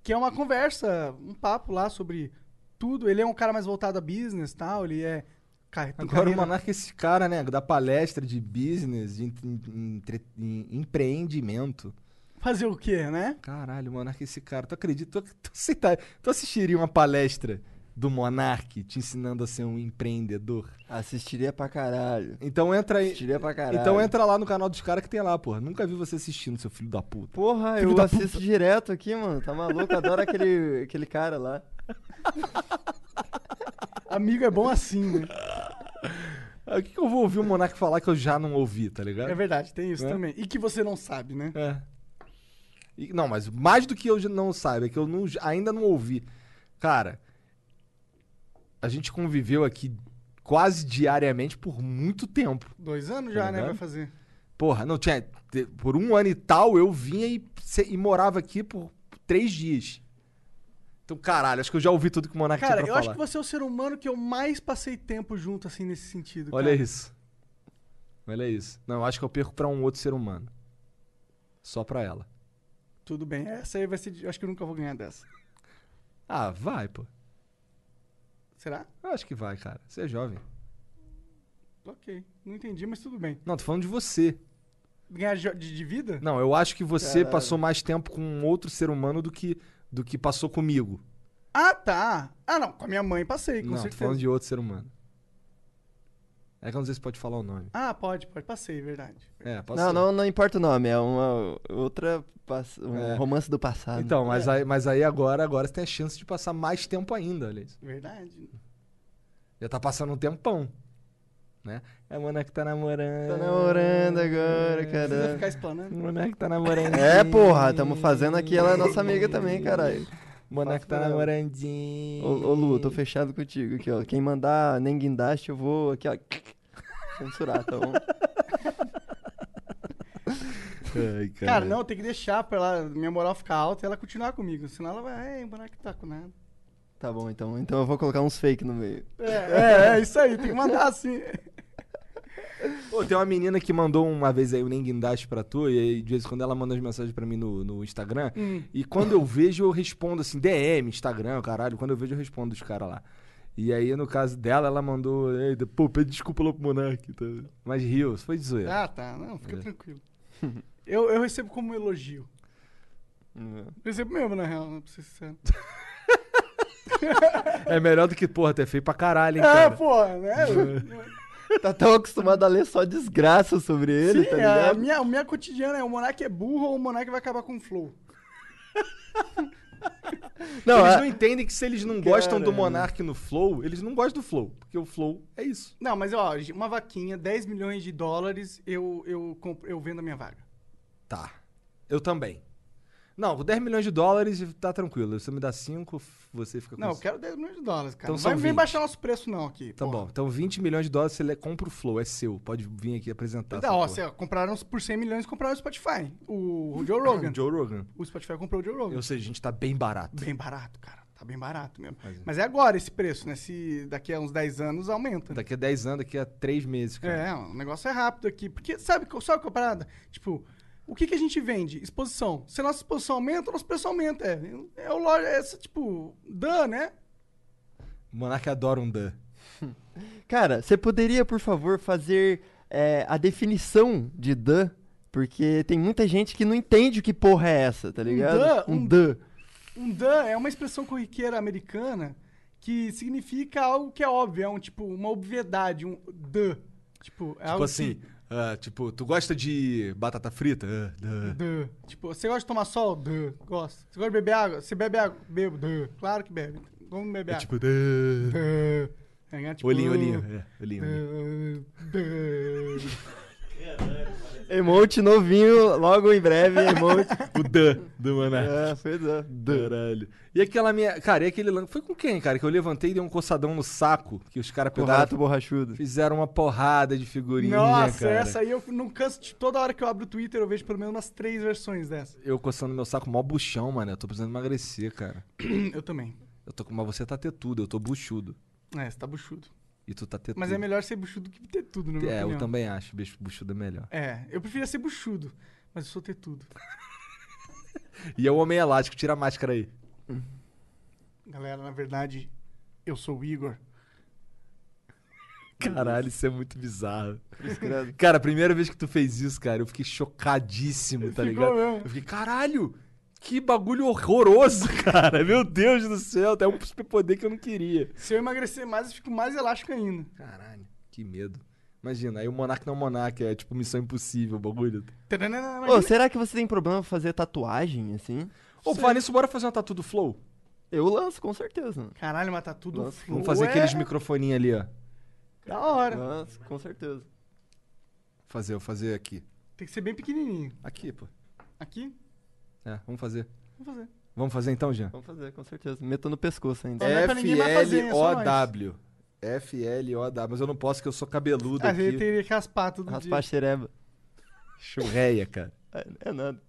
Speaker 4: Que é uma conversa, um papo lá sobre tudo. Ele é um cara mais voltado a business e tal, ele é. Cara, tem
Speaker 3: Agora o
Speaker 4: carreira-
Speaker 3: Monarca, é esse cara, né? Da palestra de business, de en- en- entre- em- empreendimento.
Speaker 4: Fazer o quê, né?
Speaker 3: Caralho, o Monarca, é esse cara. Tu acredita? Tu, tu, aceita- tu assistiria uma palestra do Monark te ensinando a ser um empreendedor?
Speaker 2: Assistiria pra caralho.
Speaker 3: Então entra aí.
Speaker 2: Assistiria pra caralho.
Speaker 3: Então entra lá no canal dos caras que tem lá, porra. Nunca vi você assistindo, seu filho da puta.
Speaker 2: Porra,
Speaker 3: Filho
Speaker 2: eu
Speaker 3: da
Speaker 2: assisto direto aqui, mano. Tá maluco? Adoro aquele, aquele cara lá.
Speaker 4: Amigo é bom assim, né?
Speaker 3: Ah, O que, que eu vou ouvir o Monark falar que eu já não ouvi, tá ligado?
Speaker 4: É verdade, tem isso
Speaker 3: Né?
Speaker 4: também. E que você não sabe, né?
Speaker 3: É. E- não, mas mais do que eu já não saiba, é que eu não- ainda não ouvi. Cara, a gente conviveu aqui quase diariamente por muito tempo.
Speaker 4: Dois anos
Speaker 3: Tá
Speaker 4: já, né?
Speaker 3: ligado?
Speaker 4: Vai fazer.
Speaker 3: Porra, não tinha. te- Por um ano e tal, eu vinha e, se- e morava aqui por três dias. Então, caralho, acho que eu já ouvi tudo que o Monark
Speaker 4: Cara,
Speaker 3: tinha
Speaker 4: eu
Speaker 3: pra
Speaker 4: acho
Speaker 3: falar.
Speaker 4: que você é o ser humano que eu mais passei tempo junto, assim, nesse sentido.
Speaker 3: Olha
Speaker 4: cara.
Speaker 3: isso. Olha isso. Não, eu acho que eu perco pra um outro ser humano. Só pra ela.
Speaker 4: Tudo bem, essa aí vai ser. de- Eu acho que eu nunca vou ganhar dessa.
Speaker 3: Ah, vai, pô.
Speaker 4: Será?
Speaker 3: Eu acho que vai, cara. Você é jovem.
Speaker 4: Ok. Não entendi, mas tudo bem.
Speaker 3: Não, tô falando de você.
Speaker 4: Ganhar de, de vida?
Speaker 3: Não, eu acho que você
Speaker 2: Caralho.
Speaker 3: passou mais tempo com um outro ser humano do que, do que passou comigo.
Speaker 4: Ah, tá. Ah, não. Com a minha mãe passei, com
Speaker 3: não, tô
Speaker 4: certeza.
Speaker 3: falando de outro ser humano. É que eu não sei se pode falar o nome.
Speaker 4: Ah, pode, pode. Passei, verdade.
Speaker 3: É,
Speaker 2: Não,
Speaker 3: passou.
Speaker 2: não, não importa o nome. É uma outra. pass- Um
Speaker 3: É.
Speaker 2: romance do passado.
Speaker 3: Então, mas, aí, mas aí agora, agora você tem a chance de passar mais tempo ainda, olha isso.
Speaker 4: Verdade.
Speaker 3: Já tá passando um tempão. Né? É a mana que tá namorando.
Speaker 2: Tá namorando agora,
Speaker 4: Precisa
Speaker 2: caralho.
Speaker 4: ficar explanando.
Speaker 3: Mano que tá namorando.
Speaker 2: É, porra, tamo fazendo aqui. Ela é nossa amiga também, caralho.
Speaker 3: Mano que tá
Speaker 2: Faço
Speaker 3: namorandinho.
Speaker 2: Ô, ô Lu, tô fechado contigo aqui, ó. Quem mandar nem guindaste, eu vou aqui, ó. Censurar, tá bom?
Speaker 3: Ai,
Speaker 4: Cara, não, tem que deixar pra ela, minha moral ficar alta e ela continuar comigo. Senão ela vai, é, o boneco tá com nada.
Speaker 2: Tá bom, então. Então eu vou colocar uns fake no meio.
Speaker 4: É, é, é isso aí, tem que mandar assim.
Speaker 3: Pô, tem uma menina que mandou uma vez aí o Nem Guindaste pra tu, e aí de vez em quando ela manda as mensagens pra mim no, no Instagram. E quando eu vejo, eu respondo assim, DM, Instagram, caralho. Quando eu vejo, eu respondo os caras lá. E aí, no caso dela, ela mandou, "Ei, pô, pede desculpa lá pro Monark. Tá? Mas riu, foi de zoeira.
Speaker 4: Ah, tá. Não, fica tranquilo. Eu, eu recebo como um elogio. Eu recebo mesmo, na real, não preciso ser sincero.
Speaker 3: É melhor do que, porra, tu é feio pra caralho, hein,
Speaker 4: É,
Speaker 2: Ah,
Speaker 3: cara.
Speaker 4: pô, né?
Speaker 2: Tá tão acostumado a ler só desgraça sobre ele,
Speaker 4: Sim,
Speaker 2: tá
Speaker 4: a,
Speaker 2: ligado?
Speaker 4: minha, é a minha cotidiana é o Monark é burro ou o Monark vai acabar com o Flow.
Speaker 2: Não,
Speaker 3: eles
Speaker 2: é-
Speaker 3: não entendem que se eles não gostam do
Speaker 2: Caramba.
Speaker 3: Monark no Flow, eles não gostam do Flow. Porque o Flow é isso.
Speaker 4: Não, mas ó, uma vaquinha, 10 milhões de dólares, eu, eu, compro, eu vendo a minha vaga.
Speaker 3: Tá. Eu também. Não, com 10 milhões de dólares tá tranquilo. Você me dá 5, você fica com
Speaker 4: Não, eu
Speaker 3: c-
Speaker 4: quero 10 milhões de dólares, cara.
Speaker 3: Então
Speaker 4: Não
Speaker 3: são
Speaker 4: vai vem
Speaker 3: 20.
Speaker 4: baixar nosso preço, não, aqui.
Speaker 3: Tá bom. Então 20 milhões de dólares você le- compra o Flow, é seu. Pode vir aqui apresentar.
Speaker 4: Tá,
Speaker 3: essa
Speaker 4: ó,
Speaker 3: porra.
Speaker 4: cê, ó, compraram por 100 milhões e compraram o Spotify. O, o Joe Rogan.
Speaker 3: Joe Rogan.
Speaker 4: O Spotify comprou o Joe Rogan.
Speaker 3: Ou seja, a gente tá bem barato.
Speaker 4: Bem barato, cara. Tá bem barato mesmo. Mas é agora esse preço, né? Se daqui a uns 10 anos aumenta. né?
Speaker 3: Daqui a 10 anos, daqui a 3 meses, cara.
Speaker 4: É, o negócio é rápido aqui. Porque sabe, qual- sabe qual é a parada? Tipo, o que, que a gente vende? Exposição. Se a nossa exposição aumenta, o nosso preço aumenta. É, é o loja, é essa, tipo, dan, né?
Speaker 3: O Monark adora um
Speaker 4: É
Speaker 3: Dan.
Speaker 2: Cara, você poderia, por favor, fazer é, a definição de dan? Porque tem muita gente que não entende o que porra é essa, tá ligado?
Speaker 4: dan? Um-
Speaker 2: dan.
Speaker 4: Um dan é uma expressão corriqueira americana que significa algo que é óbvio, é um tipo, uma obviedade, um dan. Tipo, é
Speaker 3: Tipo
Speaker 4: algo
Speaker 3: assim,
Speaker 4: que-
Speaker 3: ah, tipo, tu gosta de batata frita? Ah, duh.
Speaker 4: Duh. Tipo, você gosta de tomar sol? Duh. Gosto. Você gosta de beber água? Você bebe água? Bebo. Duh. Claro que bebe. Vamos beber
Speaker 3: É
Speaker 4: água.
Speaker 3: tipo, duh.
Speaker 4: Duh. Tá ligado? Tipo,
Speaker 3: olhinho, olhinho. É, olhinho, olhinho.
Speaker 4: duh, duh.
Speaker 2: Emote novinho, logo em breve, emote.
Speaker 3: O Dan do Monark.
Speaker 2: é, foi dan. Dan.
Speaker 3: Caralho. E aquela minha. Cara, e aquele lance. Foi com quem, cara? Que eu levantei e dei um coçadão no saco. Que os caras
Speaker 2: Com o
Speaker 3: pegaram-
Speaker 2: rato borrachudo.
Speaker 3: Fizeram uma porrada de figurinha.
Speaker 4: Nossa,
Speaker 3: cara.
Speaker 4: essa é aí eu não canso de. Toda hora que eu abro o Twitter, eu vejo pelo menos umas três versões dessa.
Speaker 3: Eu coçando meu saco, mó buchão, mano. Eu tô precisando emagrecer, cara.
Speaker 4: Eu também.
Speaker 3: Eu tô com. Mas você tá tetudo, eu tô buchudo.
Speaker 4: É, você tá buchudo.
Speaker 3: E tu tá tetudo.
Speaker 4: Mas é melhor ser buchudo que ter tudo, na minha
Speaker 3: É, eu
Speaker 4: opinião.
Speaker 3: também acho. Bicho, buchudo é melhor.
Speaker 4: É, eu preferia ser buchudo, mas eu sou ter tudo.
Speaker 3: E é o homem elástico, tira a máscara aí.
Speaker 4: Galera, na verdade, eu sou o Igor.
Speaker 3: Caralho, isso é muito bizarro. Cara, a primeira vez que tu fez isso, cara, eu fiquei chocadíssimo, tá
Speaker 4: Ficou
Speaker 3: ligado?
Speaker 4: mesmo.
Speaker 3: Eu fiquei, caralho, que bagulho horroroso, cara. Meu Deus do céu, é um superpoder que eu não queria.
Speaker 4: Se eu emagrecer mais, eu fico mais elástico ainda.
Speaker 3: Caralho, que medo. Imagina, aí o Monark não é Monark, é tipo missão impossível, o bagulho.
Speaker 4: Taranana,
Speaker 2: Ô,
Speaker 4: imagina-
Speaker 2: será que você tem problema fazer tatuagem, assim?
Speaker 3: Ô, fala nisso, bora fazer uma tatu do Flow?
Speaker 2: Eu lanço, com certeza.
Speaker 4: Caralho, mas tá tudo
Speaker 2: Nossa,
Speaker 4: flow.
Speaker 3: Vamos fazer
Speaker 4: é
Speaker 3: aqueles microfoninhos ali, ó.
Speaker 4: Da hora.
Speaker 2: Lanço, com certeza.
Speaker 3: Fazer, eu fazer aqui.
Speaker 4: Tem que ser bem pequenininho.
Speaker 3: Aqui, pô.
Speaker 4: Aqui,
Speaker 3: É, vamos fazer.
Speaker 4: vamos fazer.
Speaker 3: Vamos fazer então, Jean?
Speaker 2: Vamos fazer, com certeza. Meta no pescoço ainda.
Speaker 4: Não é pra ninguém mais fazer, é só nós.
Speaker 3: F-L-O-W. F-L-O-W. Mas eu não posso, que eu sou cabeludo
Speaker 4: Ah,
Speaker 3: aqui.
Speaker 4: ele teria que raspar tudo
Speaker 2: Raspar a xereba.
Speaker 3: Churreia, cara.
Speaker 2: É, é nada.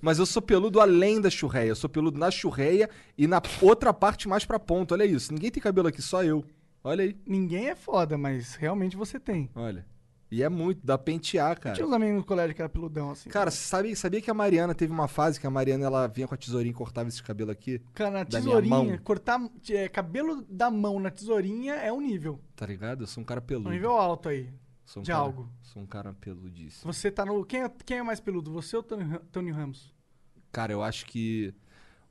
Speaker 3: Mas eu sou peludo além da churreia. Eu sou peludo na churreia e na outra parte mais pra ponta. Olha isso. Ninguém tem cabelo aqui, só eu. Olha aí.
Speaker 4: de... Ninguém é foda, mas realmente você tem.
Speaker 3: Olha. E é muito, dá pra pentear, cara.
Speaker 4: Tinha uns amigos no colégio que era peludão, assim.
Speaker 3: Cara, você sabia, sabia que a Mariana teve uma fase que a Mariana ela vinha com a tesourinha e cortava esse cabelo aqui?
Speaker 4: Cara, na
Speaker 3: da minha
Speaker 4: tesourinha,
Speaker 3: mão.
Speaker 4: cortar é, cabelo da mão na tesourinha é um nível.
Speaker 3: Tá ligado? Eu sou um cara peludo.
Speaker 4: Um nível alto aí.
Speaker 3: Sou um
Speaker 4: de
Speaker 3: cara-
Speaker 4: algo.
Speaker 3: Sou um cara peludíssimo.
Speaker 4: Você tá no. Quem é, quem é mais peludo? Você ou Tony, Ra- Tony Ramos?
Speaker 3: Cara, eu acho que.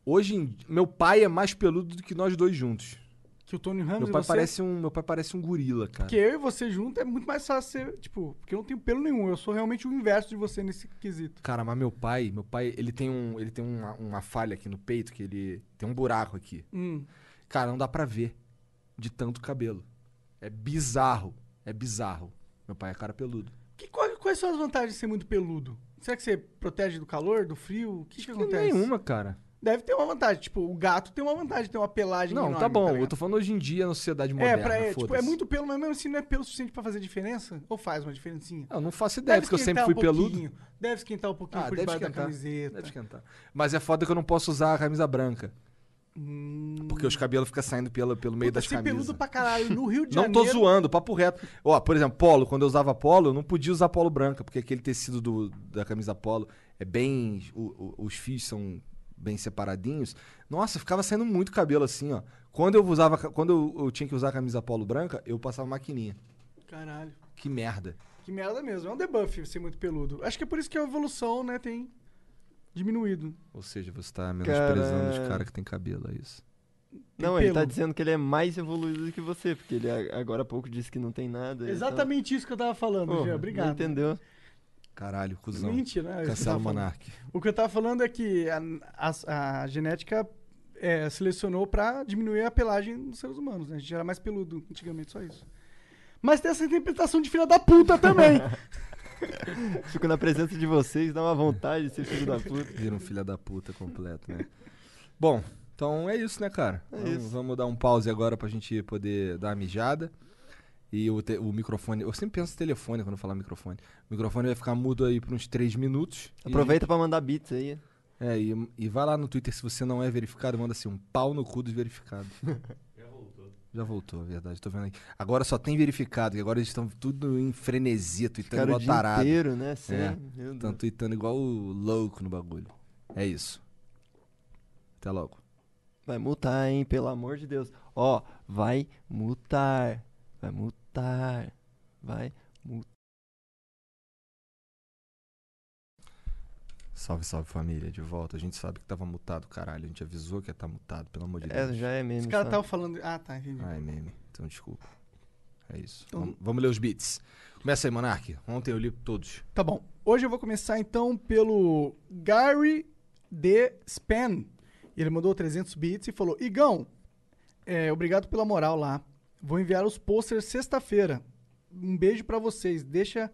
Speaker 3: Hoje, em- meu pai é mais peludo do que nós dois juntos.
Speaker 4: Que o Tony Ramos
Speaker 3: Meu
Speaker 4: e
Speaker 3: pai,
Speaker 4: você.
Speaker 3: parece um, meu pai parece um gorila, cara.
Speaker 4: Porque eu e você junto é muito mais fácil ser. Tipo, porque eu não tenho pelo nenhum. Eu sou realmente o inverso de você nesse quesito.
Speaker 3: Cara, mas meu pai, meu pai, ele tem um, ele tem uma, uma falha aqui no peito que ele tem um buraco aqui.
Speaker 4: Hum.
Speaker 3: Cara, não dá pra ver de tanto cabelo. É bizarro, é bizarro. Meu pai é cara peludo.
Speaker 4: Que, qual- quais são as vantagens de ser muito peludo? Será que você protege do calor, do frio? O que, que acontece?
Speaker 3: Nenhuma, cara.
Speaker 4: Deve ter uma vantagem. Tipo, o gato tem uma vantagem, tem uma pelagem
Speaker 3: Não,
Speaker 4: enorme,
Speaker 3: tá bom.
Speaker 4: ligado?
Speaker 3: eu tô falando hoje em dia na sociedade
Speaker 4: É,
Speaker 3: moderna,
Speaker 4: pra, é, tipo,
Speaker 3: foda-se.
Speaker 4: é muito pelo, mas mesmo assim não é pelo suficiente pra fazer diferença? Ou faz uma diferencinha?
Speaker 3: Eu não faço ideia, porque eu sempre fui peludo.
Speaker 4: um pouquinho, Deve esquentar um pouquinho
Speaker 3: Ah,
Speaker 4: por
Speaker 3: deve
Speaker 4: debaixo da
Speaker 3: esquentar.
Speaker 4: camiseta.
Speaker 3: Deve esquentar. Mas é foda que eu não posso usar a camisa branca. Porque os cabelos ficam saindo pelo, pelo meio
Speaker 4: Hum, Puta,
Speaker 3: das
Speaker 4: ser
Speaker 3: camisas.
Speaker 4: peludo pra caralho. No Rio de
Speaker 3: Não
Speaker 4: Janeiro...
Speaker 3: tô zoando, papo reto. Ó, por exemplo, polo, quando eu usava polo, eu não podia usar polo branca, porque aquele tecido do- da camisa polo é bem. o- o- os fios são bem separadinhos. Nossa, ficava saindo muito cabelo assim, ó. Quando eu usava. ca- Quando eu, eu tinha que usar a camisa polo branca, eu passava maquininha.
Speaker 4: Caralho.
Speaker 3: Que merda.
Speaker 4: Que merda mesmo. É um debuff ser muito peludo. Acho que é por isso que a evolução, né, tem diminuído.
Speaker 3: Ou seja, você tá menosprezando os
Speaker 2: Cara.
Speaker 3: caras que tem cabelo, é isso.
Speaker 2: Não, ele tá
Speaker 4: pelo.
Speaker 2: dizendo que ele é mais evoluído do que você, porque ele a- agora há pouco disse que não tem nada. então-
Speaker 4: Exatamente isso que eu tava falando,
Speaker 2: Porra,
Speaker 4: Jean.
Speaker 2: não
Speaker 4: Obrigado. né?
Speaker 2: Entendeu?
Speaker 3: Caralho, cuzão.
Speaker 4: Mentira, né? Isso que eu
Speaker 3: Cancela
Speaker 4: tava
Speaker 3: o
Speaker 4: falando.
Speaker 3: Monark.
Speaker 4: O que eu tava falando é que a, a- a genética é, selecionou pra diminuir a pelagem dos seres humanos, né? A gente era mais peludo antigamente, só isso. Mas tem essa interpretação de filha da puta também.
Speaker 2: Fico na presença de vocês, dá uma vontade de ser filho da puta.
Speaker 3: Vira um filho da puta completo, né? Bom, então é isso, né, cara? vamos,
Speaker 2: isso.
Speaker 3: vamos dar um pause agora pra gente poder dar uma mijada. E o, te- o microfone. Eu sempre penso em telefone quando eu falar microfone. O microfone vai ficar mudo aí por uns 3 minutos. E-
Speaker 2: Aproveita pra mandar beats aí.
Speaker 3: é, e, e vai lá no Twitter se você não é verificado, manda assim um pau no cu dos verificados.
Speaker 5: Já voltou.
Speaker 3: Já voltou, é verdade, tô vendo aqui. Agora só tem verificado, que agora eles estão tudo em frenesia, tweetando
Speaker 2: Cara, o
Speaker 3: igual
Speaker 2: dia
Speaker 3: tarado.
Speaker 2: inteiro, né? Sim.
Speaker 3: É,
Speaker 2: Meu Deus.
Speaker 3: Estão tweetando igual o louco no bagulho. É isso. Até logo.
Speaker 2: Vai multar, hein? Pelo amor de Deus. Ó, vai multar. Vai multar. Vai.
Speaker 3: Salve, salve família, de volta. A gente sabe que tava mutado, caralho. A gente avisou que ia estar mutado, pelo amor de
Speaker 2: É,
Speaker 3: Deus.
Speaker 2: já é mesmo.
Speaker 4: Os caras
Speaker 2: sabe?
Speaker 4: estavam falando. Ah, tá, entendi.
Speaker 3: Ai, meme. Então desculpa. É isso.
Speaker 4: Então-
Speaker 3: Vamos, vamos ler os beats. Começa aí, Monark. Ontem eu li todos.
Speaker 4: Tá bom. Hoje eu vou começar então pelo Gary D. Span. Ele mandou 300 bits e falou: Igão, é, obrigado pela moral lá. Vou enviar os posters sexta-feira. Um beijo pra vocês. Deixa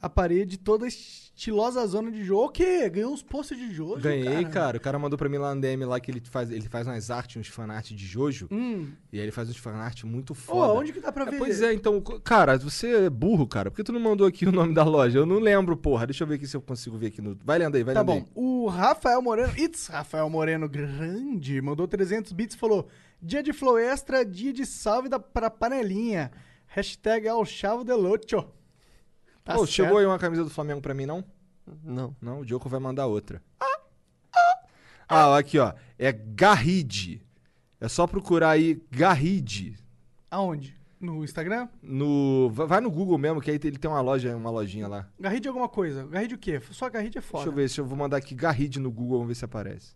Speaker 4: a parede toda estilosa zona de jogo. O quê? Ganhou uns posters de jogo?
Speaker 3: Ganhei, cara. O cara mandou pra mim lá no DM lá que ele faz, ele faz umas artes, uns fanart de Jojo.
Speaker 4: Hum.
Speaker 3: E aí ele faz uns fanart muito
Speaker 4: Ô,
Speaker 3: foda.
Speaker 4: onde que dá pra
Speaker 3: É,
Speaker 4: ver?
Speaker 3: pois é, então, co- cara, você é burro, cara. Por que tu não mandou aqui o nome da loja? Eu não lembro, porra. Deixa eu ver aqui se eu consigo ver aqui no. Vai lendo aí, vai
Speaker 4: Tá
Speaker 3: lendo
Speaker 4: bom.
Speaker 3: aí.
Speaker 4: O Rafael Moreno, it's Rafael Moreno Grande, mandou 300 bits e falou: Dia de flow extra, dia de salve da, pra panelinha. Hashtag ao chavo de lucho. Tá
Speaker 3: Ô,
Speaker 4: certo.
Speaker 3: chegou aí uma camisa do Flamengo pra mim, não?
Speaker 4: tá
Speaker 2: Não.
Speaker 3: Não, o Diogo vai mandar outra. Ah, ó, aqui, ó. É Garride. É só procurar aí Garride.
Speaker 4: Aonde? No Instagram?
Speaker 3: No... va- Vai no Google mesmo, que aí ele tem uma loja, uma lojinha lá.
Speaker 4: Garride alguma coisa. Garride o quê? Só Garride é foda.
Speaker 3: Deixa eu ver se eu vou mandar aqui Garride no Google, vamos ver se aparece.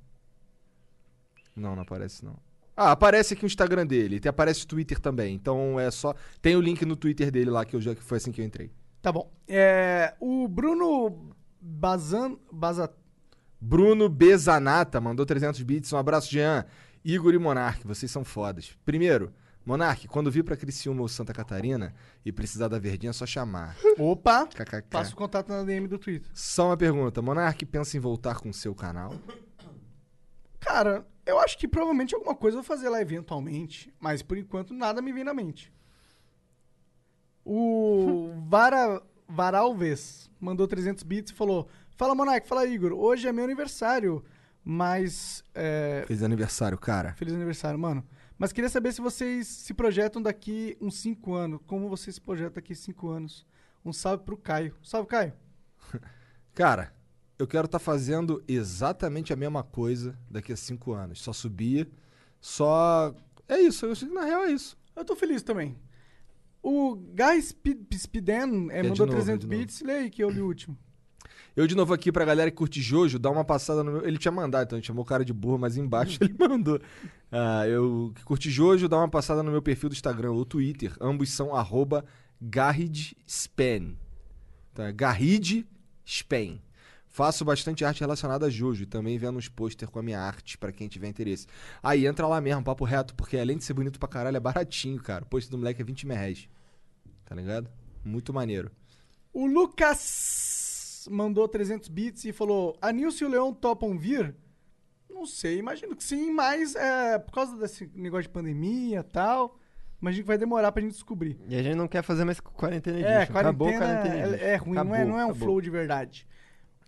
Speaker 3: Não, não aparece não. Ah, aparece aqui o Instagram dele, tem, aparece o Twitter também. Então é só. Tem o link no Twitter dele lá, que eu já que foi assim que eu entrei.
Speaker 4: Tá bom. É, o Bruno Bazan. Baza,
Speaker 3: Bruno Bezanata mandou 300 bits. Um abraço, Jean. Igor e Monark, vocês são fodas. Primeiro, Monark, quando vir pra Criciúma ou Santa Catarina e precisar da verdinha, é só chamar.
Speaker 4: Opa!
Speaker 3: KKK.
Speaker 4: Passa o contato na DM do Twitter.
Speaker 3: Só uma pergunta. Monark pensa em voltar com o seu canal?
Speaker 4: Cara, eu acho que provavelmente alguma coisa eu vou fazer lá eventualmente, mas por enquanto nada me vem na mente. O Vara Varalves mandou 300 bits e falou: Fala Monark, fala Igor, hoje é meu aniversário, mas. é,
Speaker 3: Feliz aniversário, cara.
Speaker 4: Feliz aniversário, mano. Mas queria saber se vocês se projetam daqui uns 5 anos. Como vocês se projetam daqui 5 anos? Um salve pro Caio. Salve, Caio.
Speaker 3: Cara, eu quero estar fazendo exatamente a mesma coisa daqui a cinco anos. Só subir, só. É isso, eu acho que na real é isso.
Speaker 4: Eu tô feliz também. O Guy Spid- Spiden eh,
Speaker 3: de
Speaker 4: mandou
Speaker 3: novo, é de
Speaker 4: 300
Speaker 3: novo.
Speaker 4: bits. Lê aí que eu li o último.
Speaker 3: Eu, de novo, aqui pra galera que curte Jojo, dá uma passada no meu. Ele tinha mandado, então a gente chamou o cara de burro, mas embaixo ele mandou. Ah, eu que curte Jojo, dá uma passada no meu perfil do Instagram ou Twitter. Ambos são arroba GarridSpan. Então é Garrid Span. Faço bastante arte relacionada a Jojo e também vendo uns pôster com a minha arte, pra quem tiver interesse. Aí entra lá mesmo, papo reto, porque além de ser bonito pra caralho, é baratinho, cara. O pôster do moleque é 20 mil reais. Tá ligado? Muito maneiro.
Speaker 4: O Lucas mandou 300 bits e falou: A Nilce e o Leão topam vir? Não sei, imagino que sim, mas é, por causa desse negócio de pandemia e tal, imagino que vai demorar pra gente descobrir.
Speaker 2: E a gente não quer fazer mais quarentena edition.
Speaker 4: É, quarentena,
Speaker 2: Acabou a quarentena edition.
Speaker 4: é, é ruim, não, é,
Speaker 2: Acabou,
Speaker 4: não é um
Speaker 2: acabou.
Speaker 4: flow de verdade.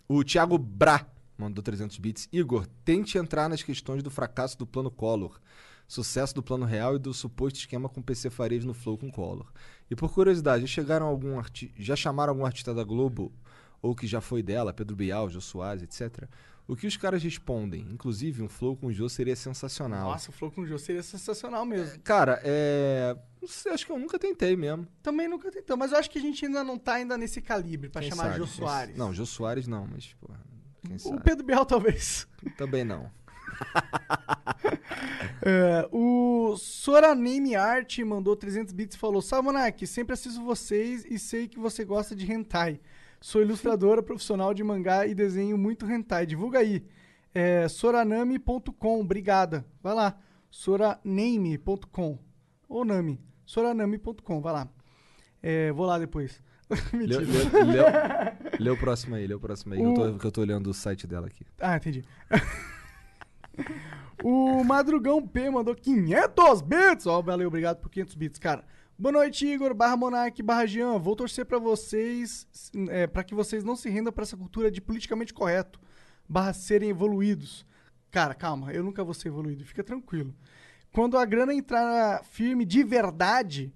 Speaker 3: O Thiago Bra mandou 300 bits. Igor, tente entrar nas questões do fracasso do plano Collor, sucesso do plano real e do suposto esquema com PC Farias no Flow com Collor. E por curiosidade, já chegaram algum arti... já chamaram algum artista da Globo ou que já foi dela, Pedro Bial, Jô Soares, etc. O que os caras respondem? Inclusive, um Flow com o Jô seria sensacional.
Speaker 4: Nossa, o flow com o Jô seria sensacional mesmo.
Speaker 3: Cara, é. Não sei, acho que eu nunca tentei mesmo.
Speaker 4: Também nunca tentou, mas eu acho que a gente ainda não tá ainda nesse calibre pra
Speaker 3: Quem
Speaker 4: chamar
Speaker 3: sabe?
Speaker 4: Jô Soares.
Speaker 3: Não, Jô Soares não, mas, porra. Quem
Speaker 4: o
Speaker 3: sabe?
Speaker 4: Pedro Bial talvez.
Speaker 3: Também não.
Speaker 4: É, o Soraname Art mandou 300 bits e falou: Salve, Monark, sempre assisto vocês e sei que você gosta de hentai. Sou ilustradora profissional de mangá e desenho muito hentai. Divulga aí. É, soranami.com, obrigada. Vai lá. Soraname.com. Ou Nami. Soranami.com, vai lá. É, vou lá depois.
Speaker 3: Lê,
Speaker 4: Mentira.
Speaker 3: lê- lê- lê o próximo aí, lê o próximo aí, que, eu
Speaker 4: O-
Speaker 3: tô, que eu tô olhando o site dela aqui.
Speaker 4: Ah, entendi. o Madrugão P mandou 500 bits. Ó, valeu, obrigado por 500 bits, cara. Boa noite, Igor, barra Monark, barra Jean. Vou torcer pra vocês, é, para que vocês não se rendam pra essa cultura de politicamente correto, barra serem evoluídos. Cara, calma, eu nunca vou ser evoluído, fica tranquilo. Quando a grana entrar firme de verdade,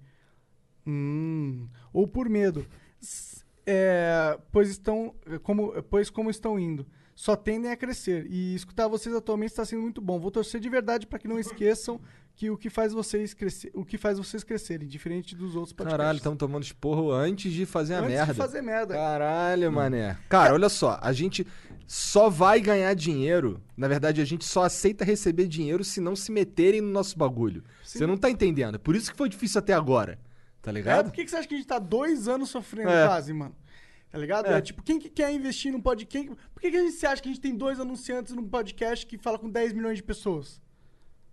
Speaker 4: Hum, ou por medo. S- é, pois estão. Como, pois como estão indo. Só tendem a crescer. E escutar vocês atualmente está sendo muito bom. Vou torcer de verdade para que não esqueçam que o que faz vocês crescer, o que faz vocês crescerem, diferente dos outros podcasts.
Speaker 3: Caralho, estamos tomando esporro antes de fazer a
Speaker 4: Antes
Speaker 3: merda.
Speaker 4: de fazer merda. Hum.
Speaker 3: Caralho, mané. Cara, olha só, a gente só vai ganhar dinheiro. Na verdade, a gente só aceita receber dinheiro se não se meterem no nosso bagulho. Você não tá entendendo. Por isso que foi difícil até agora. Tá
Speaker 4: É,
Speaker 3: ligado?
Speaker 4: por que, que você acha que a gente tá dois anos sofrendo
Speaker 3: É.
Speaker 4: quase, mano? Tá ligado? É. tipo, quem que quer investir num podcast? Quem... Por que, que a gente acha que a gente tem dois anunciantes num podcast que fala com 10 milhões de pessoas?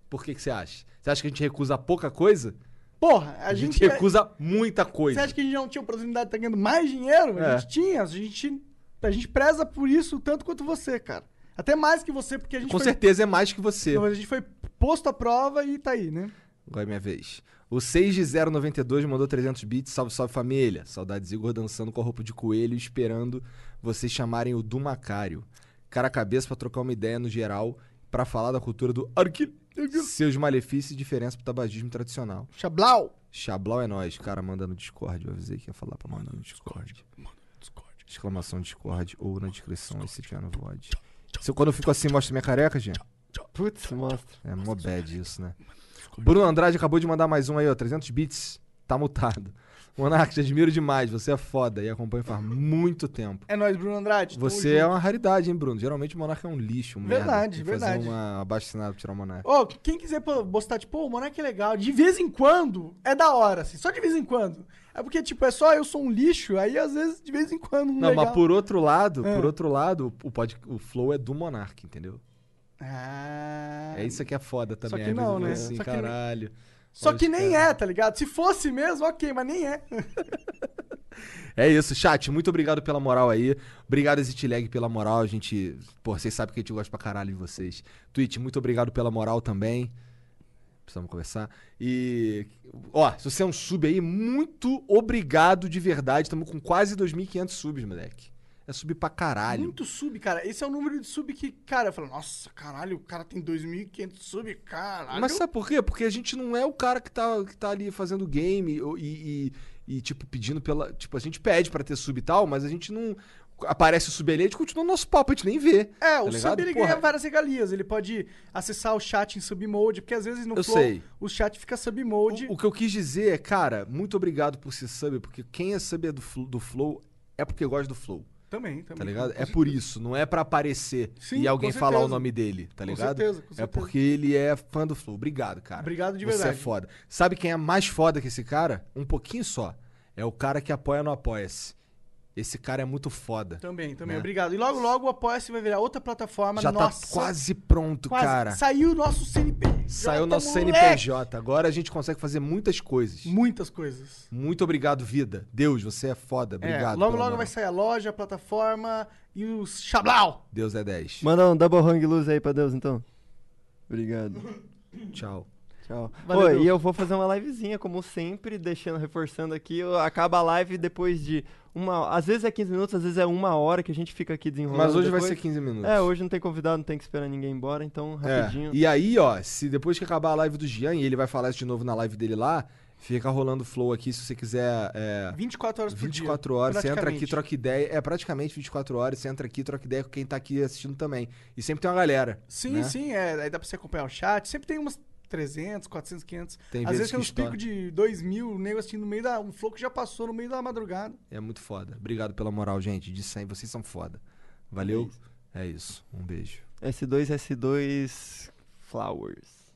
Speaker 3: Por que, que você acha? Você acha que a gente recusa pouca coisa?
Speaker 4: Porra, a,
Speaker 3: A, gente,
Speaker 4: gente é-
Speaker 3: recusa muita coisa.
Speaker 4: Você acha que a gente não tinha oportunidade de estar ganhando mais dinheiro? A
Speaker 3: É.
Speaker 4: gente tinha, a gente, a gente preza por isso tanto quanto você, cara. Até mais que você, porque a gente,
Speaker 3: Com
Speaker 4: foi,
Speaker 3: certeza é mais que você.
Speaker 4: a gente foi posto à prova e tá aí, né?
Speaker 3: Agora é minha vez. O 6de092 mandou 300 bits. Salve, salve família. Saudades Igor dançando com a roupa de coelho, esperando vocês chamarem o do Macário. Cara a cabeça pra trocar uma ideia no geral, pra falar da cultura do arquil, seus malefícios e diferença pro tabagismo tradicional.
Speaker 4: Xablau!
Speaker 3: Xablau é nós, cara, manda no Discord. Eu avisei que ia falar pra mandar no Discord. Exclamação Discord ou na descrição aí se tiver no VOD. Se eu- quando eu fico assim, mostra minha careca, gente?
Speaker 2: Putz, mostra.
Speaker 3: É mó bad isso, né? Bruno Andrade acabou de mandar mais um aí, ó. 300 bits. Tá mutado. Monark, te admiro demais. Você é foda e acompanho faz muito tempo.
Speaker 4: É nóis, Bruno Andrade. tamo
Speaker 3: Você
Speaker 4: junto.
Speaker 3: é uma raridade, hein, Bruno? Geralmente o Monark é um lixo, um merda.
Speaker 4: Verdade,
Speaker 3: Tem que
Speaker 4: verdade.
Speaker 3: Fazer uma abaixinada pra tirar o Monark.
Speaker 4: Ó, quem quiser pô, postar, tipo, pô, o Monark é legal, de vez em quando é da hora, assim, só de vez em quando. É porque, tipo, é só eu sou um lixo, aí às vezes, de vez em quando, um
Speaker 3: Não,
Speaker 4: legal.
Speaker 3: mas por outro lado,
Speaker 4: É.
Speaker 3: por outro lado, o, pod, o flow é do Monark, entendeu?
Speaker 4: Ah,
Speaker 3: É isso que é foda também.
Speaker 4: que
Speaker 3: Às vezes
Speaker 4: não,
Speaker 3: eu fico
Speaker 4: né?
Speaker 3: Assim,
Speaker 4: Só que não.
Speaker 3: caralho.
Speaker 4: Só
Speaker 3: Olha
Speaker 4: que
Speaker 3: os
Speaker 4: nem
Speaker 3: caras.
Speaker 4: é, tá ligado? Se fosse mesmo, ok, mas nem é.
Speaker 3: É isso, chat. Muito obrigado pela moral aí. Obrigado, Zitlag, pela moral. A gente. Pô, vocês sabem que a gente gosta pra caralho de vocês. Twitch, muito obrigado pela moral também. Precisamos conversar. E. Ó, se você é um sub aí, muito obrigado de verdade. Estamos com quase 2.500 subs, moleque. É sub pra caralho.
Speaker 4: Muito sub, cara. Esse é o número de sub que, cara, eu falo, nossa, caralho, o cara tem 2.500 sub, caralho.
Speaker 3: Mas sabe por quê? Porque a gente não é o cara que tá, que tá ali fazendo game ou- e, e- e, tipo, pedindo pela. Tipo, a gente pede pra ter sub e tal, mas a gente não. Aparece o sub ali, a gente continua no nosso papo, a gente nem vê.
Speaker 4: é,
Speaker 3: tá
Speaker 4: o
Speaker 3: ligado?
Speaker 4: sub ele
Speaker 3: Porra.
Speaker 4: ganha várias regalias. Ele pode acessar o chat em sub mode, porque às vezes no
Speaker 3: Eu
Speaker 4: flow
Speaker 3: sei.
Speaker 4: o chat fica sub mode.
Speaker 3: O, o que eu quis dizer é, cara, muito obrigado por ser sub, porque quem é sub é do, flu- do Flow é porque gosta do Flow,
Speaker 4: Também, também.
Speaker 3: tá ligado? É por isso, não é pra aparecer
Speaker 4: Sim,
Speaker 3: e alguém
Speaker 4: com
Speaker 3: falar o
Speaker 4: certeza.
Speaker 3: nome dele, tá
Speaker 4: Com
Speaker 3: ligado?
Speaker 4: certeza, com
Speaker 3: É
Speaker 4: certeza.
Speaker 3: porque ele é fã do Flow. Obrigado, cara.
Speaker 4: Obrigado de
Speaker 3: Você é
Speaker 4: verdade.
Speaker 3: foda. Sabe quem é mais foda que esse cara? Um pouquinho só. É o cara que apoia no Apoia-se. Esse cara é muito foda.
Speaker 4: Também, também.
Speaker 3: Né?
Speaker 4: Obrigado. E logo, logo o Apoia-se vai virar outra plataforma.
Speaker 3: Já
Speaker 4: nossa,
Speaker 3: tá quase pronto,
Speaker 4: quase.
Speaker 3: cara.
Speaker 4: Saiu o nosso CNP.
Speaker 3: Saiu
Speaker 4: Jota, é
Speaker 3: nosso
Speaker 4: moleque.
Speaker 3: CNPJ. Agora a gente consegue fazer muitas coisas.
Speaker 4: Muitas coisas.
Speaker 3: Muito obrigado, vida. Deus, você é foda.
Speaker 4: É,
Speaker 3: Obrigado.
Speaker 4: logo,
Speaker 3: pela
Speaker 4: logo
Speaker 3: moral.
Speaker 4: vai sair a loja, a plataforma e o Xablau.
Speaker 3: Deus é 10.
Speaker 2: Manda um double hang luz aí pra Deus, então. Obrigado.
Speaker 3: Tchau.
Speaker 2: Tchau.
Speaker 4: Valeu,
Speaker 2: Oi,
Speaker 4: Deus.
Speaker 2: e eu vou fazer uma livezinha, como sempre, deixando, reforçando aqui. Eu, acaba a live depois de uma. Às vezes é 15 minutos, às vezes é uma hora que a gente fica aqui desenrolando.
Speaker 3: Mas hoje vai
Speaker 2: depois.
Speaker 3: ser 15 minutos.
Speaker 2: É, hoje não tem convidado, não tem que esperar ninguém ir embora, então
Speaker 3: É.
Speaker 2: rapidinho.
Speaker 3: E aí, ó, se depois que acabar a live do Gian, e ele vai falar isso de novo na live dele lá, fica rolando flow aqui se você quiser. É,
Speaker 4: 24 horas por dia.
Speaker 3: 24 horas, você entra aqui,
Speaker 4: praticamente.
Speaker 3: troca ideia. É praticamente 24 horas, você entra aqui, troca ideia com quem tá aqui assistindo também. E sempre tem uma galera.
Speaker 4: Sim,
Speaker 3: né?
Speaker 4: sim, é, aí dá pra você acompanhar o chat. Sempre tem umas 300, 400, 500.
Speaker 3: Tem
Speaker 4: Às
Speaker 3: vezes
Speaker 4: vezes tem
Speaker 3: que
Speaker 4: uns
Speaker 3: estoura.
Speaker 4: picos de 2 mil, o nego assistindo no meio da. Um flow que já passou no meio da madrugada.
Speaker 3: É muito foda. Obrigado pela moral, gente. De 100, vocês são foda. Valeu? É isso. Um beijo.
Speaker 2: S2, S2 Flowers.